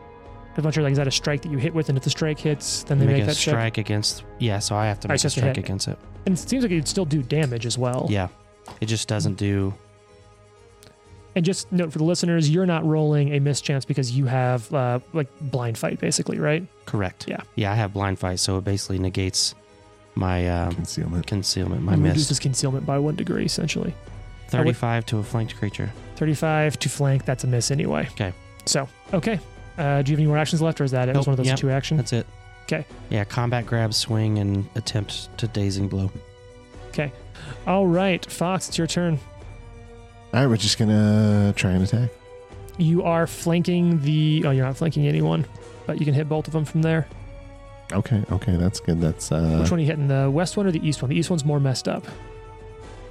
S3: I'm not sure. Like, is that a strike that you hit with, and if the strike hits, then they
S6: make,
S3: make,
S6: a
S3: that check?
S6: strike against Yeah, so I have to
S3: I
S6: make a
S3: just have to
S6: strike
S3: hit.
S6: against it.
S3: And it seems like it'd still do damage as well.
S6: Yeah. It just doesn't do
S3: And just note for the listeners, you're not rolling a mischance because you have uh, like blind fight, basically, right?
S6: correct.
S3: Yeah.
S6: Yeah, I have blind fight, so it basically negates my um,
S5: Concealment.
S6: concealment, my
S3: It
S6: miss.
S3: Reduces concealment by one degree, essentially.
S6: 35 to a flanked creature.
S3: 35 to flank, that's a miss anyway.
S6: 'Kay.
S3: So, okay. Uh, do you have any more actions left, or is that it? It was one
S6: Nope,
S3: of those
S6: yep.
S3: two actions.
S6: That's it.
S3: 'Kay.
S6: Yeah, combat grab, swing, and attempt to dazing blow.
S3: All right, Fox, it's your turn.
S5: All right, we're just gonna try and attack.
S3: You are flanking the. Oh, you're not flanking anyone, but you can hit both of them from there.
S5: Okay, okay, that's good. That's uh,
S3: Which one are you hitting? The west one or the east one? The east one's more messed up.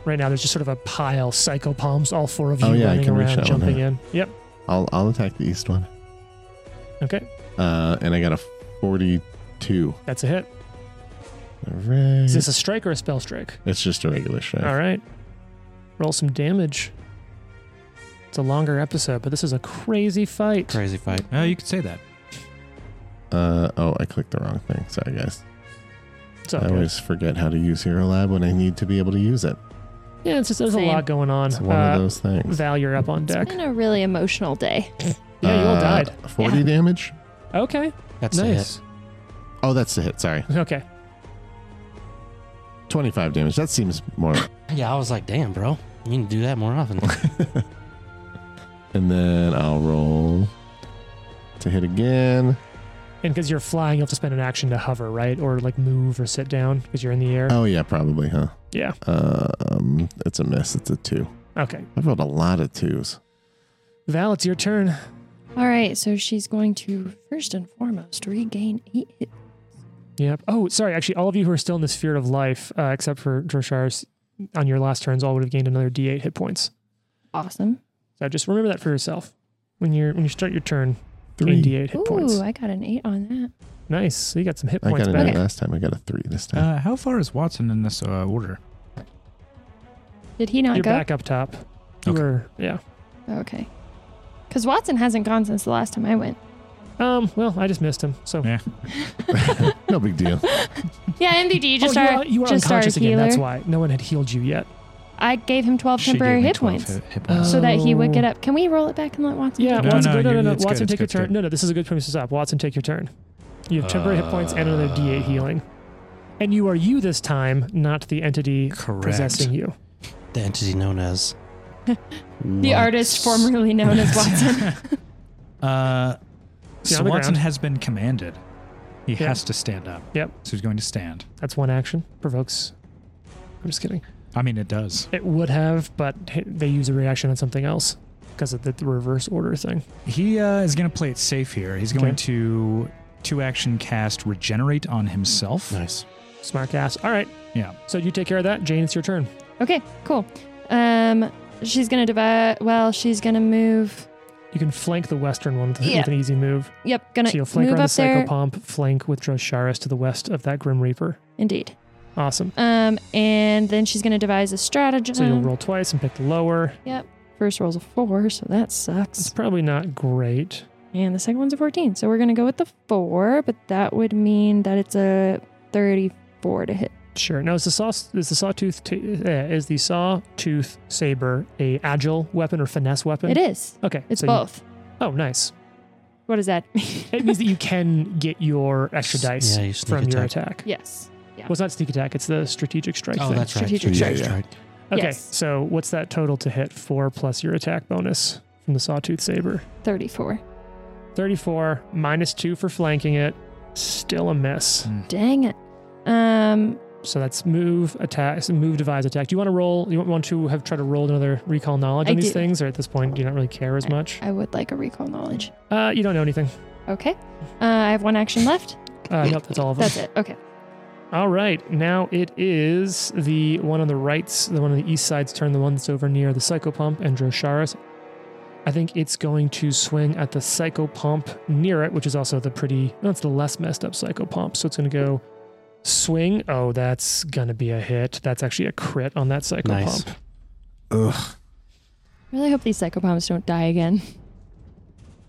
S3: Right now, there's just sort of a pile psycho palms, all four of you
S5: Oh, yeah, I
S3: running
S5: can reach
S3: around,
S5: that one,
S3: jumping
S5: huh?
S3: in. Yep.
S5: I'll I'll attack the east one.
S3: Okay.
S5: Uh, and I got a forty-two.
S3: That's a hit.
S5: All right.
S3: Is this a strike or a spell strike?
S5: it's just a regular Mm-hmm. strike.
S3: All right. Roll some damage. It's a longer episode, but this is a crazy fight.
S6: Crazy fight.
S4: Oh, you could say that.
S5: Uh, oh, I clicked the wrong thing. Sorry, guys.
S3: It's okay.
S5: I always forget how to use Hero Lab when I need to be able to use it.
S3: yeah, it's just there's
S1: Same.
S3: a lot going on.
S5: It's one
S3: Uh,
S5: of those things.
S3: Val, you're up on deck.
S1: It's been a really emotional day.
S3: Yeah, you all died.
S5: Uh, Forty
S1: Yeah.
S5: damage.
S3: Okay.
S6: That's a hit.
S3: nice.
S5: Oh, that's the hit. Sorry,
S3: Okay.
S5: twenty-five damage. That seems more.
S6: Yeah, I was like, damn, bro. You need to do that more often.
S5: and then I'll roll to hit again.
S3: And because you're flying, you have to spend an action to hover, right? Or like move or sit down because you're in the air.
S5: Oh yeah, probably, huh?
S3: Yeah.
S5: Um, it's a miss. It's a two.
S3: Okay.
S5: I've rolled a lot of twos.
S3: Val, it's your turn.
S1: All right, so she's going to first and foremost regain eight hit.
S3: Yep. Oh, sorry. Actually, all of you who are still in the sphere of life, uh, except for Drosharis, on your last turns, all would have gained another D8 hit points.
S1: Awesome.
S3: So just remember that for yourself when you're when you start your turn.
S5: Three.
S3: 3d8 hit points.
S1: Ooh, I got an eight on that.
S3: nice. So you got some hit
S5: I
S3: points
S5: got a
S3: back.
S5: nine
S1: Okay.
S5: last time. I got a three this time.
S4: Uh, how far is Watson in this uh, order?
S1: Did he not
S3: You're
S1: go?
S3: back up top. You
S4: Okay.
S3: were yeah.
S1: Okay. Because Watson hasn't gone since the last time I went.
S3: Um. Well, I just missed him. So
S4: Yeah.
S5: no big deal.
S1: Yeah, MVD just
S3: oh, you
S1: our,
S3: are, you are
S1: just our
S3: unconscious again. That's
S1: healer.
S3: why no one had healed you yet.
S1: I gave him 12
S4: She
S1: temporary
S4: gave me
S1: hit
S4: 12
S1: points
S4: Hit, hit points.
S1: so that he
S3: Oh.
S1: would get up. Can we roll it back and let Watson?
S3: Yeah.
S1: take it?
S4: No,
S3: Watson,
S4: no,
S3: no, no, no,
S4: you-
S3: no.
S4: it's good,
S3: Watson,
S4: it's
S3: take your
S4: good,
S3: turn.
S4: it's good.
S3: No, no. This is a good premise to stop. Watson, take your turn. You have temporary hit points and another D8 healing. And you are you this time, not the entity
S1: Oh.
S4: Correct.
S3: possessing you.
S6: The entity known as
S1: The artist formerly known as Watson.
S6: Uh,
S3: You're
S4: So
S3: on the
S4: Watson
S3: ground.
S4: has been commanded. He
S3: Yeah.
S4: has to stand up.
S3: Yep.
S4: So he's going to stand.
S3: That's one action. Provokes. I'm just kidding.
S4: I mean, it does.
S3: It would have, but h- they use a reaction on something else because of the, the reverse order thing.
S4: He uh, is going to play it safe here. He's going
S3: Okay.
S4: to two action cast regenerate on himself.
S6: nice.
S3: Smart ass. All right.
S4: Yeah.
S3: So you take care of that. Jane, it's your turn.
S1: okay, cool. Um, she's gonna divide. Well, she's gonna move.
S3: You can flank the western one with,
S1: Yeah.
S3: with an easy move.
S1: Yep, gonna
S3: So you'll flank
S1: move
S3: around the
S1: up there.
S3: Psychopomp, flank with Drosharis to the west of that Grim Reaper.
S1: Indeed.
S3: Awesome.
S1: Um, and then she's gonna devise a stratagem.
S3: So you'll roll twice and pick the lower.
S1: First roll's a four, so that
S3: It's
S1: sucks.
S3: probably not great.
S1: And the second one's a fourteen, so we're gonna go with the four, but that would mean that it's a thirty-four to hit.
S3: Sure. Now is the saw is the sawtooth t- uh, is the sawtooth saber a agile weapon or finesse weapon?
S1: It is.
S3: Okay.
S1: It's
S3: so you-
S1: both.
S3: oh, nice.
S1: What does that mean?
S3: It means that you can get your extra dice
S6: Yeah, you sneak
S3: from your
S6: attack.
S3: attack.
S1: yes.
S3: Well, it's not sneak attack. It's the strategic strike.
S6: Oh,
S3: thing.
S6: that's right.
S1: Strategic
S5: Yeah, yeah.
S6: strike.
S3: okay.
S1: yes.
S3: So what's that total to hit? Four plus your attack bonus from the sawtooth saber.
S1: Thirty-four.
S3: Thirty-four minus two for flanking it. Still a miss.
S1: Dang it. Um,
S3: So that's move attack, move devise attack. Do you want to roll? You want to have tried to roll another recall knowledge
S1: I
S3: on these
S1: do.
S3: things, or at this point, do you not really care as much?
S1: I would like a recall knowledge.
S3: Uh, you don't know anything.
S1: Okay. Uh, I have one action left.
S3: Uh, nope, that's all of them.
S1: That's it. Okay.
S3: All right, now it is the one on the right's, the one on the east side's turn, the one that's over near the Psychopump and Drosharis. I think it's going to swing at the Psychopump near it, which is also the pretty, that's the less messed up Psychopump. So it's going to go swing. Oh, that's going to be a hit. That's actually a crit on that Psychopump.
S6: Nice.
S5: Ugh.
S1: Really hope these psychopomps don't die again.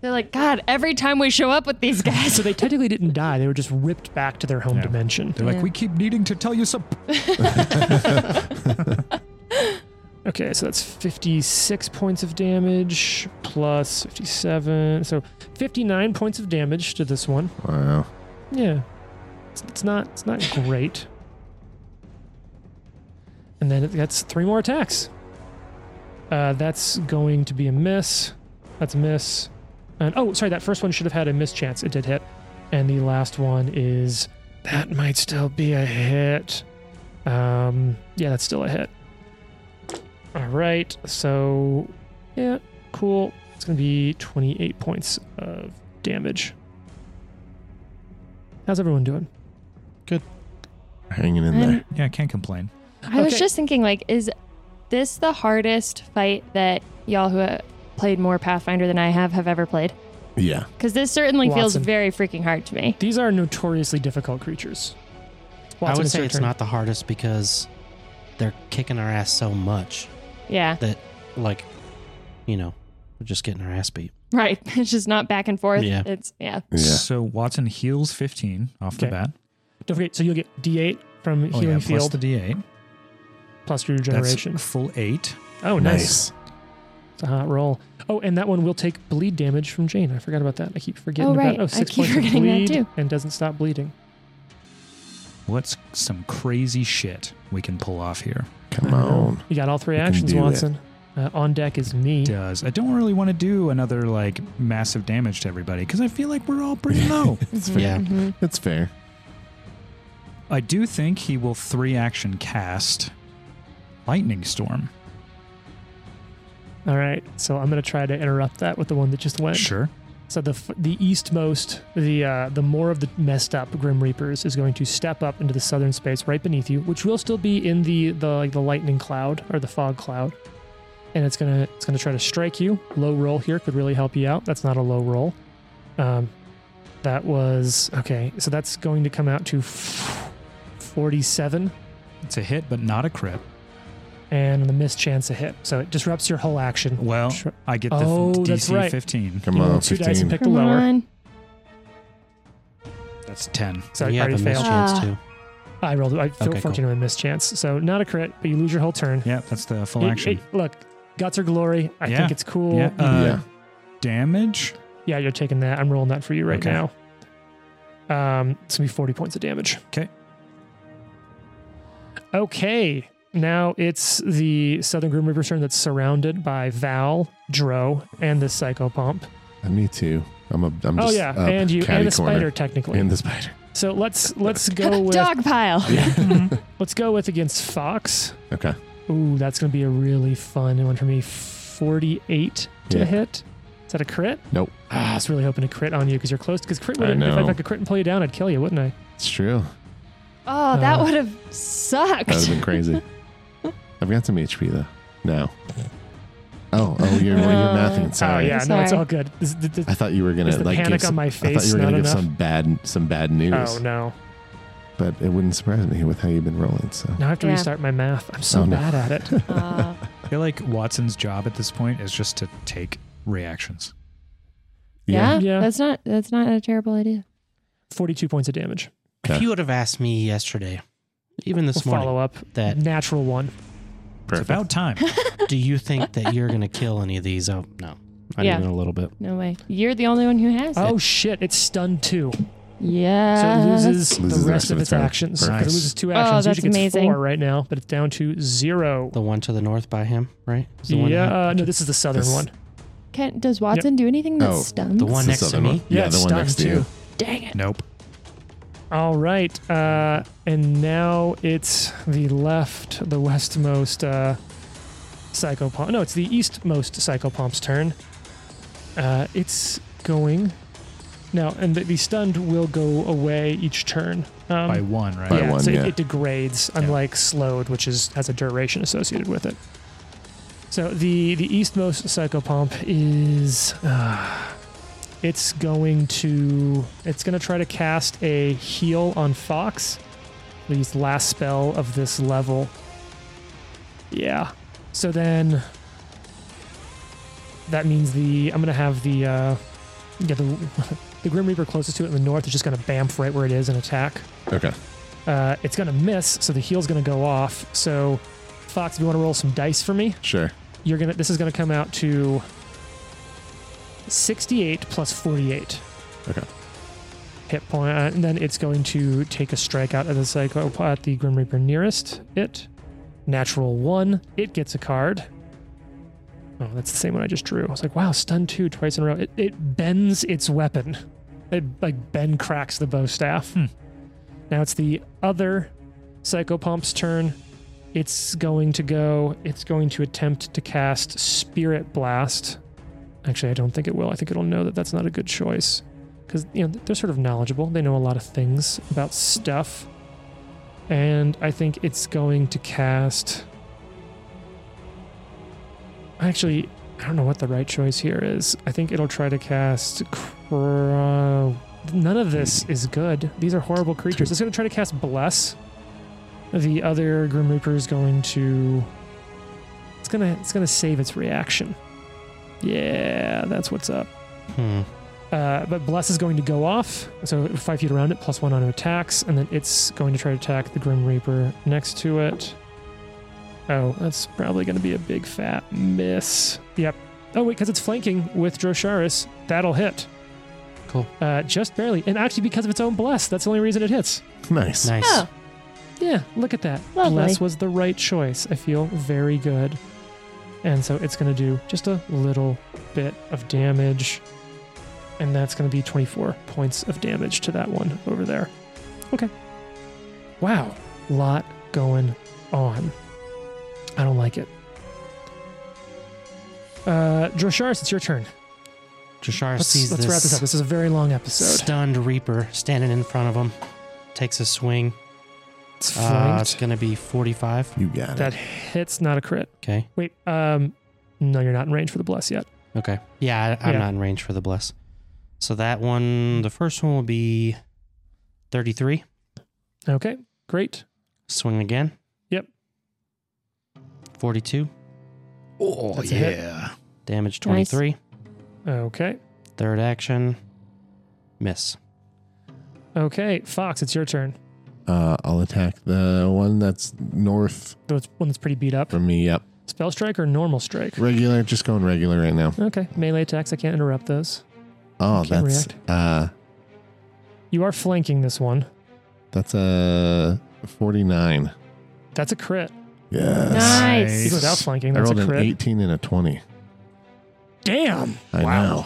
S1: They're like, God, every time we show up with these guys.
S3: So they technically didn't die. They were just ripped back to their home
S4: Yeah.
S3: dimension.
S4: They're like,
S1: Yeah.
S4: we keep needing to tell you some.
S3: Okay, so that's 56 points of damage plus 57. So 59 points of damage to this one.
S5: Wow.
S3: Yeah. It's, it's not it's not great. And then it gets three more attacks. Uh, that's going to be a miss. That's a miss. And oh, sorry, that first one should have had a miss chance. It did hit. And the last one is that might still be a hit. Um, yeah, that's still a hit. All right. So, yeah, cool. It's going to be 28 points of damage. How's everyone doing?
S5: Hanging in
S1: I'm-
S5: there.
S4: Yeah, I can't complain.
S1: I was
S3: Okay.
S1: just thinking, like, is this the hardest fight that y'all who uh, played more Pathfinder than I have have ever played?
S5: Yeah.
S1: Because this certainly feels
S3: Watson.
S1: very freaking hard to me.
S3: These are notoriously difficult creatures.
S6: I
S3: Watson,
S6: would
S3: it's
S6: say
S3: your
S6: it's
S3: turn.
S6: not the hardest because they're kicking our ass so much
S1: Yeah.
S6: that, like, you know, we're just getting our ass beat.
S1: Right. It's just not back and forth.
S6: Yeah.
S1: It's, yeah.
S5: Yeah.
S4: So Watson heals 15 off the
S3: Okay.
S4: bat.
S3: Don't forget, so you'll get D8 from
S4: Oh,
S3: Healing
S4: yeah, plus
S3: Field
S4: the
S3: plus,
S4: D8.
S3: your regeneration.
S4: That's full eight.
S3: oh, nice. It's a hot roll. Oh, and that one will take bleed damage from Jane. I forgot about that. I keep forgetting
S1: Oh,
S3: about
S1: right.
S3: oh,
S1: I
S3: six
S1: keep
S3: points of
S1: forgetting that
S3: bleed
S1: too.
S3: and doesn't stop bleeding.
S4: What's some crazy shit we can pull off here?
S5: Come on.
S3: Uh-huh. You got all three
S5: You can
S3: actions,
S5: do that.
S3: Watson. Uh, on deck is me.
S4: Does I don't really want to do another like massive damage to everybody because I feel like we're all pretty low.
S5: It's
S1: Mhm,
S5: fair.
S6: Yeah.
S1: mhm.
S5: It's fair.
S4: I do think he will three action cast lightning storm.
S3: All right. So I'm going to try to interrupt that with the one that just went.
S4: Sure.
S3: So the f- the eastmost, the uh, the more of the messed up Grim Reapers is going to step up into the southern space right beneath you, which will still be in the the like the lightning cloud or the fog cloud, and it's gonna it's gonna try to strike you. Low roll here could really help you out. That's not a low roll. Um, that was okay. So that's going to come out to f- forty-seven,
S4: It's a hit, but not a crit.
S3: and on the missed chance a hit. So it disrupts your whole action.
S4: Well,
S3: Sure.
S4: I get the f-
S3: Oh, that's
S4: DC
S3: right.
S4: 15.
S5: Come
S3: You roll
S5: on,
S3: two dice and
S5: 15.
S3: pick the
S1: Come
S3: lower.
S1: on.
S4: That's 10.
S3: So
S6: you
S3: I
S6: have a
S3: already
S6: miss
S3: failed.
S6: chance
S1: Ah.
S6: too.
S3: I rolled. I
S6: Okay,
S3: okay,
S6: cool.
S3: fortunate cool. miss chance. So not a crit, but you lose your whole turn.
S4: Yeah, that's the full
S3: It-
S4: action.
S3: it- look, guts or glory. I
S4: Yeah.
S3: think it's cool.
S4: Yeah. Uh,
S5: yeah.
S4: Damage?
S3: Yeah, you're taking that. I'm rolling that for you right
S4: Okay.
S3: now. Um, it's gonna be 40 points of damage.
S4: 'Kay.
S3: Okay. Now it's the Southern Grim Reaper's turn that's surrounded by Val, Dro, and the Psychopomp.
S5: Uh, me too. I'm a. I'm
S3: Oh
S5: just
S3: yeah,
S5: up
S3: and you
S5: catty
S3: and the
S5: corner.
S3: spider technically.
S5: And the spider.
S3: so let's let's go with
S1: Dog pile.
S3: let's go with against Fox.
S5: Okay.
S3: Ooh, that's gonna be a really fun one for me. 48 to
S5: Yeah.
S3: hit. Is that a crit?
S5: Nope.
S3: Ah, I was really hoping to crit on you because you're close. Because crit
S5: I
S3: would if I- if I
S5: know.
S3: could crit and pull you down, I'd kill you, wouldn't I?
S5: It's true.
S1: Oh, that
S3: Uh,
S1: would have sucked.
S5: That would have been crazy. I've got some HP though. Now. Oh, oh, you're, you're
S1: Uh,
S5: mathing. Sorry.
S3: Oh yeah, no, it's
S1: Sorry.
S3: all good. This- this- this-
S5: I thought you were gonna
S3: Is the
S5: like give
S3: panic on
S5: some-
S3: my
S5: I thought
S3: face
S5: you were gonna
S3: not
S5: give
S3: enough?
S5: some bad some bad news,
S3: oh no,
S5: but it wouldn't surprise me with how you've been rolling. So
S3: now I have to
S1: Yeah.
S3: restart my math. I'm so
S5: Oh, no.
S3: bad at it.
S1: Uh,
S4: I feel like Watson's job at this point is just to take reactions.
S1: yeah,
S3: Yeah.
S1: that's not that's not a terrible idea.
S3: Forty-two points of damage.
S5: Okay.
S6: If you would have asked me yesterday, even this
S3: We'll
S6: morning,
S3: follow up.
S6: that
S3: Natural one.
S4: It's
S5: perfect.
S4: about time.
S6: do you think that you're going to kill any of these? Oh no, not
S1: Yeah.
S6: even a little bit.
S1: No way. You're the only one who has it.
S3: Oh shit! It's stunned too, so
S1: Yeah.
S3: it loses,
S5: Loses
S3: the rest of its actions. 'Cause It
S4: Perfect.
S3: loses two
S1: Oh,
S3: actions.
S1: that's
S3: Usually gets
S1: amazing.
S3: four right now, but it's down to zero.
S6: The one to the north by him, right? Is the one
S3: Yeah,
S6: that-
S3: uh, no, this is the southern
S5: This-
S3: one.
S1: Can, does Watson do anything that
S5: Oh,
S1: stuns?
S6: the one
S5: It's the
S6: next to
S5: southern
S6: me.
S5: one. Yeah,
S3: it's
S5: the one
S3: stunned
S5: next to
S3: too.
S5: you.
S1: Dang it.
S4: nope.
S3: All right, uh, and now it's the left, the westmost uh, psychopomp. No, it's the eastmost psychopomp's turn. Uh, it's going now, and the, the stunned will go away each turn. Um,
S4: By one, right?
S5: By
S3: yeah,
S5: one,
S3: so it-
S5: yeah.
S3: It, degrades, unlike slowed, which is has a duration associated with it. So the the eastmost psychopomp is. Uh, it's going to it's going to try to cast a heal on Fox. Lee's last spell of this level. Yeah. So then that means the I'm going to have the uh yeah the the Grim Reaper closest to it in the north is just going to bamf right where it is and attack.
S5: Okay.
S3: Uh, it's going to miss, so the heal's going to go off. So, Fox, if you want to roll some dice for me,
S5: Sure.
S3: you're gonna. This is going to come out to 68 plus 48
S5: Okay.
S3: hit point, uh, and then it's going to take a strike out at the psycho at the Grim Reaper nearest it. Natural one, it gets a card. Oh, that's the same one I just drew. I was like, wow, stun two twice in a row. It, it bends its weapon. It like bend cracks the bow staff. Now it's the other psychopomp's turn. It's going to go. It's going to attempt to cast Spirit Blast. Actually, I don't think it will. I think it'll know that that's not a good choice because you know they're sort of knowledgeable. They know a lot of things about stuff, and I think it's going to cast. Actually, I don't know what the right choice here is. I think it'll try to cast. Cro- None of this is good. These are horrible creatures. It's going to try to cast bless. The other Grim Reaper is going to. It's gonna. It's gonna save its reaction. Yeah, that's what's up.
S6: Hmm.
S3: Uh, but Bless is going to go off, so five feet around it, plus one auto attacks, and then it's going to try to attack the Grim Reaper next to it. Oh, that's probably going to be a big fat miss. Yep. Oh, wait, because it's flanking with Drosharis, that'll hit.
S6: Cool.
S3: Uh, just barely. And actually, because of its own Bless, that's the only reason it hits.
S5: Nice.
S6: Nice.
S1: Oh,
S3: Yeah, look at that.
S1: Lovely.
S3: Bless was the right choice. I feel very good. And so it's going to do just a little bit of damage. And that's going to be 24 points of damage to that one over there. Okay. Wow. Lot going on. I don't like it. Uh, Drosharis, it's your turn.
S6: Jashar
S3: Let's,
S6: sees
S3: let's
S6: this,
S3: wrap this up. This is a very long episode.
S6: stunned Reaper standing in front of him. Takes a swing.
S3: It's
S6: Uh, it's
S3: flanked.
S6: going to be 45.
S5: You got
S3: that
S5: it.
S3: hits, not a crit.
S6: Okay.
S3: Wait, um, No, you're not in range for the bless yet.
S6: Okay. Yeah, I, I'm
S3: Yeah.
S6: not in range for the bless. So that one, the first one will be 33.
S3: Okay, great.
S6: Swing again.
S3: Yep.
S6: 42.
S4: Oh,
S3: That's a hit.
S4: yeah.
S6: Damage
S1: Nice.
S6: 23.
S3: Okay,
S6: Third action. Miss.
S3: okay. Fox, it's your turn.
S5: Uh, I'll attack the one that's north
S3: The one that's pretty beat up.
S5: from me. Yep.
S3: Spell strike or normal strike?
S5: Regular, just going regular right now.
S3: Okay, melee attacks. I can't interrupt those.
S5: Oh,
S3: Can't
S5: that's
S3: react.
S5: uh,
S3: You are flanking this one.
S5: that's a forty-nine.
S3: That's a crit.
S5: Yes.
S1: Nice.
S3: Even without flanking,
S5: I
S3: that's
S5: rolled
S3: a
S5: an
S3: crit.
S5: eighteen and a twenty.
S3: Damn!
S5: I know.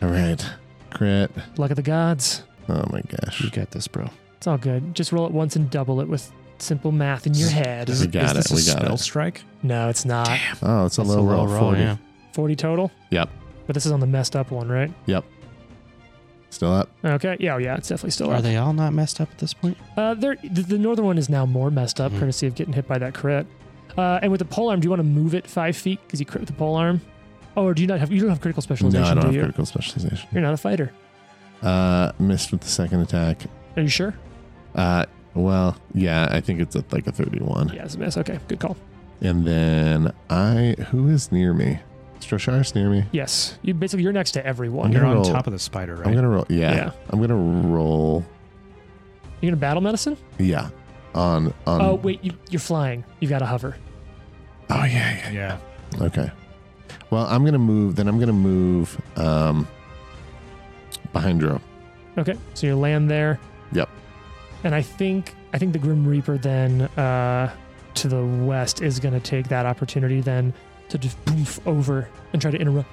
S5: All right, crit.
S3: Luck of the gods.
S5: Oh my gosh.
S6: You got this, bro.
S3: It's all good. Just roll it once and double it with simple math in your head.
S5: We got
S4: is
S5: it.
S4: this
S5: We
S4: a
S5: got
S4: spell
S5: it.
S4: strike?
S3: No, it's not.
S5: Oh, it's a low roll. Forty.
S6: yeah.
S3: 40 total?
S5: Yep.
S3: But this is on the messed up one, right?
S5: Still up.
S3: Okay. Yeah, oh, yeah, it's definitely still
S6: Are
S3: up.
S6: they all not messed up at this point?
S3: Uh, there, the, the northern one is now more messed up,
S5: Mm-hmm.
S6: Mhm.
S3: courtesy of getting hit by that crit. Uh, and with the pole arm, do you want to move it five feet because you crit with the pole arm? Oh, or do you not have? You don't have critical
S5: No, I
S3: specialization,
S5: don't have
S3: do you?
S5: critical specialization.
S3: You're not a fighter.
S5: Uh, missed with the second attack.
S3: Are you sure?
S5: Uh, well, yeah, I think it's a, like a thirty-one.
S3: Yeah, it's a miss. Okay, good call.
S5: And then I, who is near me? Strashar's near me.
S3: Yes, you basically you're next to everyone.
S5: I'm
S4: You're
S5: gonna
S4: on
S5: roll-
S4: top of the spider, right?
S5: I'm gonna roll. Yeah,
S3: Yeah.
S5: I'm gonna roll.
S3: You're gonna battle medicine.
S5: Yeah, on on.
S3: oh wait, you, you're flying. You got to hover.
S5: Oh, yeah,
S4: yeah.
S5: yeah. Okay. Well, I'm gonna move. Then I'm gonna move. Um, behind Dro.
S3: Okay, so you land there.
S5: Yep.
S3: And I think I think the Grim Reaper then uh, to the west is going to take that opportunity then to just poof over and try to interrupt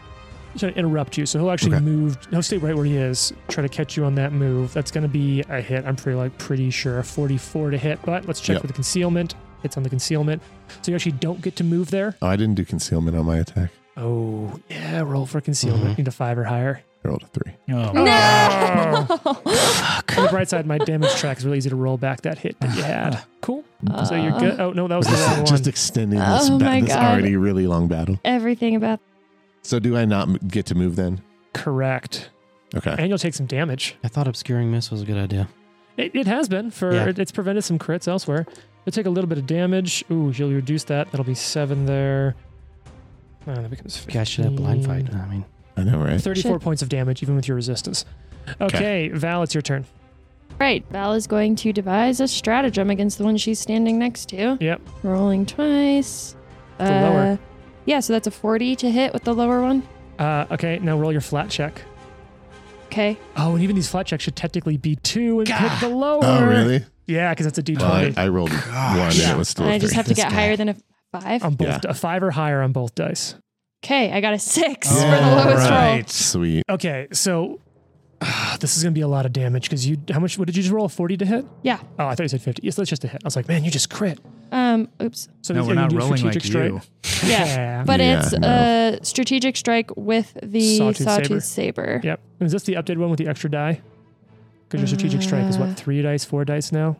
S3: try to interrupt you. So he'll actually
S5: Okay.
S3: move. He'll stay right where he is. Try to catch you on that move. That's going to be a hit. I'm pretty like pretty sure a 44 to hit. But let's check
S5: Yep.
S3: for the concealment. It's on the concealment. So you actually don't get to move there.
S5: Oh, I didn't do concealment on my attack.
S3: Oh yeah, roll for concealment.
S6: Mhm.
S3: Need a five or higher.
S5: I rolled a three.
S4: Oh,
S1: No!
S3: On the bright side, my damage track is really easy to roll back that hit that you had. Cool. So you're good.
S1: Uh,
S3: Oh no, that was the wrong one.
S5: Just extending this,
S1: Oh
S5: ba-
S1: my
S5: this
S1: God.
S5: already really long battle.
S1: Everything about
S5: So do I not m- get to move then?
S3: Correct.
S5: Okay.
S3: And you'll take some damage.
S6: I thought obscuring miss was a good idea.
S3: It, it has been for
S6: Yeah.
S3: it- it's prevented some crits elsewhere. You'll take a little bit of damage. Ooh, you'll reduce that. That'll be seven there. Oh, that becomes
S6: Guys should
S3: Mm.
S6: have blind fight.
S3: 15.
S6: I mean,
S5: I know, right?
S3: Thirty-four
S1: Should-
S3: points of damage, even with your resistance. Okay, Val, it's your turn.
S1: Right, Val is going to devise a stratagem against the one she's standing next to.
S3: Yep.
S1: Rolling twice. Uh,
S3: The lower.
S1: Yeah, so that's a 40 to hit with the lower one.
S3: Uh, okay, now roll your flat check.
S1: Okay.
S3: Oh, and even these flat checks should technically be two and pick the lower.
S5: Oh, really?
S3: Yeah, because that's a D
S5: Well, I,
S3: twenty.
S5: I rolled one and it was still
S1: and
S5: a
S1: I
S5: three.
S1: just have to
S6: This
S1: get
S6: guy.
S1: higher than a 5.
S3: on both
S5: Yeah.
S3: a five or higher on both dice.
S1: okay, I got a 6
S5: Oh,
S1: for the lowest roll.
S4: right.
S5: Sweet.
S3: Okay, so ah, this is gonna be a lot of damage because you how much what did you just roll? Forty to hit?
S1: Yeah.
S3: Oh, I thought you said fifty. Yes, that's just a hit. I was like, man, you just crit.
S1: Um oops.
S3: So
S4: No,
S3: you
S4: we're
S3: can
S4: not
S3: do
S4: rolling like
S3: strategic strike.
S4: you.
S1: Yeah.
S3: Yeah.
S1: But
S5: Yeah,
S1: it's
S5: no.
S1: a strategic strike with the
S3: Sawtooth
S1: sawtooth,
S3: saber.
S1: saber.
S3: Yep. And is this the updated one with the extra die? Because your strategic strike is
S1: Uh.
S3: what three dice, four dice now.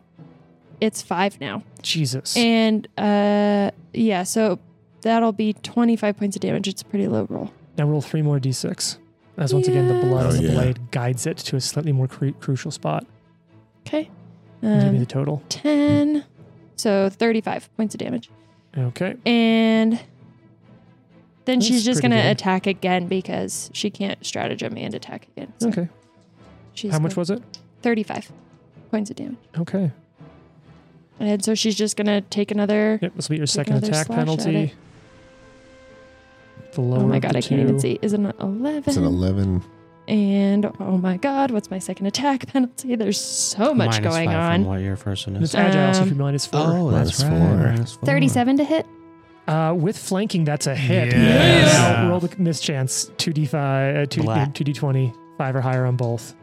S1: It's 5 now.
S3: Jesus.
S1: And uh yeah, so that'll be 25 points of damage. It's a pretty low roll.
S3: now roll three more d6. As once again, the blood
S5: Yeah.
S3: on
S5: Oh,
S3: the
S5: yeah.
S3: blade guides it to a slightly more cru- crucial spot.
S1: Okay.
S3: Give me the
S1: Um,
S3: total.
S1: 10. So 35 points of damage.
S3: Okay.
S1: And then
S3: That's
S1: she's just going
S3: pretty
S1: to
S3: good.
S1: attack again because she can't stratagem and attack again. So
S3: Okay.
S1: She's
S3: How much
S1: gonna-
S3: was it?
S1: 35 points of damage.
S3: Okay.
S1: And so she's just going to take another.
S3: Yep, this will be your second
S1: another
S3: attack
S1: slash at
S3: penalty. The lower
S1: oh my
S3: of
S1: god,
S3: the
S1: I can't even
S3: two.
S1: see. Is it an 11?
S5: It's an 11.
S1: And oh my god, what's my second attack penalty? There's so much
S6: minus
S1: going
S6: five From
S1: on.
S6: what your first one
S3: And
S6: is.
S3: It's agile, so if
S1: Um,
S3: you minus four.
S6: Oh, that's
S5: Minus
S6: right.
S5: four.
S6: minus four.
S1: 37 to hit.
S3: Uh, with flanking, that's a hit.
S4: Yeah. Yes.
S3: Now roll the miss chance. 2d5, uh, 2,
S6: Blah.
S3: 2d20, 5 or higher on both.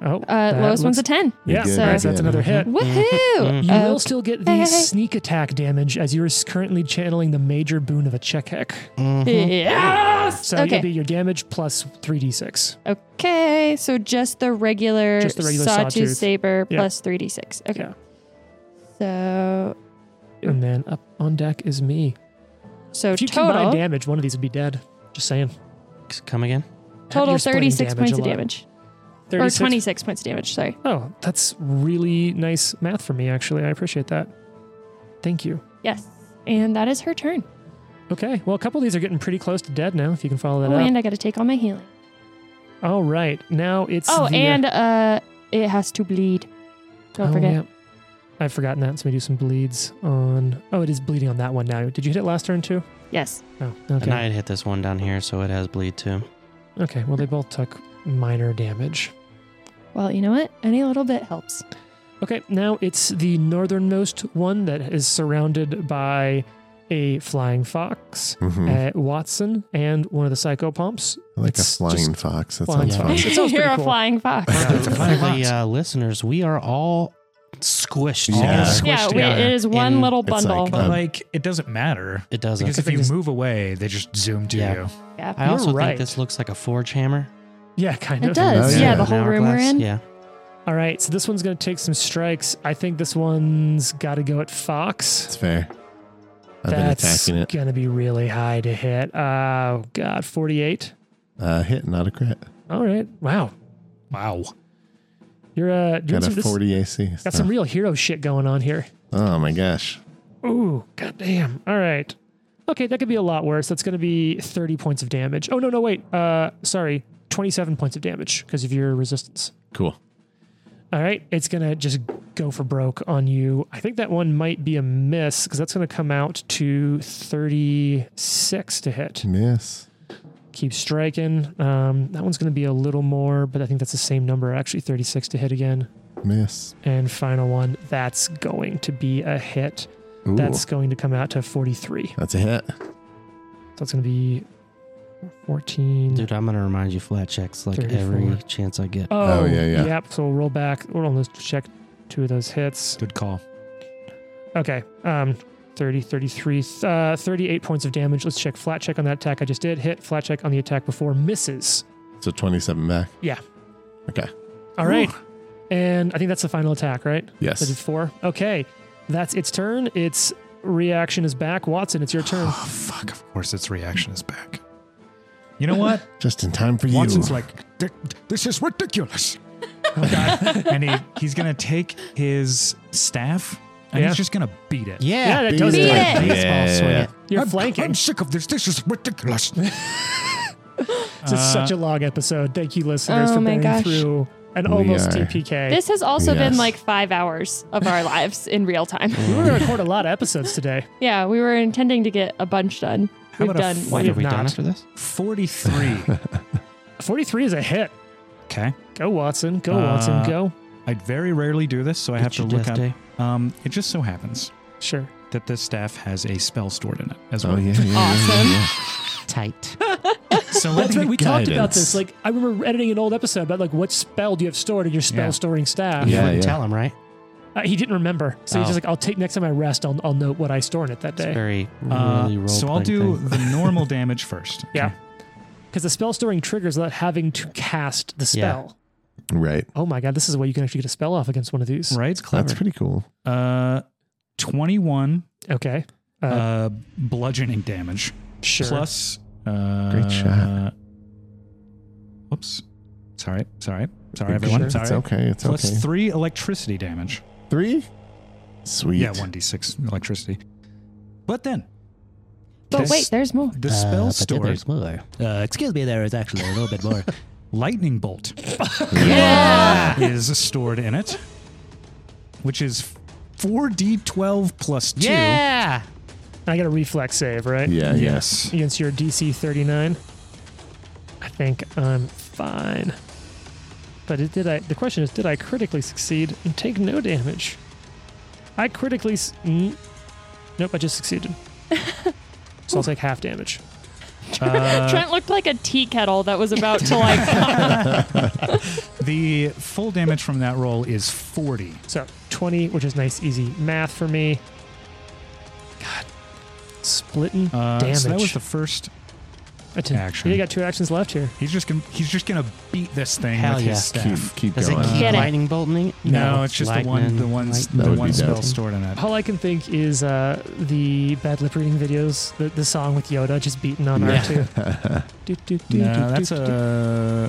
S3: Oh,
S1: Uh,
S3: that
S1: lowest one's a
S3: looks- Mm-hmm.
S1: 10.
S5: You
S3: Yeah,
S5: did,
S1: so-
S5: you
S1: Yes,
S3: that's
S5: did.
S3: another hit.
S1: Woohoo!
S3: You
S1: Uh,
S3: will still get the
S1: Hey, hey, hey.
S3: sneak attack damage as you are s- currently channeling the major boon of a check heck.
S6: Mhm.
S1: yes!
S3: So
S1: okay.
S3: you'll be your damage plus 3d6.
S1: Okay, so just the regular,
S3: Just the regular
S1: sawtooth,
S3: sawtooth.
S1: saber
S3: Yeah.
S1: plus 3d6. Okay.
S3: Yeah.
S1: So,
S3: And then up on deck is me.
S1: So
S3: If you
S1: total
S3: combine damage, one of these would be dead. Just saying.
S6: Come again?
S1: total
S3: You're splitting
S1: 36
S3: damage
S1: points
S3: a
S1: of
S3: lot.
S1: damage
S3: 36?
S1: or 26 points of damage, sorry.
S3: Oh, that's really nice math for me, actually. I appreciate that. Thank you.
S1: Yes. And that is her turn.
S3: Okay. Well, a couple of these are getting pretty close to dead now, if you can follow that
S1: Oh,
S3: up.
S1: and I got to take all my healing.
S3: All right. Now it's.
S1: Oh,
S3: the-
S1: and uh it has to bleed. Don't
S3: Oh,
S1: forget.
S3: yeah. I've forgotten that, so we do some bleeds on. Oh, it is bleeding on that one now. Did you hit it last turn, too?
S1: Yes.
S3: Oh,
S6: And
S3: okay.
S6: I had hit this one down here, so it has bleed too.
S3: Okay. Well, they both took minor damage.
S1: Well, you know what? Any little bit helps.
S3: Okay, now it's the northernmost one that is surrounded by a flying fox,
S5: Mhm.
S3: uh, Watson, and one of the psychopomps.
S5: I like a
S3: It's
S5: flying
S3: just
S5: fox. That
S3: flying
S5: sounds
S6: fox.
S5: fun.
S3: It sounds
S1: You're
S3: pretty
S1: a
S3: cool.
S1: flying fox.
S4: fine
S6: For the
S4: box.
S6: uh, listeners, we are all squished
S5: Yeah.
S6: together.
S1: yeah,
S4: squished
S1: we- it
S6: together
S1: is one
S6: in-
S1: little
S5: It's
S1: bundle.
S5: like,
S4: But
S5: Um,
S4: like, it doesn't matter
S6: It doesn't.
S4: because if
S3: If it
S4: you
S3: just-
S4: move away, they just zoom to
S6: Yeah.
S4: you.
S1: yeah.
S6: I
S3: You're
S6: also
S3: right.
S6: think this looks like a forge hammer.
S3: Yeah, kind
S1: It
S3: of.
S1: does.
S5: Oh,
S1: yeah.
S5: yeah.
S1: the whole
S6: An
S1: room we're
S6: hourglass.
S1: in.
S6: Yeah.
S3: All right, so this one's going to take some strikes. I think this one's got to go at
S5: It's
S3: fox.
S5: fair. I've
S3: That's
S5: been attacking it.
S3: going to be really high to hit. Oh, God, 48.
S5: Uh, hit, not a crit.
S3: All right. Wow.
S4: Wow.
S3: You're uh, doing
S5: Got a uh.
S3: some, this-
S5: 40 AC.
S3: got
S5: so-
S3: some real hero shit going on here.
S5: oh my gosh.
S3: Ooh, goddamn. All right. Okay, that could be a lot worse. That's going to be 30 points of damage. Oh, no, no, wait. Uh, sorry. 27 points of damage because of your resistance.
S5: Cool.
S3: All right. It's going to just go for broke on you. I think that one might be a miss because that's going to come out to 36 to hit.
S5: Miss.
S3: Keep striking. Um, that one's going to be a little more, but I think that's the same number, actually 36 to hit again.
S5: Miss.
S3: And final one, that's going to be a hit.
S5: Ooh.
S3: That's going to come out to 43.
S5: That's a hit.
S3: So it's going to be 14.
S6: Dude, I'm going to remind you flat checks like
S3: 34.
S6: every chance I get.
S5: Oh, yeah, yeah.
S3: Yep. So we'll roll back. We'll almost check two of those hits.
S4: Good call.
S3: Okay. Um, 30, 33, uh, 38 points of damage. Let's check flat check on that attack I just did. Hit flat check on the attack before. Misses.
S5: So 27 back.
S3: Yeah.
S5: Okay.
S3: All right. And I think that's the final attack, right? I did
S5: Yes.
S3: four. Okay. That's its turn. Its reaction is back. Watson, it's your turn.
S4: Oh, fuck. Of course, its reaction is back. You know what?
S5: Just in time for you.
S4: Watson's like, "Th- this is ridiculous. Oh, God. and he, he's going to take his staff and
S3: Yeah.
S4: he's just going to beat it.
S3: yeah, that does
S1: Beat
S3: it.
S1: it.
S6: Baseball swing
S5: Yeah.
S6: it.
S3: You're
S4: I'm,
S3: flanking.
S4: I'm sick of this. This is ridiculous.
S3: It's just such a long episode. Thank you, listeners,
S1: Oh
S3: for
S1: my
S3: bearing
S1: gosh.
S3: through an
S5: We
S3: almost
S5: are-
S3: TPK.
S1: This has also been
S5: Yes.
S1: like five hours of our lives in real time.
S3: we were going to record a lot of episodes today.
S1: yeah, we were intending to get a bunch done.
S4: How
S1: We've
S4: about a
S1: done
S4: f-
S1: one.
S6: Wait, are
S3: have
S6: we
S3: not.
S6: done after this?
S4: 43.
S3: 43 is a hit.
S4: okay.
S3: Go, Watson. Go,
S4: Uh,
S3: Watson. Go.
S4: I very rarely do this, so I have
S6: Get
S4: to
S6: your
S4: look
S6: death
S4: up.
S6: day.
S4: Um, it just so happens
S3: Sure.
S4: that this staff has a spell stored in it as well.
S5: oh, yeah. yeah, yeah,
S1: Awesome.
S5: yeah,
S6: Tight.
S4: So
S3: That's right. We talked about
S5: Guidance.
S3: this. Like, I remember editing an old episode about, like, what spell do you have stored in your spell
S4: Yeah.
S3: storing staff?
S6: You
S5: Yeah,
S6: wouldn't
S5: yeah.
S6: tell him, right?
S3: Uh, he didn't remember. So he's
S6: Oh.
S3: just like, I'll take next time I rest, I'll, I'll note what I store in it that
S6: It's
S3: day.
S6: very
S4: Uh,
S6: really role
S4: so I'll do
S6: thing.
S4: the normal damage first.
S3: Yeah. Because the spell storing triggers without having to cast the
S6: Yeah.
S3: spell.
S5: yeah. Right.
S3: Oh my God. This is a way you can actually get a spell off against one of these.
S4: Right?
S5: That's pretty cool.
S4: Uh, 21
S3: Okay. Uh,
S4: uh, bludgeoning damage
S3: sure.
S4: plus. Uh,
S5: Great shot.
S4: Whoops. Sorry. Sorry. Sorry,
S5: Good
S4: everyone.
S5: shit.
S4: Sorry.
S5: It's okay. It's
S4: Plus
S5: okay.
S4: three electricity damage.
S5: Three? Sweet.
S4: Yeah, 1d6 electricity. But then,
S1: But
S4: this-
S1: wait, there's more.
S6: Uh,
S4: the spell stored
S6: more. Uh, excuse me, there is actually a little bit more.
S4: lightning bolt is stored in it, which is 4d12 plus 2.
S6: yeah.
S3: I got a reflex save, right?
S5: Yeah, yeah.
S4: Yes.
S3: Against your DC 39. I think I'm fine. But it, did I? The question is, did I critically succeed and take no damage? I critically. s- mm, nope, I just succeeded. so I'll take half damage. uh,
S1: Trent looked like a tea kettle that was about to like.
S4: The full damage from that roll is 40.
S3: So 20, which is nice, easy math for me. God, splitting
S4: Uh,
S3: damage.
S4: So that was the first
S3: Action.
S4: Action.
S3: You got two actions left here.
S4: He's just gonna he's just gonna beat this thing
S6: Hell
S4: with
S6: yeah.
S4: his staff.
S5: Keep, keep
S6: Does it
S5: going.
S6: keep
S1: Get it.
S6: lightning bolting?
S4: No, it's just the one the one
S6: lightning.
S5: That
S4: the
S5: would
S4: one
S5: be
S4: spell
S5: dope.
S4: stored in it.
S3: All I can think is uh, the bad lip reading videos, the, the song with Yoda just beating on
S5: Yeah.
S3: R2. Do, do, do, do,
S4: No,
S3: do,
S4: that's
S3: do, do.
S4: a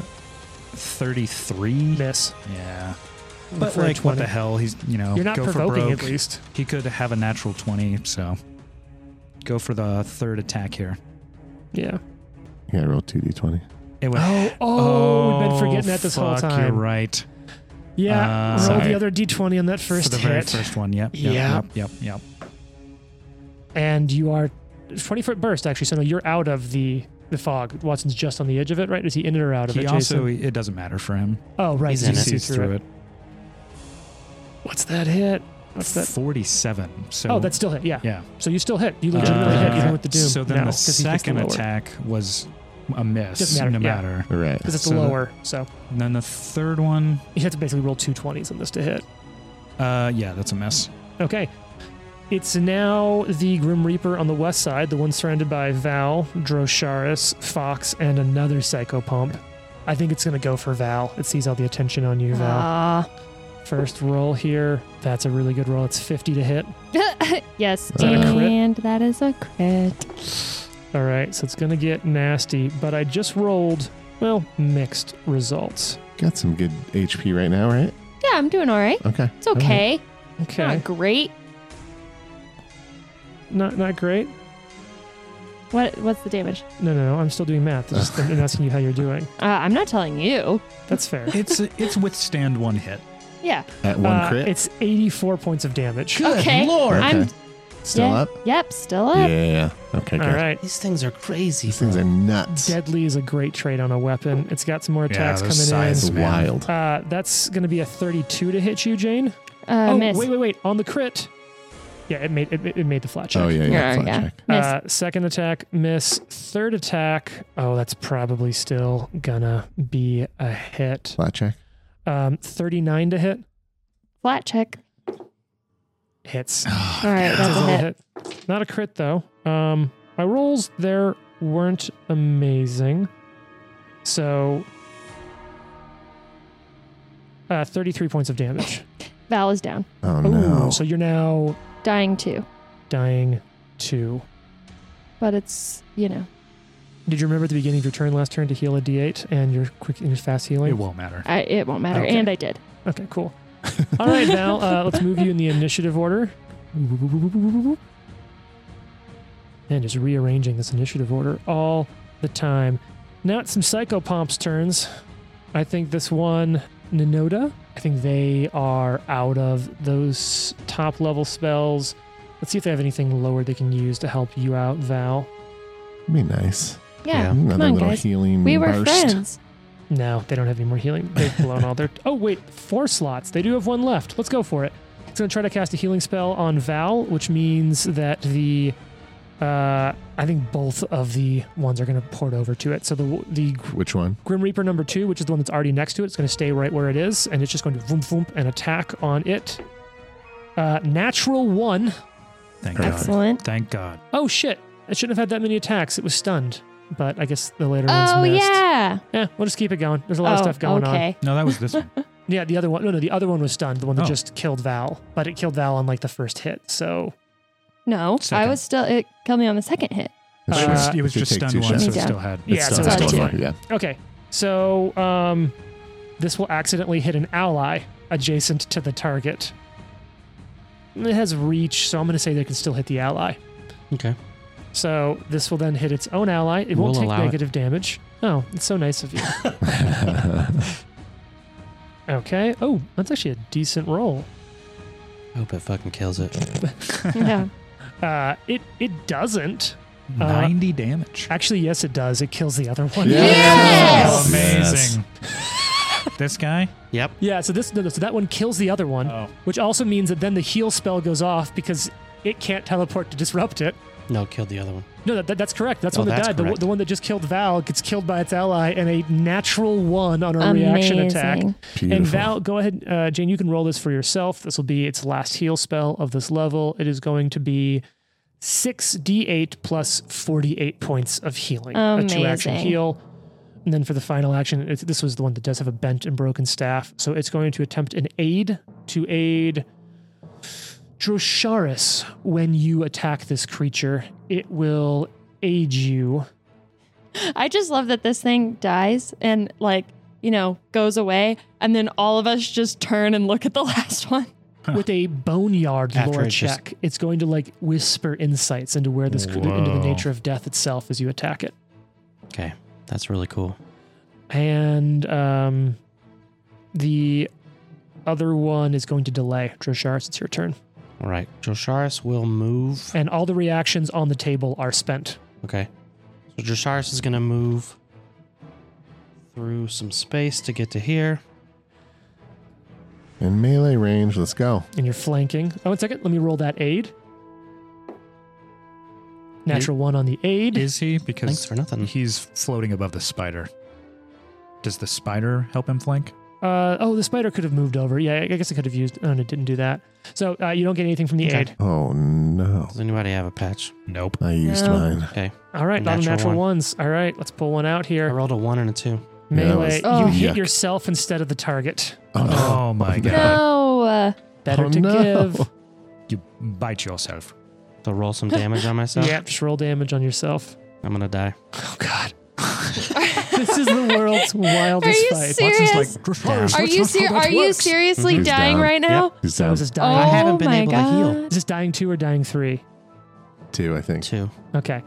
S4: thirty-three.
S3: miss.
S4: Yeah,
S3: I'm
S4: but like,
S3: afraid
S4: what
S3: 20.
S4: the hell? He's you know
S3: You're not
S4: go for
S3: provoking
S4: broke.
S3: at least.
S4: He could have a natural twenty, so go for the third attack here.
S3: Yeah.
S5: Yeah, roll 2d20.
S4: It would.
S3: Oh, oh, we've been forgetting that this whole
S4: fuck,
S3: time.
S4: You're right.
S3: Yeah,
S4: Uh,
S3: roll
S5: sorry.
S3: the other d20 on that first
S4: for the very
S3: hit,
S4: first one. Yep. Yep.
S3: Yeah.
S4: Yep. Yep. yep.
S3: and you are 20 foot burst actually. So no, you're out of the the fog. Watson's just on the edge of it, right? Is he in or out of
S4: He
S3: it?
S4: also
S3: Jason?
S4: it doesn't matter for him.
S3: oh right,
S6: he's
S3: so
S6: in
S4: He
S3: you
S6: it.
S3: see
S4: sees through it.
S3: What's that hit? What's that?
S4: Forty-seven. So
S3: Oh, that still hit. Yeah.
S4: yeah.
S3: So you still hit. You legitimately hit even with the doom.
S4: Uh, So then
S3: now,
S4: the
S3: 'cause he gets the
S4: second
S3: lower.
S4: attack was a miss.
S3: Doesn't matter,
S4: No
S3: yeah.
S4: matter.
S5: Right.
S3: because it's
S4: so the-
S3: lower. So
S4: And then the third one.
S3: you have to basically roll two twenties on this to hit.
S4: Uh, yeah, that's a miss.
S3: Okay. It's now the Grim Reaper on the west side, the one surrounded by Val, Drosharis, Fox, and another Psychopomp. I think it's going to go for Val. It sees all the attention on you, Val.
S1: Ah.
S3: First roll here. That's a really good roll. It's 50 to hit.
S1: yes,
S5: that a
S3: crit?
S1: and that is a crit.
S3: All right, so it's going to get nasty, but I just rolled, well, mixed results.
S5: Got some good HP right now, right?
S1: Yeah, I'm doing all right.
S5: Okay.
S1: It's okay.
S3: Okay.
S1: Not great.
S3: Not not great.
S1: What What's the damage?
S3: No, no, no. I'm still doing math. It's Just, I'm asking you how you're doing.
S1: Uh, I'm not telling you.
S3: That's fair.
S4: It's it's withstand one hit.
S1: Yeah.
S5: At one
S3: Uh,
S5: crit.
S3: It's 84 points of damage.
S1: okay.
S5: okay.
S1: I'm
S5: Still
S1: yeah.
S5: up?
S1: Yep, still
S5: Yeah.
S1: up.
S5: yeah, yeah. Okay,
S3: All
S5: good.
S3: right.
S6: These things are crazy.
S5: These things
S6: bro.
S5: are nuts.
S3: Deadly is a great trade on a weapon. It's got some more attacks
S4: those
S3: coming
S5: It's
S4: size- man.
S5: wild.
S3: in. Uh, that's going to be a 32 to hit you, Jane.
S1: Uh,
S3: oh,
S1: miss.
S3: wait, wait, wait. On the crit. Yeah, it made it, it made the flat check.
S5: Oh, yeah, yeah.
S1: Yeah,
S5: flat
S1: yeah.
S5: check.
S1: Miss.
S3: Uh, second attack, miss. Third attack, oh, that's probably still gonna be a hit.
S5: Flat check.
S3: Um, 39 to hit.
S1: Flat check.
S3: Hits.
S1: All right, that's
S3: Doesn't
S1: a hit.
S3: hit. Not a crit though. Um, my rolls there weren't amazing, so uh, thirty-three points of damage.
S1: Val is down.
S5: Oh, no.
S3: So you're now
S1: Dying too.
S3: dying two.
S1: But it's, you know.
S3: Did you remember at the beginning of your turn last turn to heal a D8 and your quick and your fast
S4: It
S3: healing?
S4: won't matter.
S1: I, it won't matter.
S3: Okay.
S1: And I did.
S3: Okay, cool. All right, Val. Uh, let's move you in the initiative order. And just rearranging this initiative order all the time. Now it's some psychopomps turns. I think this one, Ninoda. I think they are out of those top level spells. Let's see if they have anything lower they can use to help you out, Val.
S5: Be nice.
S1: Yeah. Come
S5: Another
S1: on,
S5: little
S1: guys.
S5: healing
S1: We were
S5: burst.
S1: friends.
S3: No, they don't have any more healing. They've blown all their. Oh wait, four slots. They do have one left. Let's go for it. It's gonna try to cast a healing spell on Val, which means that the, uh, I think both of the ones are gonna port over to it. So the the
S5: Which one?
S3: Grim Reaper number two, which is the one that's already next to it, it's gonna stay right where it is, and it's just going to voom voom and attack on it. Uh, natural one.
S4: Thank God.
S1: Excellent.
S4: Thank God.
S3: Oh shit! It shouldn't have had that many attacks. It was stunned, but I guess the later
S1: Oh,
S3: ones missed.
S1: yeah.
S3: Yeah, we'll just keep it going. There's a lot
S1: oh,
S3: of stuff going on.
S1: okay.
S4: No, that was this one.
S3: Yeah, the other one. No, no, the other one was stunned. The one that
S4: Oh.
S3: just killed Val, but it killed Val on like the first hit. So
S1: No, I
S4: Second.
S1: was still, it killed me on the second hit.
S5: Which
S3: Uh,
S4: It was-
S5: one?
S4: it was
S5: If you
S4: just
S5: take
S4: stunned
S5: two
S4: one,
S5: shots.
S4: so
S1: Me
S4: it
S1: down.
S4: still had.
S3: Yeah,
S5: It's
S3: so
S5: still
S1: it's
S5: still
S1: fine.
S5: fine, Yeah.
S3: okay, so um, this will accidentally hit an ally adjacent to the target. It has reach, so I'm going to say they can still hit the ally.
S6: Okay.
S3: So this will then hit its own ally. It won't
S6: We'll
S3: take
S6: allow it.
S3: negative damage. Oh, it's so nice of you. okay. Oh, that's actually a decent roll.
S6: Hope it fucking kills it.
S1: yeah.
S3: Uh, it it doesn't. Uh,
S4: Ninety damage.
S3: Actually, yes, it does. It kills the other one.
S1: Yes!
S4: Oh, amazing. this guy.
S6: Yep.
S3: Yeah, so this no, no, so that one kills the other one,
S4: Oh.
S3: which also means that then the heal spell goes off because it can't teleport to disrupt it.
S6: No, killed the other one.
S3: No, that, that- that's correct. That's
S6: Oh,
S3: one that
S6: that's
S3: died. The, one-
S6: correct.
S3: the one that just killed Val gets killed by its ally and a natural one on a reaction attack.
S1: Amazing.
S5: Beautiful.
S3: And Val, go ahead, uh, Jane. You can roll this for yourself. This will be its last heal spell of this level. It is going to be 6d8 plus 48 points of healing. A two action
S1: Amazing.
S3: heal. And then for the final action, it's, this was the one that does have a bent and broken staff. So it's going to attempt an aid to aid Drosharis when you attack this creature. It will aid you.
S1: I just love that this thing dies and like, you know, goes away and then all of us just turn and look at the last one.
S3: with a boneyard
S6: After
S3: lore
S6: it just-
S3: check. It's going to like whisper insights into where this cre- into the
S2: Whoa.
S3: nature of death itself as you attack it.
S6: Okay, that's really cool.
S3: And um, the other one is going to delay. Drosharis, it's your turn.
S6: All right, Drosharis will move.
S1: Eh.
S3: And all the reactions on the table are spent.
S6: Okay, so Drosharis is gonna move through some space to get to here.
S5: In melee range, let's go.
S3: And you're flanking. Oh, one second. Let me roll that aid. Natural one on the aid.
S4: Is he? Because
S6: Thanks for nothing.
S4: he's floating above the spider. Does the spider help him flank?
S3: uh, oh, the spider could have moved over. Yeah, I guess I could have used. Oh, no, it didn't do that. So uh, you don't get anything from the
S6: Okay.
S3: aid.
S5: Oh no.
S6: Does anybody have a patch?
S4: Nope.
S5: I used
S1: No.
S5: mine.
S6: Okay,
S3: All right, not a
S6: Natural
S3: natural
S6: one.
S3: ones. All right, let's pull one out
S6: I
S3: here.
S6: rolled a one and a two.
S5: Yeah, that was-
S3: Melee, you
S1: Oh.
S3: hit
S5: Yuck.
S3: yourself instead of the target.
S5: Oh, no.
S4: Oh my
S5: no.
S4: god.
S1: No. uh,
S3: Better
S5: Oh,
S3: to
S5: no.
S3: give.
S4: You bite yourself.
S6: So roll some damage on myself.
S3: Yep, just roll damage on yourself.
S6: I'm gonna die.
S3: Oh god. this is the world's
S1: Are
S3: wildest
S1: you
S3: fight.
S1: serious?
S4: Drosharis,
S1: are
S4: that's
S1: you
S4: not
S1: ser-
S4: how that
S1: are you
S4: works."
S1: seriously
S5: He's
S1: dying
S5: down.
S1: right now?
S5: He's
S3: So
S5: down
S3: is this
S1: Oh,
S3: dying?
S6: haven't been
S1: my
S6: able to
S1: God.
S6: heal.
S3: Is this dying two or dying three?
S5: two, I think.
S6: Two.
S3: Okay.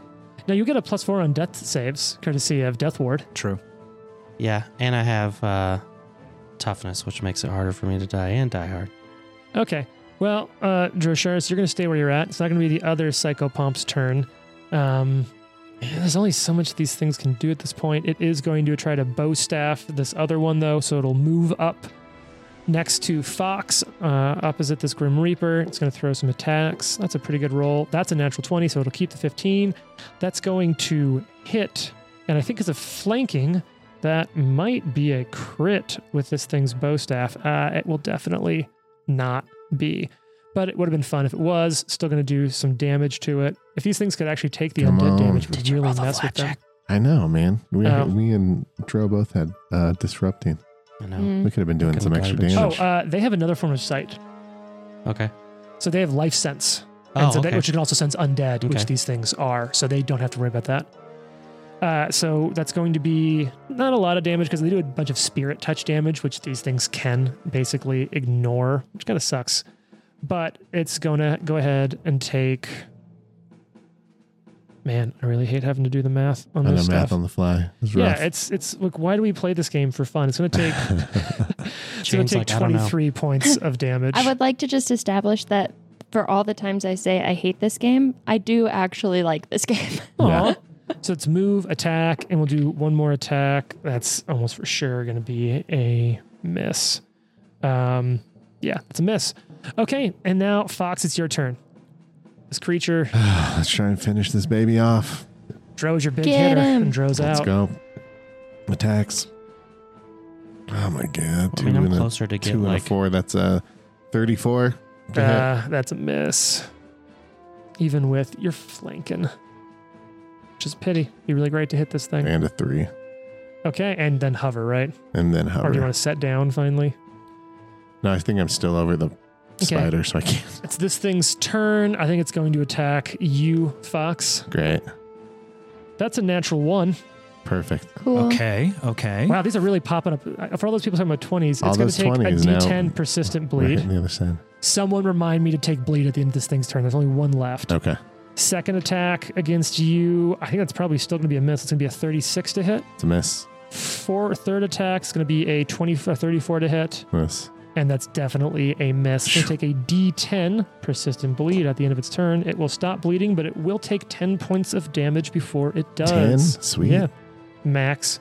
S3: Now you get a plus four on death saves, courtesy of Death Ward.
S4: True.
S6: Yeah, and I have uh, toughness, which makes it harder for me to die and die hard.
S3: Okay. Well, uh, Drosharis, you're going to stay where you're at. It's not going to be the other Psychopomp's turn. Um, there's only so much these things can do at this point. It is going to try to bow staff this other one, though, so it'll move up next to Fox, uh, opposite this Grim Reaper. It's going to throw some attacks. That's a pretty good roll. That's a natural 20, so it'll keep the 15. That's going to hit, and I think it's a flanking. That might be a crit with this thing's bow staff. Uh, it will definitely not be. But it would have been fun if it was. Still going to do some damage to it. If these things could actually take the
S5: Come
S3: undead
S5: on.
S3: damage,
S6: Did
S3: would
S6: you
S3: really
S6: roll the
S3: mess with them.
S6: blackjack?
S5: I know, man. We,
S3: Oh.
S5: me and Dro both had uh, disrupting.
S6: I know.
S1: Mm.
S5: We could have been doing
S6: Fucking
S5: some extra
S6: garbage.
S3: Oh,
S5: damage.
S3: uh, they have another form of sight.
S6: Okay.
S3: So they have life sense, and
S6: Oh,
S3: so
S6: okay.
S3: that, which can also sense undead,
S6: Okay.
S3: which these things are. So they don't have to worry about that. Uh, so that's going to be not a lot of damage because they do a bunch of spirit touch damage, which these things can basically ignore, which kind of sucks. But it's going to go ahead and take. Man, I really hate having to do the math on
S5: I know
S3: this uh, stuff.
S5: math on the fly. It's
S3: yeah,
S5: rough.
S3: it's it's like why do we play this game for fun? It's going to take it's going
S6: Jane's
S3: to take
S6: like, I don't
S3: twenty
S6: know.
S3: three points of damage.
S1: I would like to just establish that for all the times I say I hate this game, I do actually like this game.
S3: Aw. so it's move, attack, and we'll do one more attack. That's almost for sure going to be a miss. Um, yeah, it's a miss. Okay, and now Fox, it's your turn. This creature
S5: Let's try and finish this baby off.
S3: drows your big
S1: Get
S3: hitter
S1: him.
S3: and drows
S5: Let's
S3: out.
S5: go. Attacks. Oh my god.
S6: I
S5: Two
S6: mean, I'm
S5: and a
S6: closer to get
S5: two and a
S6: like.
S5: four. That's a thirty-four. to hit.
S3: Uh, that's a miss. Even with you're flanking, which is a pity. Be really great to hit this thing.
S5: and a three,
S3: Okay, and then hover, right?
S5: and then
S3: Or do you
S5: hover.
S3: want to set down finally?
S5: No, I think I'm still over the spider, so I can't.
S3: It's this thing's turn. I think it's going to attack you, Fox.
S5: Great,
S3: That's a natural one.
S5: perfect.
S1: Cool.
S4: Okay. Okay.
S3: Wow, these are really popping up. For all those people talking about 20s,
S5: All
S3: it's going
S5: those
S3: to take a
S5: 20s now.
S3: D10 persistent
S5: We're
S3: bleed.
S5: hitting the other side.
S3: Someone remind me to take bleed at the end of this thing's turn. There's only one left.
S5: Okay,
S3: Second attack against you. I think that's probably still going to be a miss. It's going to be a 36 to hit.
S5: it's a miss.
S3: Four, third attack's going to be a 20, a 34 to hit.
S5: Miss.
S3: And that's definitely a miss. It's going to take a D10 persistent bleed at the end of its turn. It will stop bleeding, but it will take 10 points of damage before it does.
S5: Ten. Sweet.
S3: Yeah. Max.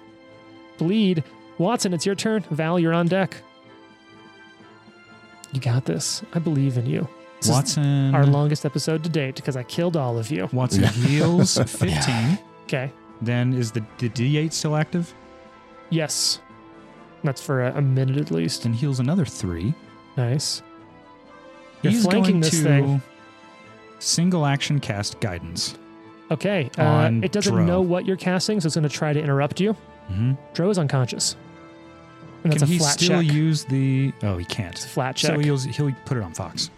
S3: Bleed. Watson, it's your turn. Val, you're on deck. You got this. I believe in you. This is
S4: Watson.
S3: Our longest episode to date because I killed all of you.
S4: Watson heals 15.
S3: Okay.
S4: Then is the, the D8 still active?
S3: Yes. That's for a, a minute at least.
S4: Then heals another three.
S3: Nice. You're flanking this thing.
S4: Single action cast guidance.
S3: Okay. Uh,
S4: On
S3: it doesn't
S4: Dro.
S3: know what you're casting, so it's going to try to interrupt you.
S4: Mm-hmm.
S3: Dro is unconscious. And that's
S4: Can
S3: a
S4: he
S3: flat
S4: still
S3: check.
S4: use the? Oh, he
S3: it's a
S4: can't.
S3: flat check.
S4: So he'll he'll put it on Fox.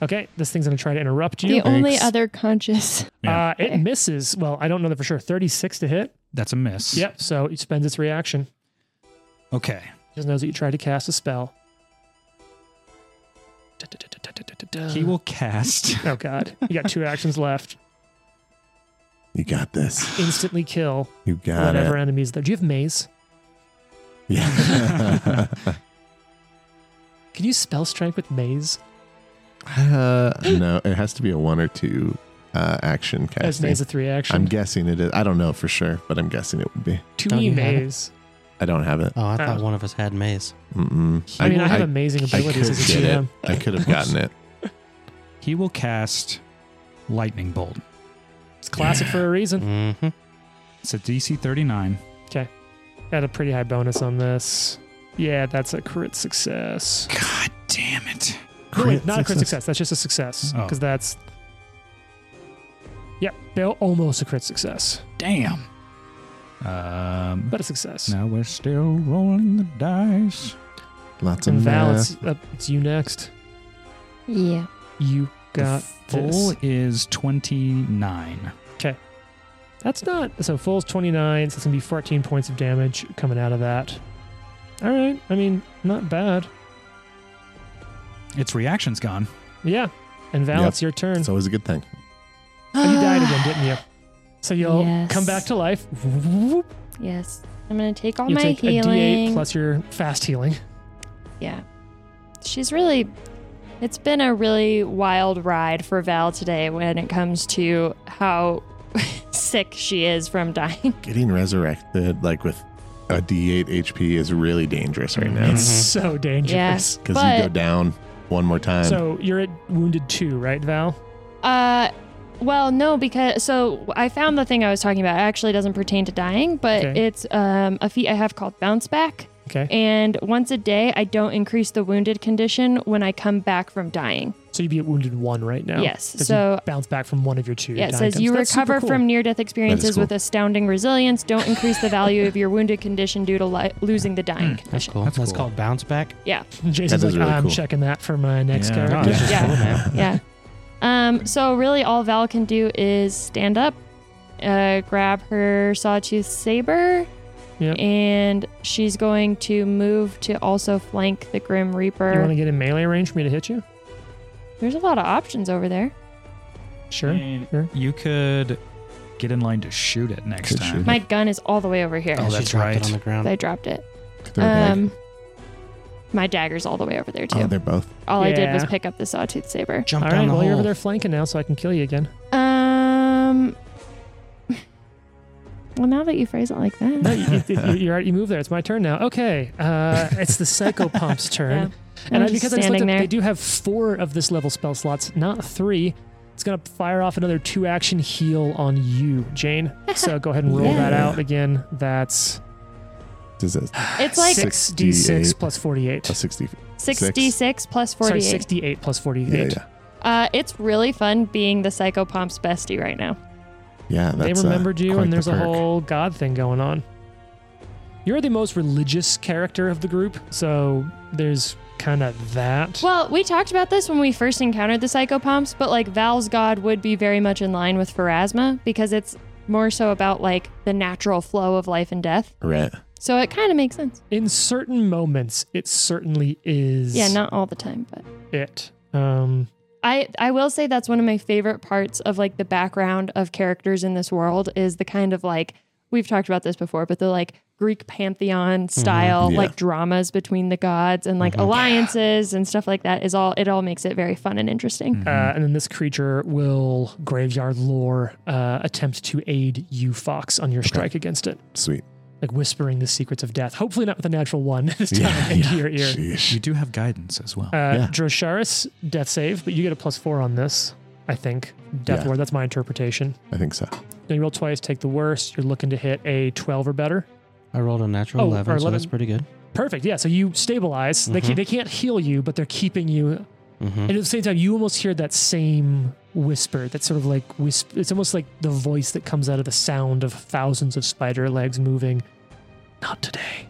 S3: okay. This thing's going to try to interrupt
S7: The
S3: you.
S7: only
S4: Thanks.
S7: other conscious.
S4: Yeah.
S3: Uh, it misses. Well, I don't know that for sure. 36 to hit.
S4: That's a miss.
S3: Yep. So it spends its reaction.
S4: Okay.
S3: Just knows that you tried to cast a spell. Uh.
S4: He will cast.
S3: Oh, God. You got two actions left.
S5: You got this.
S3: Instantly kill
S5: You got
S3: whatever
S5: it.
S3: enemies there. Do you have maze?
S5: Yeah.
S3: Can you spell strike with maze?
S5: uh, no, it has to be a one or two uh, action
S3: As
S5: casting.
S3: maze a three action.
S5: I'm guessing it is. I don't know for sure, but I'm guessing it would be.
S3: to
S6: Don't
S3: me,
S6: you have it?
S3: maze.
S5: I don't have it.
S6: Oh, I thought
S3: Oh.
S6: one of us had maze.
S5: Mm-mm.
S3: I mean, I, have
S5: I,
S3: amazing
S5: I
S3: abilities
S5: could
S3: as a
S5: get it.
S3: GM.
S5: I could have gotten it.
S4: He will cast lightning bolt.
S3: It's classic for a reason.
S6: Mm-hmm.
S4: It's a DC 39.
S3: Got a pretty high bonus on this. Yeah, that's a crit success.
S4: God damn it!
S3: No, wait, not a crit success. That's just a success
S4: Oh.
S3: because that's. Yep, they're almost a crit success,
S4: Damn. Um.
S3: but a success.
S4: now we're still rolling the dice.
S5: Lots of
S3: and Val,
S5: math.
S3: it's, uh, it's you next.
S7: Yeah.
S3: You
S4: The
S3: got
S4: full
S3: this.
S4: is 29.
S3: That's not so. Full's twenty nine, so it's gonna be fourteen points of damage coming out of that. All right, I mean, not bad.
S4: Its reaction's gone.
S3: Yeah, and Val,
S5: Yep.
S3: it's your turn.
S5: It's always a good thing.
S3: Oh, you died again, didn't you? So you'll
S1: Yes.
S3: come back to life.
S1: Yes. I'm going to take all
S3: you
S1: my
S3: take a
S1: healing.
S3: D8 plus your fast healing.
S1: Yeah. She's really, it's been a really wild ride for Val today when it comes to how sick she is from dying.
S5: Getting resurrected, like with a D8 HP, is really dangerous right now.
S3: It's so dangerous.
S5: Because you go
S1: But-
S5: down one more time.
S3: So you're at wounded two, right, Val?
S1: Uh, well, no, because so I found the thing I was talking about. It actually doesn't pertain to dying, but
S3: Okay.
S1: it's um, a feat I have called Bounce Back.
S3: Okay.
S1: And once a day, I don't increase the wounded condition when I come back from dying.
S3: So you'd be at wounded one right now.
S1: Yes,
S3: So, if you
S1: so-
S3: bounce back from one of your two.
S1: Yeah, it
S3: dying
S1: says
S3: attempts.
S1: you
S3: That's super
S1: recover
S3: cool.
S1: from near death experiences
S5: cool.
S1: with astounding resilience. Don't increase the value of your wounded condition due to li- losing the
S3: Mm,
S1: dying
S6: That's
S1: condition.
S6: cool. That's,
S4: That's cool.
S6: called bounce back.
S1: Yeah,
S3: Jason's
S5: That
S3: like,
S5: is really
S3: I'm
S5: cool.
S3: checking that for my next
S4: Yeah.
S3: character.
S4: Yeah.
S1: Yeah.
S6: Cool, man.
S1: yeah. Um, so really, all Val can do is stand up, uh, grab her sawtooth saber,
S3: Yep.
S1: and she's going to move to also flank the Grim
S3: You want
S1: Reaper.
S3: to get in melee range for me to hit you?
S1: There's a lot of options over there.
S3: Sure.
S4: And
S3: Sure.
S4: You could get in line to shoot it next
S5: Could
S4: time.
S3: Mhm.
S5: shoot.
S1: My gun is all the way over here.
S4: Oh,
S6: she
S4: that's
S6: dropped
S4: right.
S6: It on the ground.
S1: I dropped it.
S5: they're, like-
S1: um, my dagger's all the way over there too.
S5: oh, they're both.
S1: all I did was
S3: Yeah.
S1: pick up the sawtooth saber.
S6: Jump
S3: All
S6: down
S3: right,
S6: the
S3: well,
S6: hole.
S3: you're over there flanking now, so I can kill you again.
S1: Um. Well, now that you phrase it like that,
S3: No, you, you, you, you already moved there. It's my turn now. Okay. Uh, it's the Psycho Pump's turn.
S1: I'm
S3: And I,
S1: just
S3: because I just looked
S1: standing
S3: up,
S1: there.
S3: they do have four of this level spell slots, not three. It's going to fire off another two action heal on you, Jane. So go ahead and roll that
S5: Yeah.
S3: out again. That's
S5: Does it
S1: it's like
S5: Six.
S3: 6d6
S5: 68.
S3: plus 48.
S5: a 60?
S1: 66 plus
S3: Sorry,
S1: 48.
S3: 68 plus
S5: Yeah,
S3: 48.
S5: yeah.
S1: Uh, it's really fun being the Psycho Pomp's bestie right now.
S5: Yeah,
S3: They
S5: that's, uh,
S3: remembered you,
S5: quite
S3: and
S5: the
S3: there's a
S5: perk.
S3: whole god thing going on. You're the most religious character of the group, so there's kind of that.
S1: Well, we talked about this when we first encountered the Psycho Pomps, but like Val's God would be very much in line with Pharasma because it's more so about like the natural flow of life and death.
S5: Right.
S1: So it kind of makes sense.
S3: In certain moments, it certainly is.
S1: Yeah, not all the time, but
S3: it. Um,
S1: I I will say that's one of my favorite parts of like the background of characters in this world is the kind of like we've talked about this before, but the like Greek pantheon style
S5: Yeah.
S1: like dramas between the gods and like alliances and stuff like that is all it all makes it very fun and interesting.
S5: Mm-hmm.
S3: Uh, and then this creature will graveyard lore uh, attempt to aid you, Fox, on your strike against it,
S5: Sweet.
S3: like whispering the secrets of death. Hopefully, not with a natural one this time
S5: Yeah,
S3: into your ear.
S5: Sheesh.
S4: You do have guidance as well.
S3: Uh,
S5: Yeah.
S3: Drosharis, death save, but you get a plus four on this, I think. Death
S5: Yeah.
S3: ward, that's my interpretation.
S5: I think so.
S3: Then you roll twice, take the worst. You're looking to hit a 12 or better.
S6: I rolled a natural
S3: Oh, or
S6: 11, so
S3: 11.
S6: that's pretty good.
S5: Mm-hmm.
S3: Perfect. Yeah. So you stabilize. They, ca-
S6: Mhm.
S3: they can't heal you, but they're keeping you
S6: Mhm.
S3: And at the same time, you almost hear that same whisper, that sort of like whisper. It's almost like the voice that comes out of the sound of thousands of spider legs moving. Not today.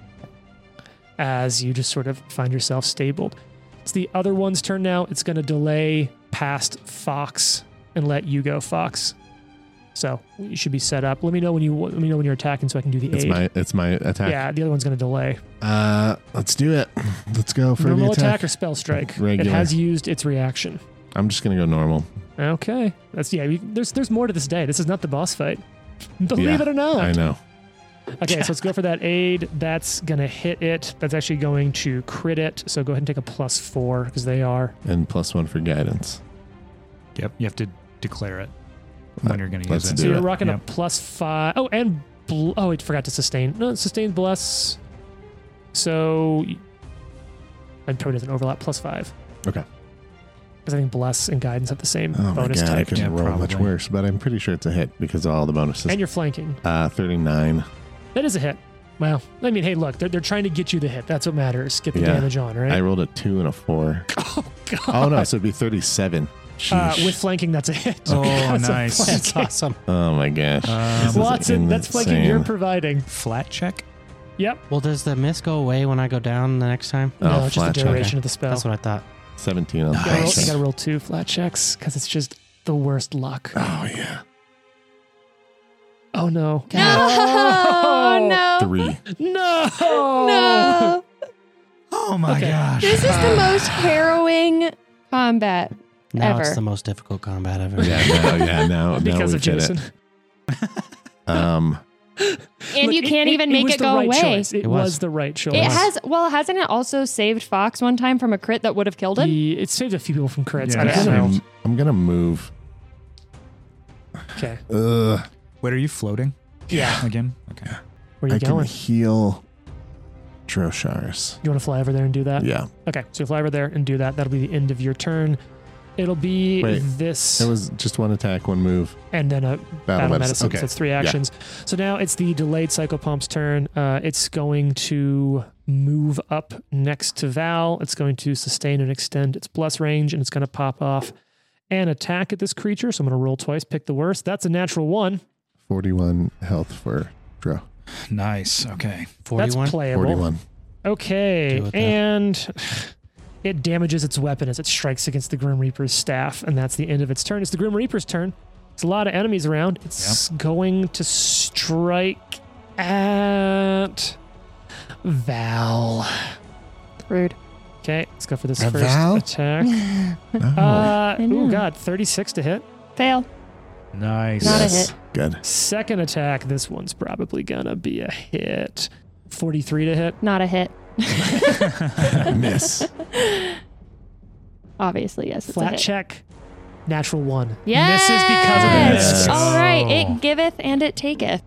S3: As you just sort of find yourself stabled. It's the other one's turn now. It's going to delay past Fox and let you go, Fox. So you should be set up. Let me know when you let me know when you're attacking, so I can do the
S5: It's
S3: aid.
S5: my it's my attack.
S3: yeah, the other one's going to delay.
S5: Uh, let's do it. Let's go for
S3: Normal
S5: the attack.
S3: attack or spell strike.
S5: Regular.
S3: It has used its reaction.
S5: I'm just gonna go normal.
S3: Okay, that's yeah. You, there's there's more to this day. This is not the boss fight. Believe
S5: Yeah,
S3: it or not.
S5: I know.
S3: Okay, so let's go for that aid. That's gonna hit it. That's actually going to crit it. So go ahead and take a plus four because they are.
S5: And plus one for guidance.
S4: Yep. You have to declare it when you're going to
S5: Let's
S4: use it.
S5: do
S3: So you're
S5: it.
S3: rocking
S4: Yeah.
S3: a plus five. Oh, and bl- oh, I forgot to sustain. No, sustain bless. So y- it probably doesn't overlap. Plus five.
S5: Okay.
S3: Because I think bless and guidance have the same
S5: Oh my
S3: bonus
S5: god, I
S3: type.
S5: could
S4: Yeah,
S5: roll much
S4: probably.
S5: worse, but I'm pretty sure it's a hit because of all the bonuses.
S3: And you're flanking.
S5: Uh, 39.
S3: That is a hit. Well, I mean, hey, look, they're, they're trying to get you the hit. That's what matters. Get the
S5: Yeah.
S3: damage on, right?
S5: I rolled a two and a four.
S3: Oh god.
S5: Oh no, so it'd be 37.
S3: Uh,
S5: Sheesh.
S3: with flanking, that's a hit.
S4: Oh,
S3: That's a
S4: nice.
S3: flanking.
S6: That's awesome.
S5: oh my gosh.
S3: Uh,
S4: Um,
S5: This is
S3: Watson, that's flanking. You're
S5: insane.
S3: providing.
S4: Flat check.
S3: Yep.
S6: Well, does the mist go away when I go down the next time?
S5: Oh,
S3: no, it's just
S5: flat
S3: the
S5: check.
S3: duration of the spell.
S6: That's what I thought.
S5: 17 on the
S3: You gotta, roll,
S5: first
S3: you
S5: check.
S3: gotta roll two flat checks because it's just the worst luck.
S5: Oh yeah.
S3: Oh no.
S7: No, no,
S3: Oh.
S5: Three.
S3: No.
S7: no.
S4: Oh my
S3: Okay.
S4: gosh.
S7: This is the most harrowing combat.
S6: Now
S7: Ever.
S6: it's the most difficult combat I've ever.
S5: yeah, now, yeah, now, now
S3: Because
S5: we
S3: of
S5: get
S3: Jason.
S5: It. Um,
S7: And
S3: Look,
S7: you can't even make
S3: was
S7: it
S3: the
S7: go
S3: right
S7: away.
S3: choice. It,
S6: It
S3: was.
S6: was.
S3: the right choice.
S7: It has well, hasn't it also saved Fox one time from a crit that would have killed him?
S3: The- it saved a few people from crits.
S4: Yeah,
S3: I
S5: I'm,
S3: don't
S4: it's
S3: know.
S5: gonna, I'm gonna move.
S3: Okay.
S5: Ugh.
S4: Wait, are you floating
S3: Yeah.
S4: again? Okay.
S3: Where are you
S5: I
S3: going?
S5: can heal Droshars.
S3: You want to fly over there and do that?
S5: Yeah.
S3: Okay. So you fly over there and do that. That'll be the end of your turn. It'll be
S5: Wait,
S3: this
S5: It was just one attack, one move.
S3: and then a
S5: Battle,
S3: battle medicine.
S5: medicine.
S3: So
S5: Okay.
S3: it's three
S5: Yeah.
S3: actions. So now it's the delayed cycle pump's turn. Uh, it's going to move up next to Val. It's going to sustain and extend its bless range, and it's going to pop off and attack at this creature. So I'm going to roll twice, pick the worst. That's a natural one.
S5: 41 health for Dro.
S4: Nice. Okay.
S6: Forty-one.
S3: That's playable.
S5: 41.
S3: Okay,
S6: Deal with that.
S3: and it damages its weapon as it strikes against the Grim Reaper's staff, and that's the end of its turn. It's the Grim Reaper's turn. It's a lot of enemies around. It's going to strike at Val.
S7: Rude.
S3: Okay, let's go for this
S5: Uh,
S3: first
S5: Val?
S3: attack.
S5: Oh,
S3: Uh,
S7: know.
S3: oh god, 36 to hit.
S7: Fail.
S4: Nice.
S7: Not a
S5: yes.
S7: hit.
S5: Good.
S3: Second attack, this one's probably gonna be a hit. 43 to hit.
S7: Not a hit.
S5: Miss.
S7: Obviously, yes. It's a
S3: Flat
S7: hit.
S3: check. Natural one.
S7: Yes.
S3: Misses because of the mist.
S5: Yes.
S7: All right.
S4: Oh.
S7: It giveth and it taketh.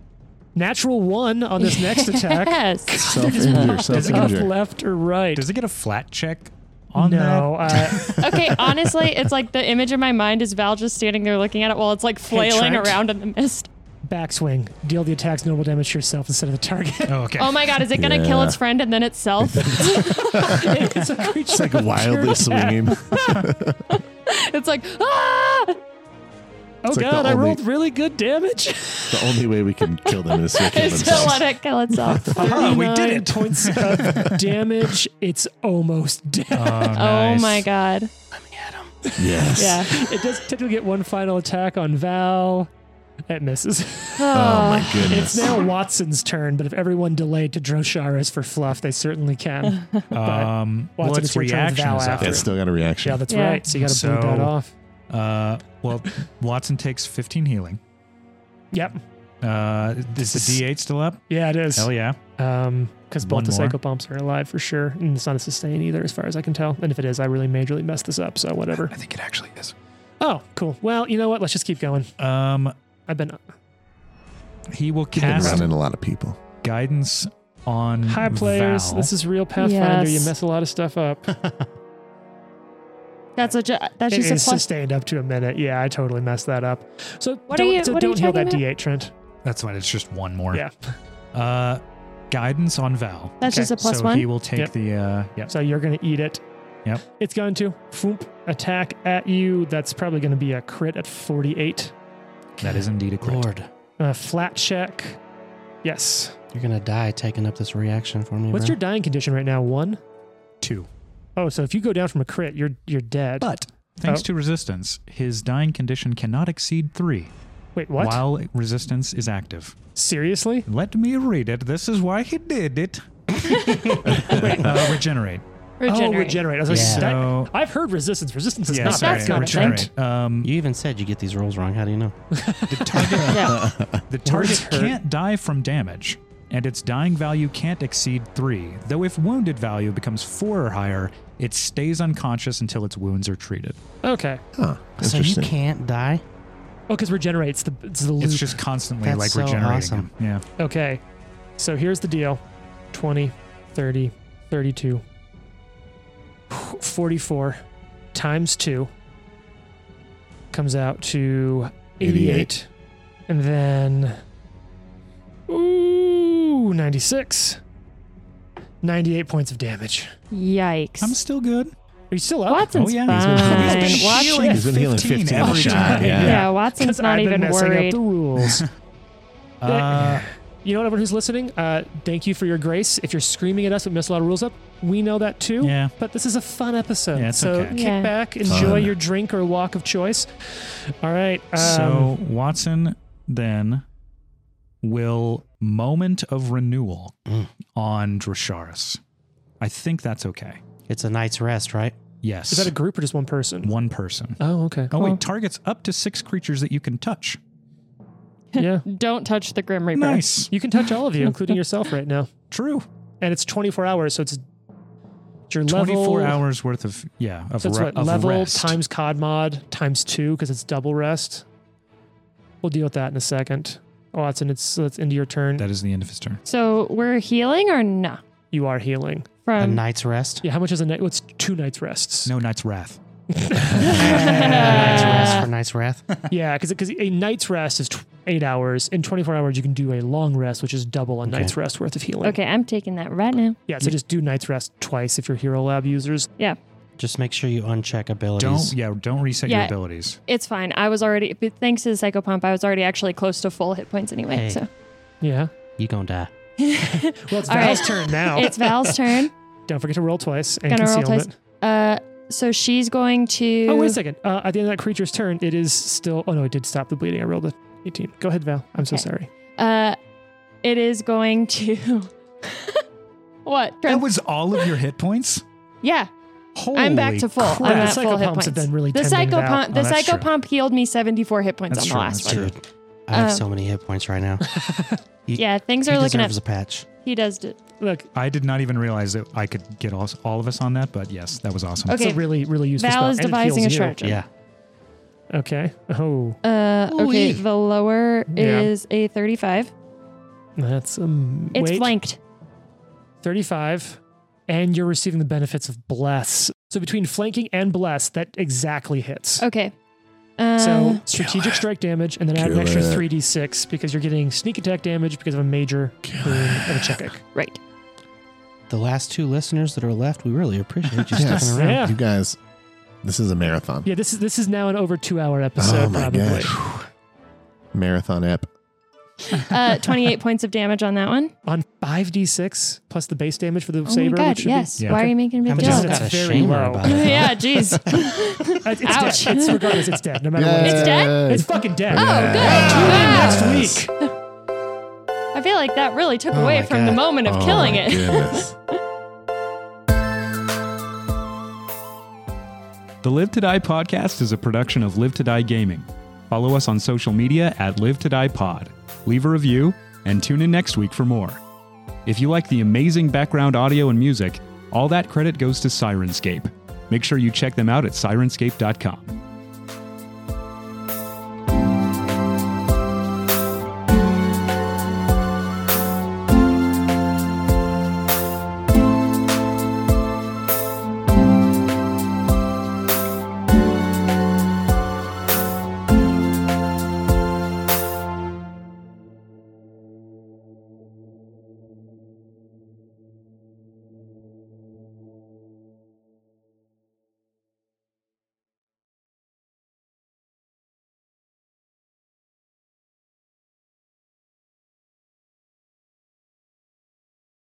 S3: Natural one on this next attack.
S7: Yes.
S5: Self injure. Self
S3: It's up,
S5: injure.
S3: left, or right?
S4: Does it get a flat check on
S3: no, uh,
S7: okay. Honestly, it's like the image in my mind is Val just standing there looking at it while it's like flailing
S3: Trent.
S7: around in the mist.
S3: backswing. Deal the attack's normal damage to yourself instead of the target.
S4: Oh, okay.
S7: Oh my God. Is it going to kill
S5: Yeah.
S7: its friend and then itself?
S3: it's a creature.
S5: It's like wildly swinging.
S7: it's like, ah!
S3: Oh
S5: It's like
S3: god,
S5: the
S3: I
S5: only-
S3: rolled really good damage.
S5: the only way we can kill them is to kill
S7: It's to let
S5: themselves.
S7: it kill itself.
S4: Ah, we did
S3: 39
S4: it.
S3: Points of damage. It's almost dead.
S7: Oh my God.
S5: Yes.
S7: Yeah.
S3: It does technically get one final attack on Val. It misses.
S7: Ah,
S5: Oh my
S3: It's
S5: goodness.
S3: now Watson's turn, but if everyone delayed to Drosharis for fluff, they certainly can.
S4: god. Um, well,
S3: Watson,
S4: its
S3: it's your turn,
S4: reaction
S3: Val
S4: is up.
S3: after.
S5: It's still got a reaction.
S3: Yeah, that's
S7: Yeah.
S3: right. So you got to bleed
S4: So-
S3: that off.
S4: Uh, well, Watson takes 15 healing.
S3: Yep.
S4: Uh, is the D8 still up?
S3: Yeah, it is.
S4: Hell yeah.
S3: Um, because both
S4: One
S3: the
S4: more.
S3: psycho pumps are alive for sure, and it's not a sustain either, as far as I can tell. And if it is, I really majorly messed this up. So whatever.
S4: I think it actually is.
S3: Oh, cool. Well, you know what? Let's just keep going.
S4: Um,
S3: I've been
S4: he will
S5: You've been
S4: cast
S5: running a lot of people.
S4: guidance on
S3: hi players.
S4: Mm, Val.
S3: This is real Pathfinder.
S7: Yes.
S3: You mess a lot of stuff up.
S7: That's a ju- that's
S3: It
S7: just a
S3: is
S7: plus.
S3: sustained up to a minute. Yeah, I totally messed that up. So
S7: What are
S3: don't,
S7: you-
S3: so
S7: what are you
S3: don't heal that
S7: talking
S3: D8, Trent.
S4: That's fine. It's just one more.
S3: Yeah.
S4: Uh, guidance on Val.
S7: That's
S3: Okay,
S7: just a plus
S4: so
S7: one.
S4: he will take
S3: Yep.
S4: the uh, yeah.
S3: So you're gonna eat it.
S4: Yep.
S3: It's going to foomp, attack at you. That's probably going to be a crit at 48.
S4: That is indeed a crit.
S6: Lord,
S3: A Uh, flat check. Yes.
S6: you're gonna die taking up this reaction for me.
S3: What's your dying condition right now? One?
S4: Two.
S3: Oh, so if you go down from a crit, you're you're dead.
S4: But thanks
S3: Oh.
S4: to resistance, his dying condition cannot exceed three
S3: Wait, what?
S4: while resistance is active.
S3: Seriously?
S4: Let me read it. This is why he did it. Wait, uh, regenerate.
S3: Oh, regenerate. I was like,
S6: Yeah.
S3: that-
S4: So-
S3: I've heard resistance. Resistance is
S4: Yeah,
S3: not
S4: sorry,
S3: that
S1: That's not a thing.
S3: contract.
S4: regenerate. Um,
S6: You even said you get these rolls wrong. How do you know?
S4: the target,
S1: Yeah.
S4: the target
S3: hurt.
S4: can't die from damage, and its dying value can't exceed three. Though if wounded value becomes four or higher, it stays unconscious until its wounds are treated.
S3: Okay.
S5: Huh.
S6: So you
S5: Interesting.
S6: can't die.
S3: Oh, because regenerates the it's the loop.
S4: It's just constantly
S6: That's
S4: like
S6: so
S4: regenerating
S6: awesome.
S4: him. Yeah.
S3: Okay. So here's the deal 20, 30, 32, 44 times 2 comes out to 88.
S5: 88.
S3: And then. Ooh, 96. 98 points of damage.
S1: Yikes.
S4: I'm still good.
S3: Are you still up?
S1: Watson's
S4: Oh, yeah.
S1: fine.
S5: He's been
S1: Watson-
S5: healing. He's been healing 15 every shot,
S1: yeah.
S5: Yeah.
S1: Watson's
S3: Because
S1: not
S3: I've been
S1: even
S3: messing up
S1: worried.
S3: the rules.
S4: Uh,
S3: You know what, everyone who's listening, uh, thank you for your grace. If you're screaming at us, we missed a lot of rules up. We know that too.
S4: Uh, Yeah.
S3: But this is a fun episode.
S4: Yeah, it's
S3: so
S4: okay.
S3: kick
S1: Yeah.
S3: back, enjoy
S5: Fun.
S3: your drink or walk of choice. All right. Um,
S4: so Watson then will moment of renewal
S6: Mm.
S4: on Drasharis. I think that's okay.
S6: It's a night's rest, right?
S4: Yes.
S3: is that a group or just one person?
S4: one person?
S3: Oh, okay.
S4: Oh wait, targets up to six creatures that you can touch.
S3: yeah.
S7: Don't touch the Grim Reaper.
S4: Nice.
S3: You can touch all of you, including yourself right now.
S4: True.
S3: And it's 24 hours, so it's it's your level.
S4: Twenty-four hours worth of yeah of,
S3: So it's
S4: re-
S3: what,
S4: of
S3: level
S4: rest.
S3: times COD mod times two because it's double rest. We'll deal with that in a second. Watson, it's that's into your turn.
S4: That is the end of his turn.
S1: So we're healing or nah?
S3: you are healing.
S6: a
S1: From
S6: night's rest.
S3: Yeah, how much is a night? What's two nights rests?
S4: No night's wrath.
S6: night's rest for night's wrath.
S3: Yeah, because because a night's rest is tw- eight hours. In 24 hours, you can do a long rest, which is double a
S6: Okay.
S3: night's rest worth of healing.
S1: okay, I'm taking that right now.
S3: Yeah, so just do night's rest twice if you're hero lab users.
S6: Just make sure you uncheck abilities.
S4: Don't yeah. Don't reset
S1: Yeah.
S4: your abilities.
S1: It's fine. I was already but thanks to the psycho pump. I was already actually close to full hit points anyway.
S6: Hey.
S1: So
S3: Yeah.
S6: You gonna die.
S3: Well, it's
S1: All
S3: Val's
S1: right.
S3: turn
S4: Oh.
S3: now.
S1: it's Val's turn.
S3: Don't forget to roll twice and
S1: Gonna roll
S3: concealment.
S1: twice. Uh, so she's going to.
S3: Oh, wait a second. Uh, at the end of that creature's turn, it is still. Oh, no, it did stop the bleeding. I rolled a 18. Go ahead, Val. I'm so
S1: Okay.
S3: sorry.
S1: Uh, it is going to. what?
S4: That was all of your hit points.
S1: yeah,
S4: Holy
S1: I'm back to full.
S4: crap.
S1: I'm
S3: the
S1: at full hit
S3: psychopomps
S1: points.
S3: have been really
S1: the
S3: tending
S1: psycho
S3: Val.
S1: pump.
S4: Oh,
S1: The
S4: that's
S1: psycho
S4: true.
S1: pump healed me 74 hit points on
S4: That's
S1: the
S4: true,
S1: last
S4: that's
S1: one.
S4: true.
S6: Dude, I have
S1: Um,
S6: so many hit points right now.
S1: Yeah, things
S6: he
S1: are looking up.
S6: deserves a patch.
S1: He does. d
S3: Look,
S4: I did not even realize that I could get all, all of us on that, but yes, that was awesome.
S1: Okay.
S3: it's a really, really useful
S1: Val
S3: spell.
S1: is
S3: and it
S1: devising a
S3: heals you.
S1: strategy.
S6: Yeah.
S3: Okay. Oh,
S1: Uh, okay,
S6: Ooh-wee.
S1: the lower
S3: Yeah.
S1: is a 35.
S3: that's um.
S1: It's
S3: wait.
S1: flanked.
S3: 35 and you're receiving the benefits of bless so between flanking and bless that exactly hits
S1: Okay. Uh,
S3: so strategic strike damage and then add an
S5: Kill
S3: extra
S5: it.
S3: 3d6 because you're getting sneak attack damage because of a major boon of a checkic
S1: right.
S6: The last two listeners that are left, we really appreciate you
S5: Yes.
S6: sticking around.
S3: yeah
S5: You guys, this is a marathon.
S3: yeah this is this is now an over two hour episode
S5: oh my
S3: probably
S5: gosh. Marathon app.
S1: Uh, 28 points of damage on that one.
S3: on 5d6 plus the base damage for the
S1: Oh my
S3: saber
S1: god,
S3: which would be-
S1: yes.
S4: Yeah.
S1: Why are you making a
S6: How
S1: big
S6: much
S1: deal
S3: just
S6: has
S1: of
S3: it's
S6: got
S1: that?
S6: a
S3: very
S6: shame
S3: low.
S6: about it?
S1: yeah, jeez.
S3: Uh, it's
S1: Ouch.
S3: dead it's regardless it's dead no matter what
S1: It's
S3: it's,
S1: dead?
S3: it's fucking dead
S1: Oh, good.
S5: Yes.
S3: Tune in next week
S1: I feel like that really took
S6: Oh
S1: away
S6: my
S1: from the
S6: God.
S1: moment of
S5: Oh
S1: killing
S5: my
S1: it.
S5: goodness.
S2: The Live to Die podcast is a production of Live to Die Gaming. Follow us on social media at Live to Die Pod. Leave a review and tune in next week for more. If you like the amazing background audio and music, all that credit goes to Sirenscape. Make sure you check them out at sirenscape.com.